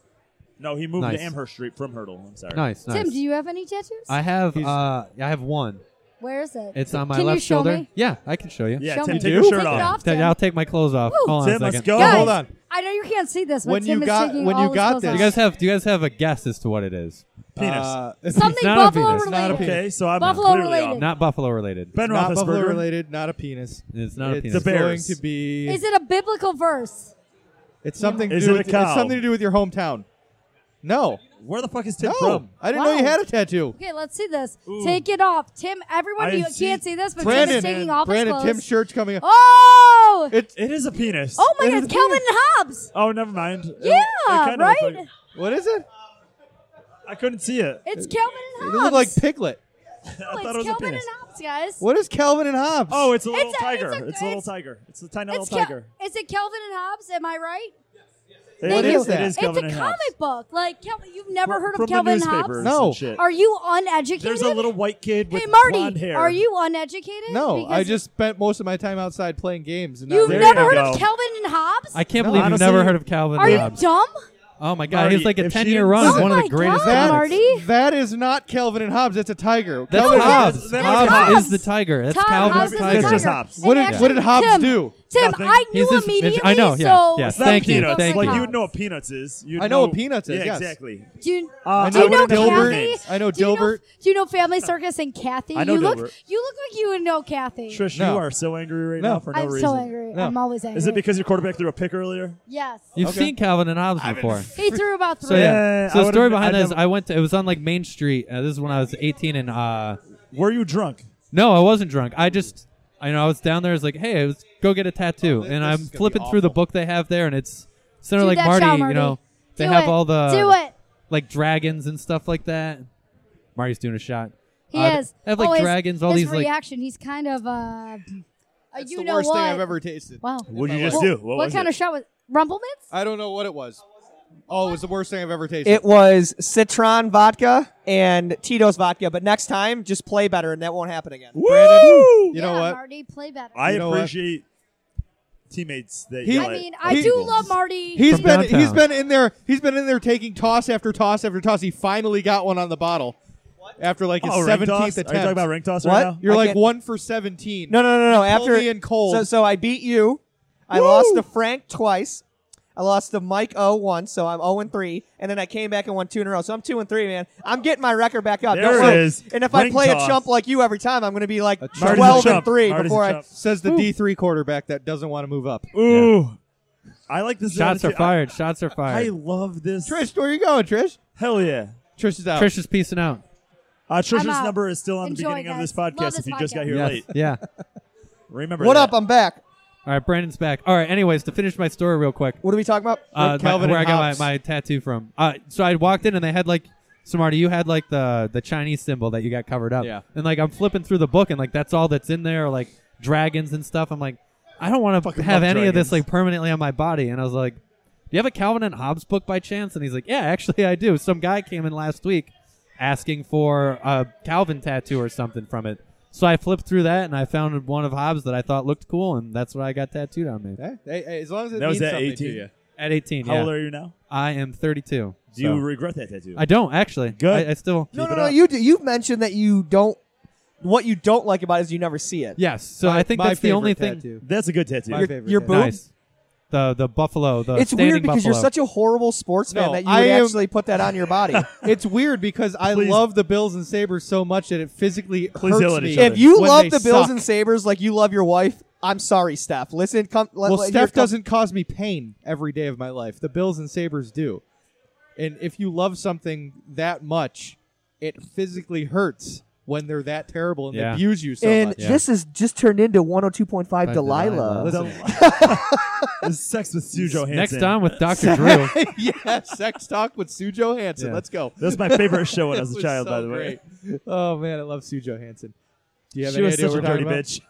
Speaker 9: No, he moved
Speaker 3: Nice.
Speaker 9: to Amherst Street from Hurdle. I'm sorry.
Speaker 3: Nice, nice.
Speaker 8: Tim, do you have any tattoos?
Speaker 3: I have
Speaker 7: He's-
Speaker 3: uh, I have one.
Speaker 8: where is it?
Speaker 3: It's on my
Speaker 8: Can you
Speaker 3: left
Speaker 8: show
Speaker 3: shoulder.
Speaker 8: me?
Speaker 3: Yeah, I can show you.
Speaker 9: Yeah,
Speaker 8: Show
Speaker 9: Tim,
Speaker 8: me.
Speaker 9: take your
Speaker 7: do?
Speaker 9: shirt
Speaker 8: Take it
Speaker 9: off.
Speaker 8: off,
Speaker 3: Th-
Speaker 8: Tim.
Speaker 3: I'll take my clothes off.
Speaker 8: Woo.
Speaker 3: Hold on a
Speaker 9: Tim,
Speaker 3: second.
Speaker 9: let's go.
Speaker 8: Guys,
Speaker 7: hold on.
Speaker 8: I know you can't see this, but
Speaker 7: When
Speaker 8: Tim
Speaker 7: you
Speaker 8: is
Speaker 7: got-
Speaker 8: taking
Speaker 7: when
Speaker 8: all
Speaker 7: you
Speaker 8: his
Speaker 7: got
Speaker 8: clothes
Speaker 7: this-
Speaker 8: off.
Speaker 3: Do you guys have Do you guys have a guess as to what it is?
Speaker 9: Penis.
Speaker 7: Uh,
Speaker 8: something
Speaker 3: not a
Speaker 8: buffalo
Speaker 3: penis.
Speaker 7: It's
Speaker 8: related.
Speaker 7: not a penis.
Speaker 9: okay, so I'm
Speaker 8: Buffalo
Speaker 9: clearly
Speaker 8: related.
Speaker 9: off.
Speaker 3: Not buffalo related.
Speaker 9: Ben
Speaker 7: not
Speaker 9: Roethlisberger.
Speaker 7: buffalo related, not a penis.
Speaker 3: It's not a
Speaker 7: it's
Speaker 3: penis.
Speaker 9: The
Speaker 7: going
Speaker 9: Bears.
Speaker 7: to be.
Speaker 8: Is it a biblical verse?
Speaker 7: it's something. to
Speaker 9: Is
Speaker 7: do
Speaker 9: it a
Speaker 7: with,
Speaker 9: cow?
Speaker 7: It's something to do with your hometown. No,
Speaker 9: Where the fuck is Tim
Speaker 7: no.
Speaker 9: from?
Speaker 7: I didn't
Speaker 8: Wow.
Speaker 7: know you had a tattoo.
Speaker 8: Okay, let's see this. Take it off, Tim. Everyone,
Speaker 9: I
Speaker 8: you
Speaker 9: see-
Speaker 8: can't see this, but Tim
Speaker 7: Brandon,
Speaker 8: is taking off
Speaker 7: Brandon,
Speaker 8: his clothes.
Speaker 7: Tim's shirt's coming. up.
Speaker 8: oh!
Speaker 7: It's
Speaker 9: It is a penis.
Speaker 8: oh my
Speaker 7: it
Speaker 8: God,
Speaker 7: is
Speaker 8: it's Calvin and Hobbes.
Speaker 9: Oh, never mind.
Speaker 8: Yeah,
Speaker 9: kinda looked
Speaker 8: right?
Speaker 9: like-
Speaker 7: what is it?
Speaker 9: I couldn't see it.
Speaker 8: It's Calvin
Speaker 7: It
Speaker 8: and Hobbes.
Speaker 7: looked like piglet.
Speaker 8: No,
Speaker 9: I
Speaker 8: Oh, it's
Speaker 9: thought it was a
Speaker 8: Calvin
Speaker 9: penis.
Speaker 8: and Hobbes, guys.
Speaker 7: What is Calvin and Hobbes?
Speaker 9: Oh, it's a little
Speaker 8: It's a-
Speaker 9: tiger.
Speaker 8: it's
Speaker 9: It's a,
Speaker 8: a-
Speaker 9: little
Speaker 8: it's-
Speaker 9: tiger. It's a tiny little
Speaker 8: It's
Speaker 9: tiger.
Speaker 8: Cal- is it Calvin and Hobbes? Am I right?
Speaker 9: it
Speaker 7: Thank
Speaker 9: is.
Speaker 7: you.
Speaker 9: It is
Speaker 7: It's
Speaker 8: It's
Speaker 9: Calvin
Speaker 8: a
Speaker 9: and
Speaker 8: comic
Speaker 9: Hobbes.
Speaker 8: book. Like Cal- you've never
Speaker 9: From-
Speaker 8: heard
Speaker 9: from
Speaker 8: of Calvin
Speaker 9: the
Speaker 8: and
Speaker 9: newspapers
Speaker 8: Hobbes?
Speaker 9: and
Speaker 7: No.
Speaker 9: shit.
Speaker 8: Are you uneducated?
Speaker 9: There's a little white kid with
Speaker 8: hey Marty,
Speaker 9: blonde hair.
Speaker 8: are you uneducated?
Speaker 7: no,
Speaker 8: Because
Speaker 7: I just spent most of my time outside playing games. And not
Speaker 8: you've
Speaker 9: There
Speaker 7: really-
Speaker 8: never
Speaker 9: you
Speaker 8: heard
Speaker 9: go.
Speaker 8: of Calvin and Hobbes.
Speaker 3: I can't
Speaker 7: No,
Speaker 3: believe
Speaker 9: honestly-
Speaker 3: you've never heard of Calvin
Speaker 8: are you
Speaker 3: Hobbes.
Speaker 8: dumb?
Speaker 3: oh my god, he's like a
Speaker 9: Marty, if she
Speaker 3: ten year
Speaker 9: didn't-
Speaker 3: run.
Speaker 9: Oh
Speaker 3: It's one of
Speaker 8: my
Speaker 3: the greatest.
Speaker 8: God,
Speaker 3: comics.
Speaker 8: Marty.
Speaker 7: that is not Calvin and Hobbes. That's a tiger.
Speaker 3: That's
Speaker 7: Calvin and
Speaker 3: Hobbes.
Speaker 9: that's
Speaker 3: Hobbes,
Speaker 8: Hobbes.
Speaker 3: is the tiger. That's
Speaker 8: Tom Hobbes
Speaker 3: Calvin's
Speaker 8: is
Speaker 3: tiger.
Speaker 8: the
Speaker 9: It's just
Speaker 8: tiger.
Speaker 9: Hobbes.
Speaker 8: And
Speaker 7: What did-
Speaker 8: actually,
Speaker 7: what did Hobbes
Speaker 8: Tim,
Speaker 7: do?
Speaker 8: Tim,
Speaker 9: Nothing.
Speaker 8: I knew
Speaker 3: He's this-
Speaker 8: immediately.
Speaker 3: I know, yeah,
Speaker 8: so
Speaker 3: yeah.
Speaker 9: It's not
Speaker 3: Thank
Speaker 9: a
Speaker 3: you,
Speaker 9: peanuts.
Speaker 3: thank
Speaker 9: like
Speaker 3: you.
Speaker 9: you would know what peanuts is. You'd
Speaker 7: I know what peanuts is,
Speaker 9: Yeah,
Speaker 7: yes.
Speaker 9: exactly.
Speaker 8: Do you,
Speaker 9: Uh,
Speaker 8: do you
Speaker 9: I
Speaker 8: know
Speaker 9: wouldn't know their
Speaker 8: Kathy?
Speaker 9: names.
Speaker 7: I know
Speaker 8: do you
Speaker 7: Dilbert.
Speaker 8: do you know Family Circus and Kathy?
Speaker 9: I know
Speaker 8: you look,
Speaker 9: Dilbert.
Speaker 8: you look like you would know Kathy.
Speaker 9: Trish,
Speaker 7: No.
Speaker 9: you are so angry right
Speaker 7: No.
Speaker 9: now for no
Speaker 8: I'm
Speaker 9: reason.
Speaker 8: so angry.
Speaker 7: No.
Speaker 8: I'm always angry.
Speaker 9: Is it because your quarterback threw a pick earlier?
Speaker 8: Yes.
Speaker 3: You've
Speaker 7: Okay.
Speaker 3: seen Calvin and Hobbes before.
Speaker 8: He threw about three.
Speaker 3: So yeah.
Speaker 9: Yeah, I
Speaker 3: So the
Speaker 9: would've-
Speaker 3: story
Speaker 9: I'd
Speaker 3: behind that is
Speaker 9: never-
Speaker 3: I went to it was on like Main Street. Uh, this is when I was 18 and uh
Speaker 9: Were you drunk?
Speaker 3: no, I wasn't drunk. I just I know I was down there I was like, "Hey, let's go get a tattoo."
Speaker 7: Oh,
Speaker 1: thi-
Speaker 3: and
Speaker 1: this
Speaker 3: I'm
Speaker 1: is gonna be
Speaker 3: flipping through the
Speaker 1: awful.
Speaker 3: book they have there and it's sort
Speaker 8: Do
Speaker 3: of like
Speaker 8: that
Speaker 3: Marty,
Speaker 8: show,
Speaker 3: you
Speaker 8: Marty.
Speaker 3: know. They
Speaker 8: Do
Speaker 3: have
Speaker 8: it.
Speaker 3: all the
Speaker 8: Do it.
Speaker 3: like dragons and stuff like that. Marty's doing a shot.
Speaker 8: He
Speaker 3: Uh,
Speaker 8: is.
Speaker 3: They have like
Speaker 8: oh, his,
Speaker 3: dragons, all
Speaker 8: his
Speaker 3: these like
Speaker 8: reaction. He's kind of uh, uh
Speaker 7: That's
Speaker 8: you
Speaker 7: the
Speaker 8: know
Speaker 7: worst
Speaker 8: what?
Speaker 7: thing I've ever tasted.
Speaker 8: Wow.
Speaker 9: What did you just
Speaker 8: Well,
Speaker 9: do?
Speaker 8: What,
Speaker 9: What, was
Speaker 8: kind
Speaker 9: it?
Speaker 8: of shot was Rumplemans?
Speaker 7: I don't know what it was. Oh, it was the worst thing I've ever tasted.
Speaker 2: It was Citron vodka and Tito's vodka, but next time just play better and that won't happen again.
Speaker 7: you know
Speaker 8: yeah,
Speaker 7: what?
Speaker 8: Marty, play better.
Speaker 9: I
Speaker 7: You know what?
Speaker 9: appreciate teammates that
Speaker 7: He-
Speaker 9: yell
Speaker 8: I
Speaker 9: at
Speaker 8: mean,
Speaker 9: other
Speaker 8: I do
Speaker 9: people.
Speaker 8: love Marty.
Speaker 7: He's
Speaker 3: From
Speaker 7: been
Speaker 3: downtown.
Speaker 7: he's been in there he's been in there taking toss after toss after toss. He finally got one on the bottle after like his
Speaker 9: Oh, ring toss?
Speaker 7: seventeenth
Speaker 9: Are you
Speaker 7: attempt.
Speaker 9: talking about ring toss
Speaker 2: What?
Speaker 9: right now?
Speaker 7: You're
Speaker 2: I
Speaker 7: like
Speaker 2: get-
Speaker 7: one for seventeen.
Speaker 2: No, no, no, no.
Speaker 7: And
Speaker 2: After
Speaker 7: Colby and Cold.
Speaker 2: so, so I beat you. I lost to Frank twice. I lost to Mike O once, so I'm 0 and 3, and then I came back and won two in a row, so I'm 2 and 3, man. I'm getting my record back up.
Speaker 9: There
Speaker 2: Don't
Speaker 9: it
Speaker 2: worry.
Speaker 9: is.
Speaker 2: And if I
Speaker 9: Ring
Speaker 2: play
Speaker 9: toss.
Speaker 2: a chump like you every time, I'm going to be like
Speaker 7: Marty's
Speaker 9: a
Speaker 2: 12 and
Speaker 9: chump.
Speaker 2: 3
Speaker 9: Marty's a
Speaker 2: before I.
Speaker 9: chump.
Speaker 7: Says the D three quarterback that doesn't want to move up.
Speaker 9: Ooh. I like this.
Speaker 3: shots are
Speaker 9: attitude. I-
Speaker 3: fired. Shots are
Speaker 9: I
Speaker 3: fired.
Speaker 9: love this.
Speaker 7: Trish, where you going, Trish?
Speaker 9: Hell yeah.
Speaker 7: Trish is out.
Speaker 3: Trish is piecing out.
Speaker 9: Uh, Trish's
Speaker 8: I'm out.
Speaker 9: number is still on
Speaker 8: Enjoy,
Speaker 9: the beginning of this
Speaker 8: guys.
Speaker 9: podcast
Speaker 8: Love
Speaker 9: if
Speaker 8: this
Speaker 9: you just got
Speaker 8: podcast.
Speaker 9: here
Speaker 3: Yes.
Speaker 9: late.
Speaker 3: Yeah.
Speaker 9: Remember
Speaker 2: What
Speaker 9: that.
Speaker 2: up? I'm back.
Speaker 3: All right, Brandon's back. All right. Anyways, to finish my story real quick,
Speaker 2: What are we talking about?
Speaker 3: uh, my-
Speaker 7: Calvin
Speaker 3: where I
Speaker 7: and
Speaker 3: got
Speaker 7: Hobbes.
Speaker 3: my, my tattoo from. Uh, so I walked in and they had like, so Marty, you had like the the Chinese symbol that you got covered up.
Speaker 1: Yeah.
Speaker 3: And like I'm flipping through the book and like that's all that's in there, like dragons and stuff. I'm like, I don't want to
Speaker 9: Fucking
Speaker 3: have
Speaker 9: love
Speaker 3: any of this
Speaker 9: dragons.
Speaker 3: like permanently on my body. And I was like, Do you have a Calvin and Hobbes book by chance? And he's like, Yeah, actually I do. Some guy came in last week asking for a Calvin tattoo or something from it. So I flipped through that and I found one of Hobbes that I thought looked cool, and that's what I got tattooed on me
Speaker 7: Hey, hey, hey, as long as it
Speaker 9: That was
Speaker 7: means
Speaker 9: at
Speaker 7: something to
Speaker 9: 18.
Speaker 7: you.
Speaker 3: at 18.
Speaker 9: How
Speaker 3: yeah.
Speaker 9: old are you now?
Speaker 3: I am 32.
Speaker 9: Do you
Speaker 3: so-
Speaker 9: regret that tattoo?
Speaker 3: I don't actually.
Speaker 9: Good.
Speaker 3: I, I still.
Speaker 2: No,
Speaker 9: Keep
Speaker 2: no,
Speaker 9: it
Speaker 2: no.
Speaker 9: up.
Speaker 2: You do, you've mentioned that you don't. What you don't like about it is you never see it.
Speaker 3: Yes. So
Speaker 7: My-
Speaker 3: I think
Speaker 7: my
Speaker 3: that's the only
Speaker 7: favorite
Speaker 3: thing.
Speaker 7: tattoo.
Speaker 9: That's a good tattoo.
Speaker 7: My
Speaker 2: Your,
Speaker 7: favorite
Speaker 2: your
Speaker 7: tattoo.
Speaker 2: boob.
Speaker 3: Nice. the the buffalo. The
Speaker 2: it's
Speaker 3: standing
Speaker 2: weird because
Speaker 3: buffalo.
Speaker 2: you're such a horrible sports fan
Speaker 7: No,
Speaker 2: that you
Speaker 7: I
Speaker 2: would
Speaker 7: am-
Speaker 2: actually put that on your body.
Speaker 7: It's weird because I
Speaker 9: Please-
Speaker 7: love the Bills and Sabers so much that it physically
Speaker 9: Please yell
Speaker 7: hurts
Speaker 9: at
Speaker 7: me.
Speaker 9: each other.
Speaker 2: if you
Speaker 7: when
Speaker 2: love
Speaker 7: they
Speaker 2: the Bills
Speaker 7: suck.
Speaker 2: and Sabers like you love your wife, I'm sorry, Steph. Listen, come. Let,
Speaker 7: well,
Speaker 2: let- here
Speaker 7: Steph
Speaker 2: it comes-
Speaker 7: doesn't cause me pain every day of my life. The Bills and Sabers do, and if you love something that much, it physically hurts when they're that terrible and
Speaker 3: Yeah.
Speaker 7: they abuse you so
Speaker 2: and
Speaker 7: much.
Speaker 2: this is just turned into 102.5 Delilah.
Speaker 9: This is sex with Sue Johansson.
Speaker 3: Next on with Dr. Drew.
Speaker 7: yeah, sex talk with Sue Johansson.
Speaker 3: Yeah.
Speaker 7: Let's go.
Speaker 9: That's my favorite show when I
Speaker 7: That
Speaker 9: was a
Speaker 7: was
Speaker 9: child,
Speaker 7: so
Speaker 9: by the way.
Speaker 7: great. Oh man, I love Sue Johansson. Do you have
Speaker 9: She
Speaker 7: any
Speaker 9: was
Speaker 7: idea
Speaker 9: such
Speaker 7: what
Speaker 9: a
Speaker 7: we're talking
Speaker 9: dirty
Speaker 7: about?
Speaker 9: bitch.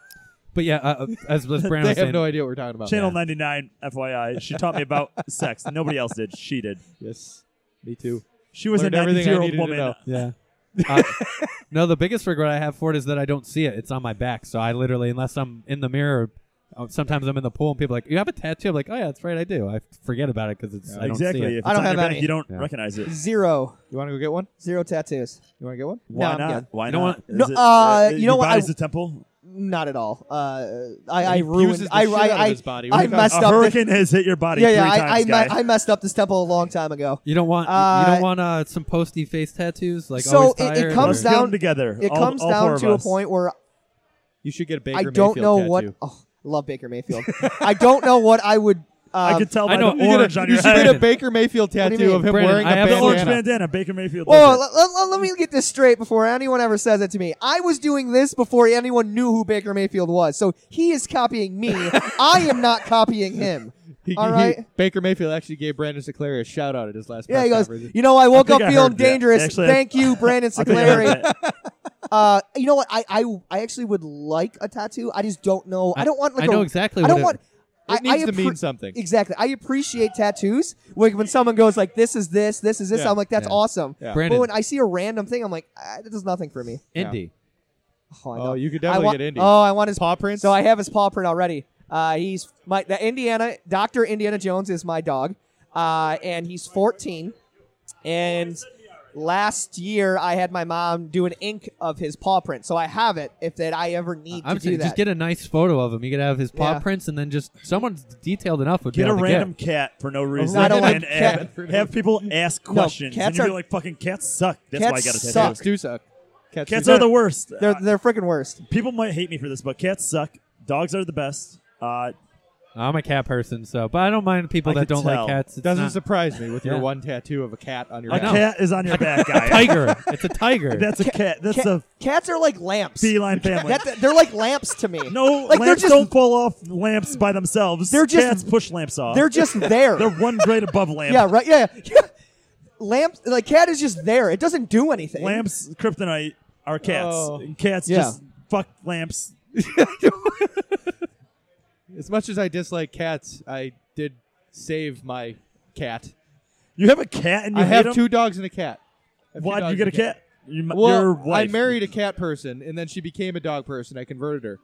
Speaker 3: But yeah, uh, uh, as as Brandon
Speaker 7: They
Speaker 3: was
Speaker 7: have
Speaker 3: saying,
Speaker 7: no idea what we're talking about.
Speaker 9: Channel 99, FYI. She taught me about sex. Nobody else did. She did.
Speaker 7: Yes, me too.
Speaker 9: She was
Speaker 7: Learned
Speaker 9: a
Speaker 7: everything
Speaker 9: 90
Speaker 7: I
Speaker 9: year old
Speaker 7: needed to
Speaker 9: woman.
Speaker 7: know.
Speaker 3: yeah. Uh, no, the biggest regret I have for it is that I don't see it. It's on my back, so I literally, unless I'm in the mirror, uh, sometimes I'm in the pool and people are like, "You have a tattoo?" I'm like, "Oh yeah, that's right, I do." I forget about it because it's I don't
Speaker 9: exactly.
Speaker 3: see
Speaker 9: If
Speaker 3: it.
Speaker 9: it's
Speaker 2: I don't
Speaker 9: on your
Speaker 2: have
Speaker 9: back,
Speaker 2: any.
Speaker 9: You don't
Speaker 3: Yeah.
Speaker 9: recognize it.
Speaker 2: Zero.
Speaker 7: You want to go get one?
Speaker 2: Zero tattoos.
Speaker 7: You want to get one?
Speaker 9: Why
Speaker 2: I'm
Speaker 9: not?
Speaker 2: good.
Speaker 9: Why
Speaker 3: You know
Speaker 9: not?
Speaker 2: No,
Speaker 9: Is it-
Speaker 2: uh, you
Speaker 9: your
Speaker 2: know what? I-
Speaker 9: Body's a temple.
Speaker 2: Not at all. Uh, I, I
Speaker 7: He
Speaker 2: ruined.
Speaker 7: abuses the
Speaker 2: I,
Speaker 7: shit
Speaker 2: I,
Speaker 7: out of
Speaker 2: I,
Speaker 7: his body. What
Speaker 2: I
Speaker 7: are you
Speaker 2: messed
Speaker 9: A
Speaker 2: up. the-
Speaker 9: hurricane has hit your body
Speaker 2: yeah, yeah.
Speaker 9: three
Speaker 2: I, I,
Speaker 9: times,
Speaker 2: me-
Speaker 9: guy.
Speaker 2: I messed up this temple a long time ago.
Speaker 3: You don't want
Speaker 2: Uh,
Speaker 3: you don't want uh, some posty face tattoos like
Speaker 2: so
Speaker 3: always
Speaker 2: it- it
Speaker 3: tired,
Speaker 2: comes
Speaker 9: Let's
Speaker 3: or-
Speaker 9: get
Speaker 2: down-
Speaker 9: 'em together.
Speaker 2: It
Speaker 9: all-
Speaker 2: comes
Speaker 9: all four
Speaker 2: down
Speaker 9: of
Speaker 2: to a
Speaker 9: us.
Speaker 2: point where
Speaker 7: You should get a Baker
Speaker 2: I don't
Speaker 7: Mayfield
Speaker 2: know
Speaker 7: tattoo.
Speaker 2: what. Oh, love Baker Mayfield. I don't know what I would. Um,
Speaker 9: I could tell
Speaker 3: I
Speaker 9: by
Speaker 3: know,
Speaker 9: the
Speaker 3: or-
Speaker 9: orange on
Speaker 7: You
Speaker 9: your
Speaker 7: should get
Speaker 9: head.
Speaker 7: a Baker Mayfield
Speaker 2: do you
Speaker 7: tattoo
Speaker 2: mean?
Speaker 7: of him
Speaker 3: Brandon,
Speaker 7: wearing a
Speaker 3: I have
Speaker 9: The
Speaker 3: an
Speaker 7: bandana.
Speaker 9: orange bandana. Baker Mayfield.
Speaker 2: Whoa,
Speaker 9: does it.
Speaker 2: let, let- let me get this straight before anyone ever says it to me. I was doing this before anyone knew who Baker Mayfield was. So he is copying me. I am not copying him.
Speaker 7: He-
Speaker 2: All
Speaker 7: he-
Speaker 2: right.
Speaker 7: Baker Mayfield actually gave Brandon Siclaria a shout out at his last.
Speaker 2: Yeah,
Speaker 7: press
Speaker 2: he goes,
Speaker 7: conference.
Speaker 2: you know, I woke
Speaker 9: I
Speaker 2: up
Speaker 9: think I
Speaker 2: feeling
Speaker 9: heard that.
Speaker 2: dangerous.
Speaker 9: Actually, I-
Speaker 2: Thank you, Brandon
Speaker 9: I think I heard
Speaker 2: Sicleri.
Speaker 9: that.
Speaker 2: Uh, you know what? I, I I actually would like a tattoo. I just don't know. I, don't want like
Speaker 3: I know
Speaker 2: a-
Speaker 3: exactly
Speaker 2: I
Speaker 3: what
Speaker 2: don't
Speaker 3: it-
Speaker 2: want. I,
Speaker 7: It needs
Speaker 2: I
Speaker 7: to mean
Speaker 2: appre-
Speaker 7: something.
Speaker 2: Exactly. I appreciate tattoos. Like when someone goes like, "This is this, this is this,"
Speaker 7: Yeah.
Speaker 2: I'm like, "That's
Speaker 3: Yeah.
Speaker 2: awesome."
Speaker 7: Yeah.
Speaker 2: But
Speaker 3: Brandon,
Speaker 2: when I see a random thing, I'm like, ah, "That does nothing for me."
Speaker 3: indie.
Speaker 2: Oh, I know.
Speaker 7: Oh, you could
Speaker 2: I
Speaker 7: definitely
Speaker 2: want-
Speaker 7: get Indy.
Speaker 2: Oh, I want his
Speaker 7: Paw prints.
Speaker 2: So I have his paw print already. Uh, he's my the Indiana Doctor Indiana Jones is my dog, uh, and he's 14. And last year I had my mom do an ink of his paw print, so I have it if that I ever need
Speaker 3: I'm
Speaker 2: to do
Speaker 3: saying
Speaker 2: that.
Speaker 3: just get a nice photo of him. You could have his paw
Speaker 2: Yeah.
Speaker 3: prints, and then just someone's detailed enough would be
Speaker 9: Get a
Speaker 3: able to
Speaker 9: random cat for no reason.
Speaker 2: I don't like
Speaker 9: and
Speaker 2: cat.
Speaker 9: Have, have people ask questions.
Speaker 2: cats
Speaker 9: and you're
Speaker 2: are-
Speaker 9: like, fucking cats suck. That's why I
Speaker 2: Cats
Speaker 9: got a tattoo.
Speaker 2: suck.
Speaker 7: Cats do suck. Cats,
Speaker 9: Cats
Speaker 7: do
Speaker 9: are
Speaker 7: suck.
Speaker 9: the worst.
Speaker 2: they're
Speaker 9: Uh,
Speaker 2: they're freaking worst.
Speaker 9: people might hate me for this, but cats suck. Dogs are the best. Uh,
Speaker 3: Get. I'm a cat person, so but I don't mind people
Speaker 9: I
Speaker 3: that
Speaker 9: could
Speaker 3: don't
Speaker 9: tell.
Speaker 3: like cats. It's
Speaker 7: Doesn't
Speaker 3: not-
Speaker 7: surprise me with your
Speaker 3: Yeah.
Speaker 7: one tattoo of a cat on your
Speaker 9: a
Speaker 3: I know.
Speaker 7: back.
Speaker 9: cat is on your back, guy.
Speaker 3: tiger. it's a tiger.
Speaker 9: That's a cat. That's
Speaker 2: Ca-
Speaker 9: a
Speaker 2: cats are like lamps.
Speaker 9: feline family.
Speaker 2: That- they're like lamps to me.
Speaker 9: no,
Speaker 2: like they're
Speaker 9: lamps
Speaker 2: just
Speaker 9: don't fall off lamps by themselves.
Speaker 2: They're just-
Speaker 9: cats push lamps off.
Speaker 2: they're just there.
Speaker 9: uh, They're one grade above lamp.
Speaker 2: yeah, right. Yeah, yeah. Lamp like cat is just there. It doesn't do anything.
Speaker 9: Lamps, kryptonite are cats.
Speaker 7: Oh.
Speaker 9: Cats
Speaker 2: Yeah.
Speaker 9: just fuck lamps.
Speaker 7: As much as I dislike cats, I did save my cat.
Speaker 9: You have a cat and you
Speaker 7: I
Speaker 9: hate
Speaker 7: have
Speaker 9: him?
Speaker 7: two dogs and a cat. I have two
Speaker 9: Why did
Speaker 7: dogs
Speaker 9: you get a
Speaker 7: and
Speaker 9: cat? You, m-
Speaker 7: Well,
Speaker 9: your wife.
Speaker 7: I married a cat person, and then she became a dog person. I converted her,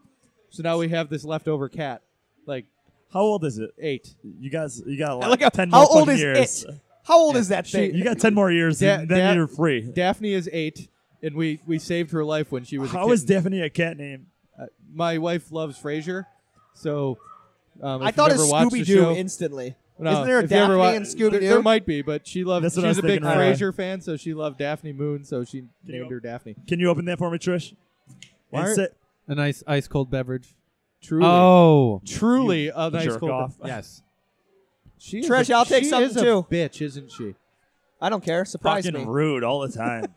Speaker 7: so now we have this leftover cat, like
Speaker 9: How old is it?
Speaker 7: eight.
Speaker 9: You guys, you got
Speaker 2: I
Speaker 9: like,
Speaker 2: Like
Speaker 7: uh,
Speaker 2: a-
Speaker 9: ten
Speaker 2: how
Speaker 9: more
Speaker 2: old
Speaker 9: fucking
Speaker 2: is
Speaker 9: years.
Speaker 2: it? How old is that
Speaker 7: She-
Speaker 2: thing?
Speaker 9: You got ten more years,
Speaker 7: Da-
Speaker 9: and then
Speaker 7: da-
Speaker 9: you're free.
Speaker 7: Daphne is eight, and we we saved her life when she was.
Speaker 9: How
Speaker 7: a
Speaker 9: is
Speaker 7: kitten. Uh,
Speaker 9: Daphne a cat name?
Speaker 7: My wife loves Frasier, so. Um,
Speaker 2: I
Speaker 7: if
Speaker 2: thought
Speaker 7: you've
Speaker 2: it's
Speaker 7: ever watched the
Speaker 2: Scooby Doo
Speaker 7: show-
Speaker 2: instantly.
Speaker 7: No,
Speaker 2: Isn't there a
Speaker 7: if you ever
Speaker 2: Daphne
Speaker 7: wa-
Speaker 2: and Scooby
Speaker 7: There, there
Speaker 2: Doo?
Speaker 7: might be, but she loves.
Speaker 9: That's what I
Speaker 7: She's
Speaker 9: was
Speaker 7: a big
Speaker 9: thinking right away.
Speaker 7: Frasier fan, so she loved Daphne Moon, so she named
Speaker 9: you-
Speaker 7: her Daphne.
Speaker 9: Can you open that for me, Trish?
Speaker 7: Why
Speaker 9: And
Speaker 7: are-
Speaker 9: sit-
Speaker 3: a nice ice cold beverage.
Speaker 7: Truly,
Speaker 3: Oh,
Speaker 7: truly a nice
Speaker 9: jerk
Speaker 7: cold-
Speaker 9: off.
Speaker 3: yes.
Speaker 7: She is
Speaker 2: Trish,
Speaker 7: a-
Speaker 2: I'll take
Speaker 7: she
Speaker 2: something
Speaker 7: is a
Speaker 2: too.
Speaker 7: Bitch, isn't she?
Speaker 2: I don't care. Surprise
Speaker 9: fucking
Speaker 2: me.
Speaker 9: rude all the time.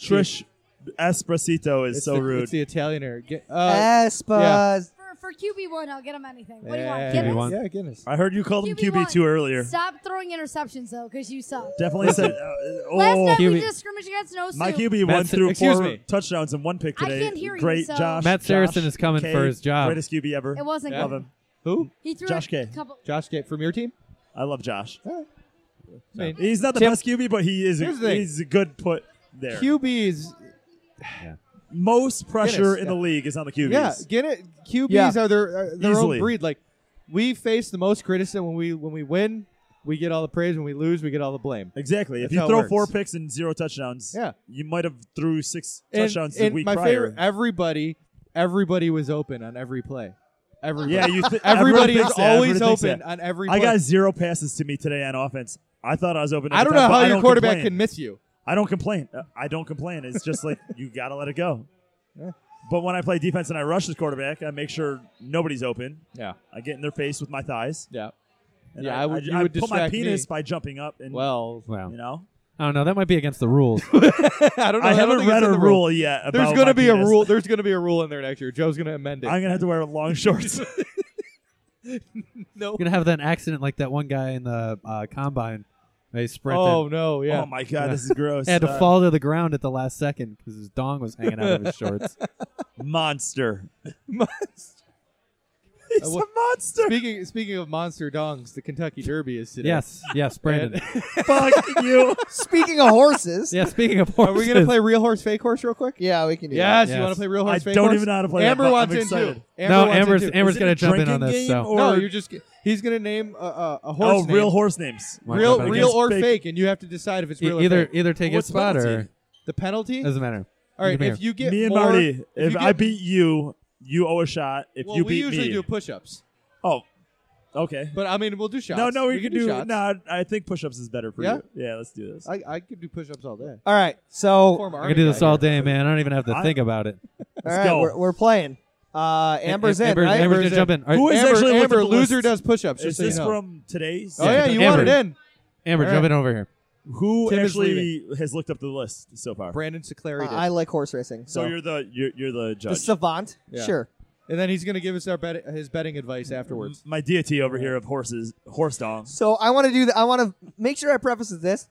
Speaker 9: Trish, Espressito is
Speaker 7: It's
Speaker 9: so
Speaker 7: the,
Speaker 9: rude.
Speaker 7: It's the Italian era. Get- uh,
Speaker 2: Aspas.
Speaker 8: For, for QB1, I'll get him anything. What
Speaker 7: yeah,
Speaker 8: do you want?
Speaker 3: QB1.
Speaker 7: eh, Yeah, Guinness.
Speaker 9: I heard you called him
Speaker 8: QB1.
Speaker 9: QB2 earlier.
Speaker 8: Guinness? Stop throwing interceptions, though, because you suck.
Speaker 9: Definitely said. uh,
Speaker 8: Last
Speaker 9: oh,
Speaker 8: night we
Speaker 3: QB.
Speaker 8: did a scrimmage against no
Speaker 9: my
Speaker 8: Sioux.
Speaker 9: QB one
Speaker 3: Matt,
Speaker 9: threw
Speaker 7: excuse
Speaker 9: four
Speaker 7: me.
Speaker 9: touchdowns and one pick
Speaker 8: I
Speaker 9: today.
Speaker 8: can't hear you,
Speaker 9: Great,
Speaker 8: so-
Speaker 9: Josh.
Speaker 3: Matt
Speaker 9: Josh
Speaker 3: Saracen is coming
Speaker 9: K,
Speaker 3: for his job.
Speaker 9: Greatest QB ever.
Speaker 8: It wasn't
Speaker 7: Yeah.
Speaker 9: Love
Speaker 8: good.
Speaker 9: him.
Speaker 7: Who?
Speaker 8: He threw
Speaker 9: Josh
Speaker 8: a
Speaker 9: K.
Speaker 8: couple.
Speaker 7: Josh Gate from your team?
Speaker 9: I love Josh.
Speaker 7: I mean,
Speaker 9: He's not the
Speaker 7: Tim-
Speaker 9: best QB, but he is. A,
Speaker 7: Here's the thing.
Speaker 9: he's a good put there.
Speaker 7: QBs.
Speaker 9: Most pressure
Speaker 7: Guinness,
Speaker 9: in the
Speaker 7: yeah.
Speaker 9: league is on the QBs.
Speaker 7: Yeah, Guinness. QBs
Speaker 2: Yeah.
Speaker 7: are their are their
Speaker 9: Easily.
Speaker 7: own breed. Like we face the most criticism when we when we win, we get all the praise. When we lose, we get all the blame.
Speaker 9: Exactly.
Speaker 7: That's
Speaker 9: if you
Speaker 7: how it
Speaker 9: throw
Speaker 7: works.
Speaker 9: four picks and zero touchdowns,
Speaker 7: Yeah.
Speaker 9: you might have threw six
Speaker 7: And-
Speaker 9: touchdowns
Speaker 7: and
Speaker 9: the week
Speaker 7: my
Speaker 9: prior.
Speaker 7: favorite, everybody, everybody was open on every play. Everybody.
Speaker 9: Yeah, you. Th- everyone
Speaker 7: Everybody is
Speaker 9: thinks that.
Speaker 7: always
Speaker 9: Everyone thinks
Speaker 7: open
Speaker 9: that.
Speaker 7: on every.
Speaker 9: I
Speaker 7: play.
Speaker 9: got zero passes to me today on offense. I thought I was open.
Speaker 7: I
Speaker 9: every
Speaker 7: don't
Speaker 9: time,
Speaker 7: know
Speaker 9: but
Speaker 7: how
Speaker 9: I
Speaker 7: your
Speaker 9: don't
Speaker 7: quarterback
Speaker 9: complain.
Speaker 7: can miss you.
Speaker 9: I don't complain. Uh, I don't complain. It's just like you got to let it go.
Speaker 7: Yeah.
Speaker 9: But when I play defense and I rush the quarterback, I make sure nobody's open.
Speaker 7: Yeah.
Speaker 9: I get in their face with my thighs.
Speaker 7: Yeah.
Speaker 9: And
Speaker 7: Yeah,
Speaker 9: I,
Speaker 7: I would-
Speaker 9: I-
Speaker 7: you
Speaker 9: I
Speaker 7: would
Speaker 9: put my
Speaker 7: distract me.
Speaker 9: penis by jumping up and
Speaker 7: Well,
Speaker 3: Wow.
Speaker 9: you know.
Speaker 3: I don't know. That might be against the rules.
Speaker 7: I don't know.
Speaker 9: I
Speaker 7: don't
Speaker 9: haven't
Speaker 7: think it's
Speaker 9: read
Speaker 7: in
Speaker 9: a
Speaker 7: the
Speaker 9: rule, yet. About
Speaker 7: There's gonna
Speaker 9: my
Speaker 7: be a
Speaker 9: penis.
Speaker 7: rule. There's gonna be a rule in there next year. Joe's gonna amend it.
Speaker 9: I'm gonna have to wear long shorts.
Speaker 7: no.
Speaker 3: You're gonna have that accident like that one guy in the uh, combine. They sprinted.
Speaker 7: Oh no. Yeah.
Speaker 9: Oh my god, this is gross.
Speaker 3: had to
Speaker 9: Uh,
Speaker 3: fall to the ground at the last second because his dong was hanging out of his shorts.
Speaker 9: monster.
Speaker 7: Uh,
Speaker 9: He's
Speaker 7: wha-
Speaker 9: a monster.
Speaker 7: Speaking speaking of monster dongs, the Kentucky Derby is today.
Speaker 3: Yes, yes, Brandon.
Speaker 9: Fuck you.
Speaker 2: Speaking of horses,
Speaker 3: yeah, speaking of horses,
Speaker 7: Are we gonna play real horse, fake horse, real quick?
Speaker 2: yeah, we can do
Speaker 7: Yes. You
Speaker 3: Yes.
Speaker 7: want to play real horse,
Speaker 9: I
Speaker 7: fake
Speaker 9: don't
Speaker 7: horse?
Speaker 9: even know how to play.
Speaker 7: Amber
Speaker 9: that, but
Speaker 7: wants
Speaker 9: I'm
Speaker 7: in
Speaker 9: excited.
Speaker 7: too.
Speaker 3: no,
Speaker 7: wants in
Speaker 3: Amber's
Speaker 7: too.
Speaker 3: Amber's
Speaker 9: it
Speaker 3: gonna
Speaker 9: a
Speaker 3: jump in on
Speaker 9: drinking game
Speaker 3: this. So e-,
Speaker 9: or-
Speaker 7: no, you're just he's gonna name a, a, a
Speaker 9: Oh,
Speaker 7: horse.
Speaker 9: real
Speaker 7: name.
Speaker 9: horse names.
Speaker 3: Wanna
Speaker 7: real,
Speaker 3: jump in
Speaker 7: real
Speaker 3: against
Speaker 7: or
Speaker 9: fake?
Speaker 7: fake, and you have to decide if it's
Speaker 3: E-
Speaker 7: real. or
Speaker 3: either
Speaker 7: fake.
Speaker 3: either take
Speaker 9: What's
Speaker 3: his spot or
Speaker 9: penalty?
Speaker 7: the penalty.
Speaker 3: doesn't matter.
Speaker 7: All right,
Speaker 3: Come
Speaker 7: if
Speaker 3: here.
Speaker 7: you get
Speaker 9: me and
Speaker 7: more-
Speaker 9: Marty,
Speaker 7: if
Speaker 9: if,
Speaker 7: you
Speaker 9: I
Speaker 7: get-
Speaker 9: beat you, you owe a shot. If
Speaker 7: well,
Speaker 9: you
Speaker 7: we
Speaker 9: beat
Speaker 7: usually
Speaker 9: me,
Speaker 7: do push-ups,
Speaker 9: oh, okay.
Speaker 7: but I mean we'll do shots.
Speaker 9: no, no, we,
Speaker 7: can
Speaker 9: can, do.
Speaker 7: shots.
Speaker 9: No, I I think push-ups is better for
Speaker 7: Yeah?
Speaker 9: you. Yeah, let's do this.
Speaker 7: I, I could do push-ups all day.
Speaker 2: All right, so all
Speaker 7: Former
Speaker 3: I
Speaker 7: Army
Speaker 3: could do
Speaker 7: guy
Speaker 3: this all
Speaker 7: here.
Speaker 3: day, man. I don't even have to
Speaker 9: I-
Speaker 3: think about it.
Speaker 9: Let's
Speaker 2: right,
Speaker 9: go.
Speaker 2: We're, we're playing. Uh, Amber's in,
Speaker 3: Amber,
Speaker 2: right?
Speaker 3: Amber's
Speaker 7: Amber's
Speaker 3: gonna jump
Speaker 7: in.
Speaker 3: in. All right,
Speaker 9: Who is
Speaker 7: Amber,
Speaker 9: actually looked
Speaker 7: Amber
Speaker 9: at the
Speaker 7: loser
Speaker 9: list.
Speaker 7: does push-ups.
Speaker 9: is
Speaker 7: just so you
Speaker 9: this
Speaker 7: know.
Speaker 9: from today's?
Speaker 7: Oh yeah,
Speaker 3: Yeah,
Speaker 7: you
Speaker 3: Amber.
Speaker 7: wanted in.
Speaker 3: Amber,
Speaker 7: All
Speaker 3: jump
Speaker 7: right.
Speaker 3: in over here.
Speaker 9: Who
Speaker 7: Tim is
Speaker 9: actually has looked up the list so far?
Speaker 7: Brandon Sicleri
Speaker 2: Uh,
Speaker 7: did.
Speaker 2: I like horse racing.
Speaker 9: So you're the you're, you're the
Speaker 2: the
Speaker 9: judge.
Speaker 2: savant,
Speaker 7: Yeah.
Speaker 2: sure.
Speaker 7: and then he's gonna give us our bet- his betting advice
Speaker 2: Mm-hmm.
Speaker 7: afterwards.
Speaker 9: My deity over here of horses, horse dong.
Speaker 2: So I want to do. The, I want to make sure I preface this.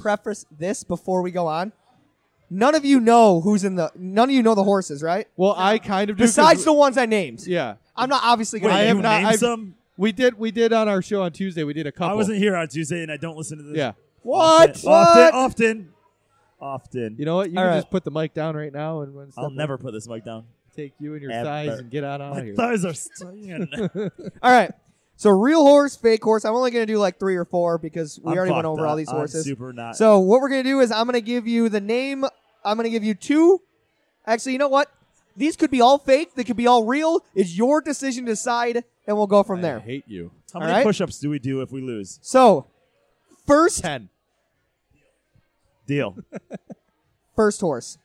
Speaker 2: Preface this before we go on. None of you know who's in the. None of you know the horses, right?
Speaker 7: Well, I kind of do. 'cause
Speaker 2: Besides
Speaker 7: we-
Speaker 2: the ones I named.
Speaker 7: yeah,
Speaker 2: I'm not obviously
Speaker 9: Wait,
Speaker 2: going
Speaker 7: I
Speaker 2: to
Speaker 7: have
Speaker 9: you
Speaker 7: not-
Speaker 9: named
Speaker 7: I've-
Speaker 9: some?
Speaker 7: we did. We did on our show on Tuesday. We did a couple.
Speaker 9: I wasn't here on Tuesday, and I don't listen to this.
Speaker 7: Yeah.
Speaker 2: What?
Speaker 9: Often, often, often, often.
Speaker 7: You know what? You
Speaker 2: All
Speaker 7: can
Speaker 2: right.
Speaker 7: just put the mic down right now, and when
Speaker 9: I'll
Speaker 7: Stefan
Speaker 9: never put this mic down.
Speaker 7: take you and your
Speaker 9: ever.
Speaker 7: thighs and get out out of
Speaker 9: My
Speaker 7: here.
Speaker 9: thighs are stinging.
Speaker 2: All right. So real horse, fake horse. I'm only going to do like three or four because we
Speaker 9: I'm
Speaker 2: already went
Speaker 9: fucked
Speaker 2: over
Speaker 9: up.
Speaker 2: all these
Speaker 9: I'm
Speaker 2: horses.
Speaker 9: super not.
Speaker 2: So what we're going to do is I'm going to give you the name. I'm going to give you two. Actually, you know what? These could be all fake. They could be all real. It's your decision to decide, and we'll go from
Speaker 7: I
Speaker 2: there.
Speaker 7: hate you.
Speaker 9: How
Speaker 2: All
Speaker 9: many
Speaker 2: right.
Speaker 9: push-ups do we do if we lose?
Speaker 2: So first,
Speaker 7: Ten.
Speaker 9: Deal.
Speaker 2: first horse.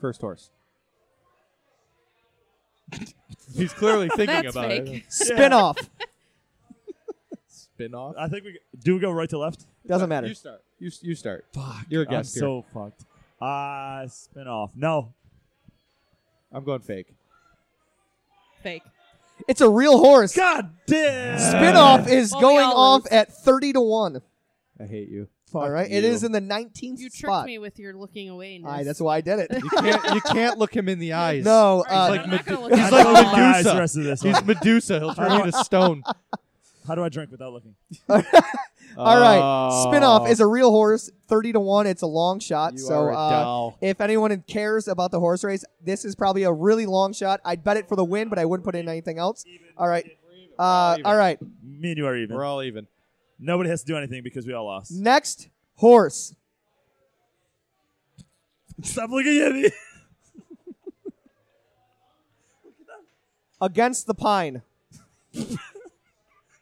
Speaker 7: First horse. He's clearly thinking
Speaker 10: That's
Speaker 7: about
Speaker 10: fake.
Speaker 7: it.
Speaker 2: Spin off.
Speaker 7: Spin off.
Speaker 9: I think we do. We go right to left.
Speaker 2: Doesn't matter.
Speaker 7: You start. You, s- you start. Fuck. You're a
Speaker 9: I'm
Speaker 7: guest here.
Speaker 9: so fucked. Ah, spin off. No,
Speaker 7: I'm going fake.
Speaker 10: Fake.
Speaker 2: It's a real horse.
Speaker 9: God damn.
Speaker 2: Spin off is
Speaker 10: Well, we
Speaker 2: going
Speaker 10: all
Speaker 2: off
Speaker 10: lose.
Speaker 2: at 30 to 1.
Speaker 7: I hate you.
Speaker 2: all right. It
Speaker 9: you.
Speaker 2: is in the 19th
Speaker 10: You tricked
Speaker 2: spot.
Speaker 10: me with your looking away.
Speaker 2: Aye, that's why I did it.
Speaker 7: You can't, you can't look him in the eyes.
Speaker 2: no,
Speaker 10: Right,
Speaker 2: uh,
Speaker 10: I'm not gonna look
Speaker 7: he's
Speaker 10: at
Speaker 7: like
Speaker 10: it.
Speaker 9: I'll open my eyes
Speaker 7: Medusa.
Speaker 9: the rest of this.
Speaker 7: He's
Speaker 9: one.
Speaker 7: Medusa. He'll turn you to stone.
Speaker 9: How do I drink without looking?
Speaker 2: All right, spin off is a real horse, thirty to one. It's a long shot.
Speaker 7: Oh. You
Speaker 2: so
Speaker 7: are a
Speaker 2: uh,
Speaker 7: doll.
Speaker 2: if anyone cares about the horse race, this is probably a really long shot. I'd bet it for the win, but I wouldn't put in anything else. All right, uh, all right.
Speaker 9: Me and you are even.
Speaker 7: We're all even.
Speaker 9: Nobody has to do anything because we all lost.
Speaker 2: Next horse,
Speaker 9: Stop looking at me.
Speaker 2: against the pine.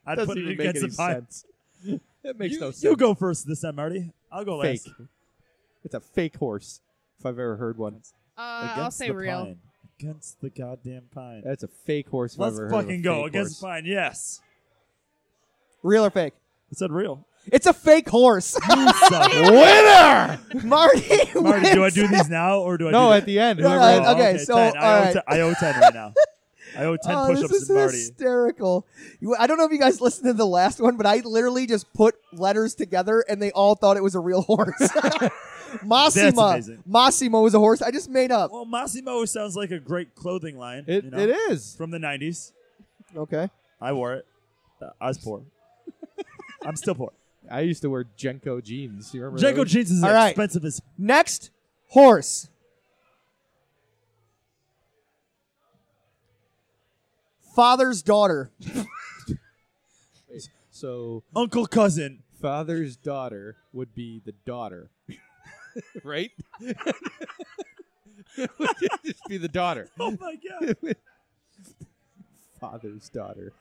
Speaker 9: I'd
Speaker 7: Doesn't
Speaker 9: put it
Speaker 7: even make
Speaker 9: against
Speaker 7: any
Speaker 9: the pine.
Speaker 7: sense. That makes
Speaker 9: You,
Speaker 7: no
Speaker 9: you
Speaker 7: sense.
Speaker 9: go first this time, Marty. I'll go
Speaker 7: fake.
Speaker 10: Uh,
Speaker 9: last.
Speaker 7: It's a fake horse. If I've ever heard one,
Speaker 10: Uh, I'll
Speaker 9: Against
Speaker 10: say
Speaker 9: the
Speaker 10: real.
Speaker 9: Pine. Against the goddamn pine.
Speaker 7: that's a fake horse. If
Speaker 9: Let's
Speaker 7: I've ever heard of
Speaker 9: fucking
Speaker 7: a
Speaker 9: go.
Speaker 7: fake
Speaker 9: Against the
Speaker 7: horse.
Speaker 9: pine. Yes.
Speaker 2: Real or fake?
Speaker 9: It's unreal.
Speaker 2: It's a fake horse.
Speaker 9: You suck.
Speaker 7: winner.
Speaker 2: Marty.
Speaker 9: Marty, do I
Speaker 2: wins.
Speaker 9: do these now or do I
Speaker 7: No,
Speaker 9: do
Speaker 7: at the end.
Speaker 2: No,
Speaker 7: Whoever
Speaker 2: I-
Speaker 7: wins.
Speaker 2: okay, so,
Speaker 9: 10. I,
Speaker 2: all
Speaker 9: owe
Speaker 2: right.
Speaker 9: ten- I owe 10 right now. I owe 10
Speaker 2: Oh,
Speaker 9: push-ups
Speaker 2: this is
Speaker 9: to Marty.
Speaker 2: hysterical. You, I don't know if you guys listened to the last one, but I literally just put letters together and they all thought it was a real horse. Massimo.
Speaker 9: amazing.
Speaker 2: Massimo was a horse. I just made up.
Speaker 9: Well, Massimo sounds like a great clothing line.
Speaker 7: It,
Speaker 9: you know,
Speaker 7: it is.
Speaker 9: From the 90s.
Speaker 2: Okay.
Speaker 9: I wore it. Uh, I was poor. I'm still poor.
Speaker 7: I used to wear Jenko jeans. You remember?
Speaker 9: Janko
Speaker 7: those?
Speaker 9: jeans is
Speaker 2: All right.
Speaker 9: expensive as
Speaker 2: Next, horse. Father's daughter.
Speaker 7: So
Speaker 9: uncle cousin.
Speaker 7: father's daughter would be the daughter, right? it would just be the daughter.
Speaker 9: Oh my god.
Speaker 1: father's daughter.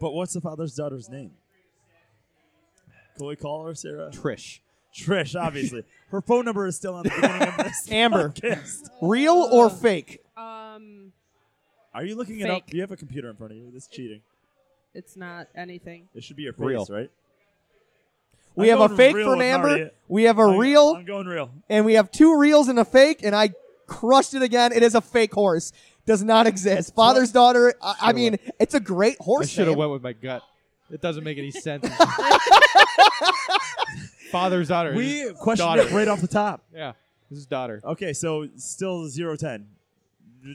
Speaker 9: But what's the father's daughter's name? Can we call her Sarah?
Speaker 1: Trish.
Speaker 9: Trish, obviously. her phone number is still on the beginning of this.
Speaker 2: Amber,
Speaker 9: podcast.
Speaker 2: real
Speaker 9: Uh,
Speaker 2: or fake?
Speaker 10: Um,
Speaker 9: Are you looking it up?
Speaker 10: Fake.
Speaker 9: You have a computer in front of you. This is cheating.
Speaker 10: it's not anything.
Speaker 9: It should be your face,
Speaker 1: Real.
Speaker 9: right?
Speaker 2: We
Speaker 9: I'm
Speaker 2: have
Speaker 9: going
Speaker 2: a fake
Speaker 9: real
Speaker 2: from
Speaker 9: with
Speaker 2: Amber.
Speaker 9: Marty.
Speaker 2: We have a
Speaker 9: I'm-
Speaker 2: real,
Speaker 9: I'm going real.
Speaker 2: and we have two reels and a fake. And I crushed it again. It is a fake horse. Does not exist. Father's daughter. I, I mean, it's a great
Speaker 7: I
Speaker 2: horse.
Speaker 7: should have
Speaker 2: name.
Speaker 7: went with my gut. It doesn't make any sense. Father's daughter. This
Speaker 9: We
Speaker 7: is
Speaker 9: questioned
Speaker 7: daughter.
Speaker 9: it right off the top.
Speaker 7: Yeah, this is daughter.
Speaker 9: Okay, so still zero ten.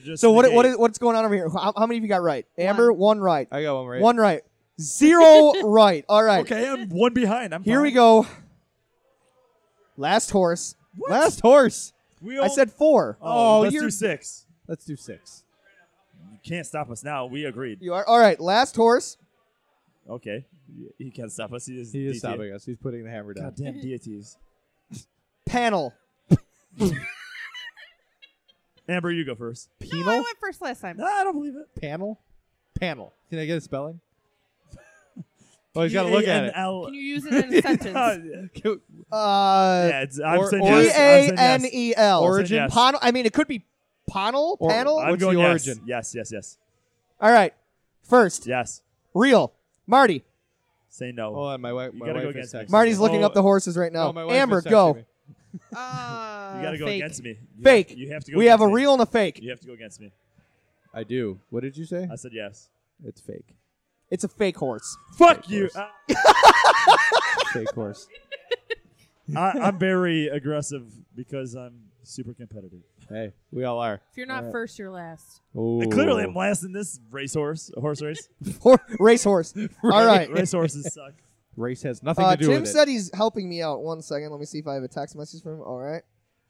Speaker 9: Just
Speaker 2: So what? What
Speaker 9: negate.
Speaker 2: is what's going on over here? How, how many of you got right? Amber, one, right.
Speaker 7: I got one right.
Speaker 2: One right. Zero right. All right.
Speaker 9: Okay, I'm one behind. I'm
Speaker 2: Here we
Speaker 9: fine.
Speaker 2: go. Last horse.
Speaker 7: Last horse.
Speaker 9: We
Speaker 2: I
Speaker 9: all-
Speaker 2: said four.
Speaker 9: Oh,
Speaker 7: Oh,
Speaker 9: let's
Speaker 7: you're-
Speaker 9: do six.
Speaker 7: Let's do six.
Speaker 9: You can't stop us now. We agreed.
Speaker 2: You are all right. Last horse.
Speaker 9: Okay, he can't stop us. He is.
Speaker 7: He is
Speaker 9: DT.
Speaker 7: stopping us. He's putting the hammer down.
Speaker 9: Goddamn deities.
Speaker 2: Panel.
Speaker 9: Amber, you go first.
Speaker 10: No, I went first last time.
Speaker 9: No, I don't believe it.
Speaker 7: Panel. Panel. Can I get a spelling? Oh, he's got to look at it.
Speaker 9: P-A-N-L.
Speaker 10: Can you use it in a sentence?
Speaker 2: Uh,
Speaker 9: yeah, it's, I'm
Speaker 7: Or-
Speaker 9: saying
Speaker 7: or-
Speaker 9: yes. I'm
Speaker 2: P a
Speaker 9: saying
Speaker 2: n
Speaker 9: yes.
Speaker 2: e l.
Speaker 9: Origin? Yes.
Speaker 2: Panel. I mean, it could be panel.
Speaker 7: Or-
Speaker 2: panel.
Speaker 9: I'm
Speaker 7: What's
Speaker 9: going
Speaker 7: the
Speaker 9: yes.
Speaker 7: origin?
Speaker 9: Yes, yes, yes,
Speaker 2: all right. First,
Speaker 9: yes.
Speaker 2: real. Marty.
Speaker 9: Say no.
Speaker 7: Oh, and my, wi-
Speaker 9: You
Speaker 7: my
Speaker 9: gotta go
Speaker 7: wife is
Speaker 9: against me.
Speaker 7: texting.
Speaker 2: Marty's
Speaker 9: Oh,
Speaker 2: looking up the horses right now.
Speaker 7: Oh, my wife is
Speaker 2: Amber,
Speaker 7: texting
Speaker 2: go.
Speaker 7: me.
Speaker 10: Uh,
Speaker 9: you gotta go
Speaker 10: fake.
Speaker 9: against me. You
Speaker 2: Fake.
Speaker 9: Have, you have to go.
Speaker 2: We have a
Speaker 9: against me.
Speaker 2: real and a fake.
Speaker 9: You have to go against me.
Speaker 1: I do. What did you say?
Speaker 9: I said yes.
Speaker 1: It's fake.
Speaker 2: It's a fake horse.
Speaker 9: Fuck you. I,
Speaker 1: Fake horse.
Speaker 9: I, am very aggressive because I'm super competitive.
Speaker 1: Hey, we all are.
Speaker 10: If you're not first, you're last.
Speaker 1: Ooh.
Speaker 9: And clearly, I'm last in this racehorse. Horse race.
Speaker 2: Hor- racehorse. All right.
Speaker 9: Racehorses suck.
Speaker 7: Race has nothing
Speaker 2: Uh,
Speaker 7: to do
Speaker 2: Tim
Speaker 7: with it.
Speaker 2: said he's helping me out. One second, let me see if I have a text message from him. All right,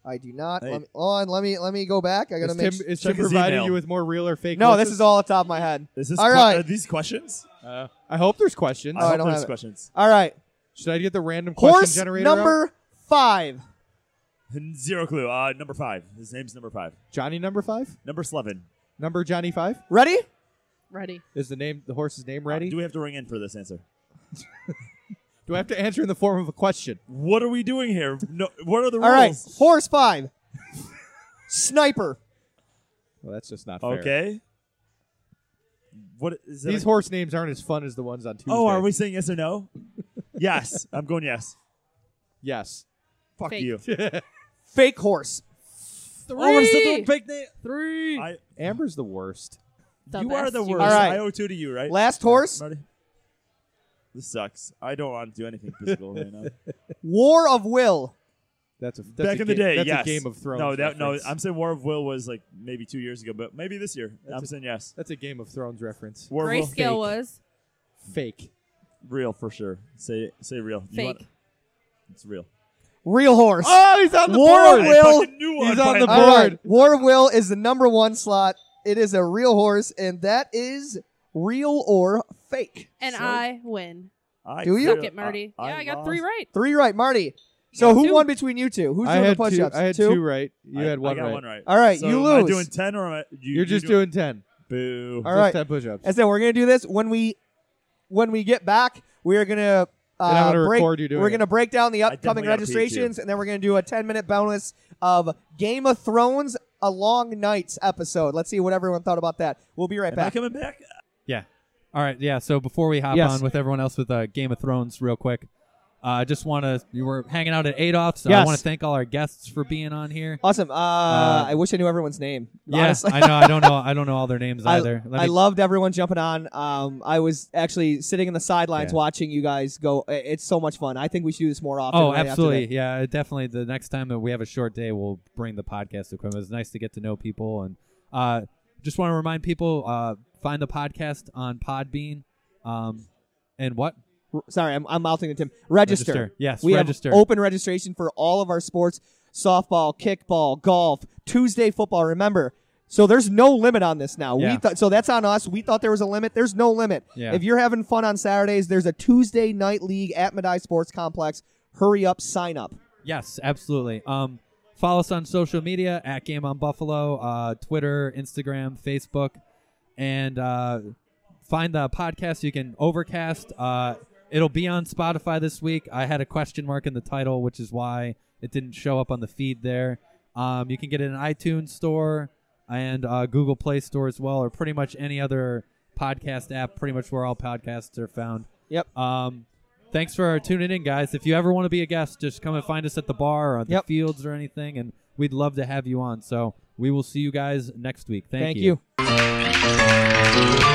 Speaker 2: I do not.
Speaker 9: Hey.
Speaker 2: Let me, oh, and let me let me go back. I gotta
Speaker 7: Is
Speaker 2: make.
Speaker 7: Tim,
Speaker 2: su-
Speaker 7: is
Speaker 9: check
Speaker 7: Tim
Speaker 9: his
Speaker 7: providing
Speaker 9: email.
Speaker 7: you with more real or fake?
Speaker 2: no,
Speaker 7: horses?
Speaker 2: this is all off the top of my head.
Speaker 9: Is this
Speaker 2: all
Speaker 9: que-
Speaker 2: right?
Speaker 9: are these questions?
Speaker 7: Uh, I hope there's questions.
Speaker 9: I,
Speaker 2: Oh, I
Speaker 9: hope
Speaker 2: don't
Speaker 9: there's
Speaker 2: have it.
Speaker 9: questions.
Speaker 2: all right.
Speaker 7: Should I get the random
Speaker 2: Horse
Speaker 7: question generator? out?
Speaker 2: number five.
Speaker 9: Zero clue. Uh, number five. His name's number five.
Speaker 7: Johnny number five.
Speaker 9: Number eleven.
Speaker 7: Number Johnny five.
Speaker 2: Ready?
Speaker 10: Ready.
Speaker 7: Is the name the horse's name ready?
Speaker 9: Uh, Do we have to ring in for this answer?
Speaker 7: Do I have to answer in the form of a question?
Speaker 9: What are we doing here? No, what are the rules?
Speaker 2: All right. Horse five. Sniper.
Speaker 7: Well, that's just not fair.
Speaker 9: Okay. What is that?
Speaker 7: These
Speaker 9: a-
Speaker 7: horse names aren't as fun as the ones on Tuesday.
Speaker 9: oh, are we saying yes or no? yes, I'm going yes.
Speaker 7: Yes.
Speaker 9: Fuck
Speaker 10: Fake.
Speaker 9: you.
Speaker 2: Fake horse.
Speaker 10: Three.
Speaker 9: Oh, we're still doing fake name.
Speaker 10: Three.
Speaker 9: I,
Speaker 7: Amber's the worst.
Speaker 10: The
Speaker 9: you are
Speaker 10: best
Speaker 9: the
Speaker 10: you
Speaker 9: worst.
Speaker 2: All right.
Speaker 9: I owe two to you, right?
Speaker 2: Last horse.
Speaker 9: Marty? This sucks. I don't want to do anything physical right now.
Speaker 2: War of will.
Speaker 7: That's a that's
Speaker 9: Back
Speaker 7: a
Speaker 9: in the
Speaker 7: ga-
Speaker 9: day,
Speaker 7: That's
Speaker 9: yes.
Speaker 7: a Game of Thrones.
Speaker 9: No, that, no.
Speaker 7: reference.
Speaker 9: I'm saying War of Will was like maybe two years ago, but maybe this year.
Speaker 7: That's
Speaker 9: I'm
Speaker 7: a-
Speaker 9: saying yes.
Speaker 7: That's a Game of Thrones reference.
Speaker 9: War of Will,
Speaker 10: Grayscale was
Speaker 7: Fake.
Speaker 9: real for sure. Say say real. You want-
Speaker 10: fake.
Speaker 9: it's real.
Speaker 2: Real horse.
Speaker 7: Oh, he's on the
Speaker 2: War of
Speaker 7: board.
Speaker 9: I
Speaker 2: Will-
Speaker 9: fucking knew I'd
Speaker 7: He's on
Speaker 9: find
Speaker 7: the
Speaker 9: out.
Speaker 2: All right.
Speaker 7: board.
Speaker 2: War of will is the number one slot. It is a real horse, and that is real or fake.
Speaker 10: And
Speaker 9: So-
Speaker 10: I win.
Speaker 9: I
Speaker 2: Do you?
Speaker 9: feel-
Speaker 10: Suck it, Marty.
Speaker 9: I-
Speaker 10: yeah, I got
Speaker 9: lost.
Speaker 10: three right.
Speaker 2: Three right, Marty. So who
Speaker 10: two.
Speaker 2: won between you two? Who's
Speaker 7: I
Speaker 2: doing the
Speaker 7: had
Speaker 2: push
Speaker 7: two.
Speaker 2: ups?
Speaker 7: I had two right. You
Speaker 9: I-
Speaker 7: had one
Speaker 9: I got
Speaker 7: right.
Speaker 9: one right.
Speaker 2: All right,
Speaker 9: So
Speaker 2: you
Speaker 9: Am
Speaker 2: lose.
Speaker 9: I doing ten or am I, you,
Speaker 7: You're
Speaker 9: you
Speaker 7: just
Speaker 9: doing,
Speaker 7: doing ten.
Speaker 9: boo?
Speaker 2: All
Speaker 7: just
Speaker 2: right.
Speaker 7: ten push-ups.
Speaker 2: I said we're gonna do this when we when we get back. We are gonna.
Speaker 7: And
Speaker 2: Uh,
Speaker 7: I'm gonna
Speaker 2: break,
Speaker 7: record you doing
Speaker 2: we're
Speaker 7: it.
Speaker 2: going to break down the
Speaker 9: definitely
Speaker 2: upcoming
Speaker 9: gotta pee, too.
Speaker 2: registrations, and then we're going to do a 10 minute bonus of Game of Thrones A Long Nights episode. Let's see what everyone thought about that. We'll be right
Speaker 9: Am I
Speaker 2: back.
Speaker 9: coming back?
Speaker 3: Yeah. All right. Yeah. So before we hop
Speaker 2: Yes.
Speaker 3: on with everyone else with uh, Game of Thrones, real quick, uh, I just want to. You were hanging out at Adolph's. So I
Speaker 2: Yes.
Speaker 3: want to thank all our guests for being on here.
Speaker 2: Awesome. Uh, I wish I knew everyone's name.
Speaker 3: Yes,
Speaker 2: honestly.
Speaker 3: I know. I don't know. I don't know all their names
Speaker 2: I,
Speaker 3: either. Let
Speaker 2: I
Speaker 3: me-
Speaker 2: loved everyone jumping on. Um, I was actually sitting in the sidelines
Speaker 3: Yeah.
Speaker 2: watching you guys go. I- It's so much fun. I think we should do this more often.
Speaker 3: Oh,
Speaker 2: right after
Speaker 3: absolutely.
Speaker 2: that.
Speaker 3: Yeah, definitely. The next time that we have a short day, we'll bring the podcast equipment. It's nice to get to know people. And uh, just want to remind people uh, find the podcast on Podbean. Um, and what?
Speaker 2: R- Sorry, I'm, I'm mouthing to Tim. Register.
Speaker 3: Yes,
Speaker 2: we
Speaker 3: register.
Speaker 2: have open registration for all of our sports: softball, kickball, golf, Tuesday football. Remember. So there's no limit on this now. We
Speaker 3: Yeah.
Speaker 2: thought so that's on us. We thought there was a limit. There's no limit.
Speaker 3: Yeah.
Speaker 2: If you're having fun on Saturdays, there's a Tuesday night league at Madai Sports Complex. Hurry up, sign up.
Speaker 3: Yes, absolutely. Um, follow us on social media at Game on Buffalo, uh, Twitter, Instagram, Facebook. and uh, find the podcast. You can overcast. Uh, it'll be on Spotify this week. I had a question mark in the title, which is why it didn't show up on the feed there. Um, you can get it in iTunes Store and uh, Google Play Store as well, or pretty much any other podcast app. Pretty much where all podcasts are found.
Speaker 2: Yep.
Speaker 3: Um, thanks for tuning in, guys. If you ever want to be a guest, just come and find us at the bar or at the
Speaker 2: Yep.
Speaker 3: fields or anything, and we'd love to have you on. So we will see you guys next week. Thank,
Speaker 2: Thank
Speaker 3: you.
Speaker 2: you.
Speaker 3: you.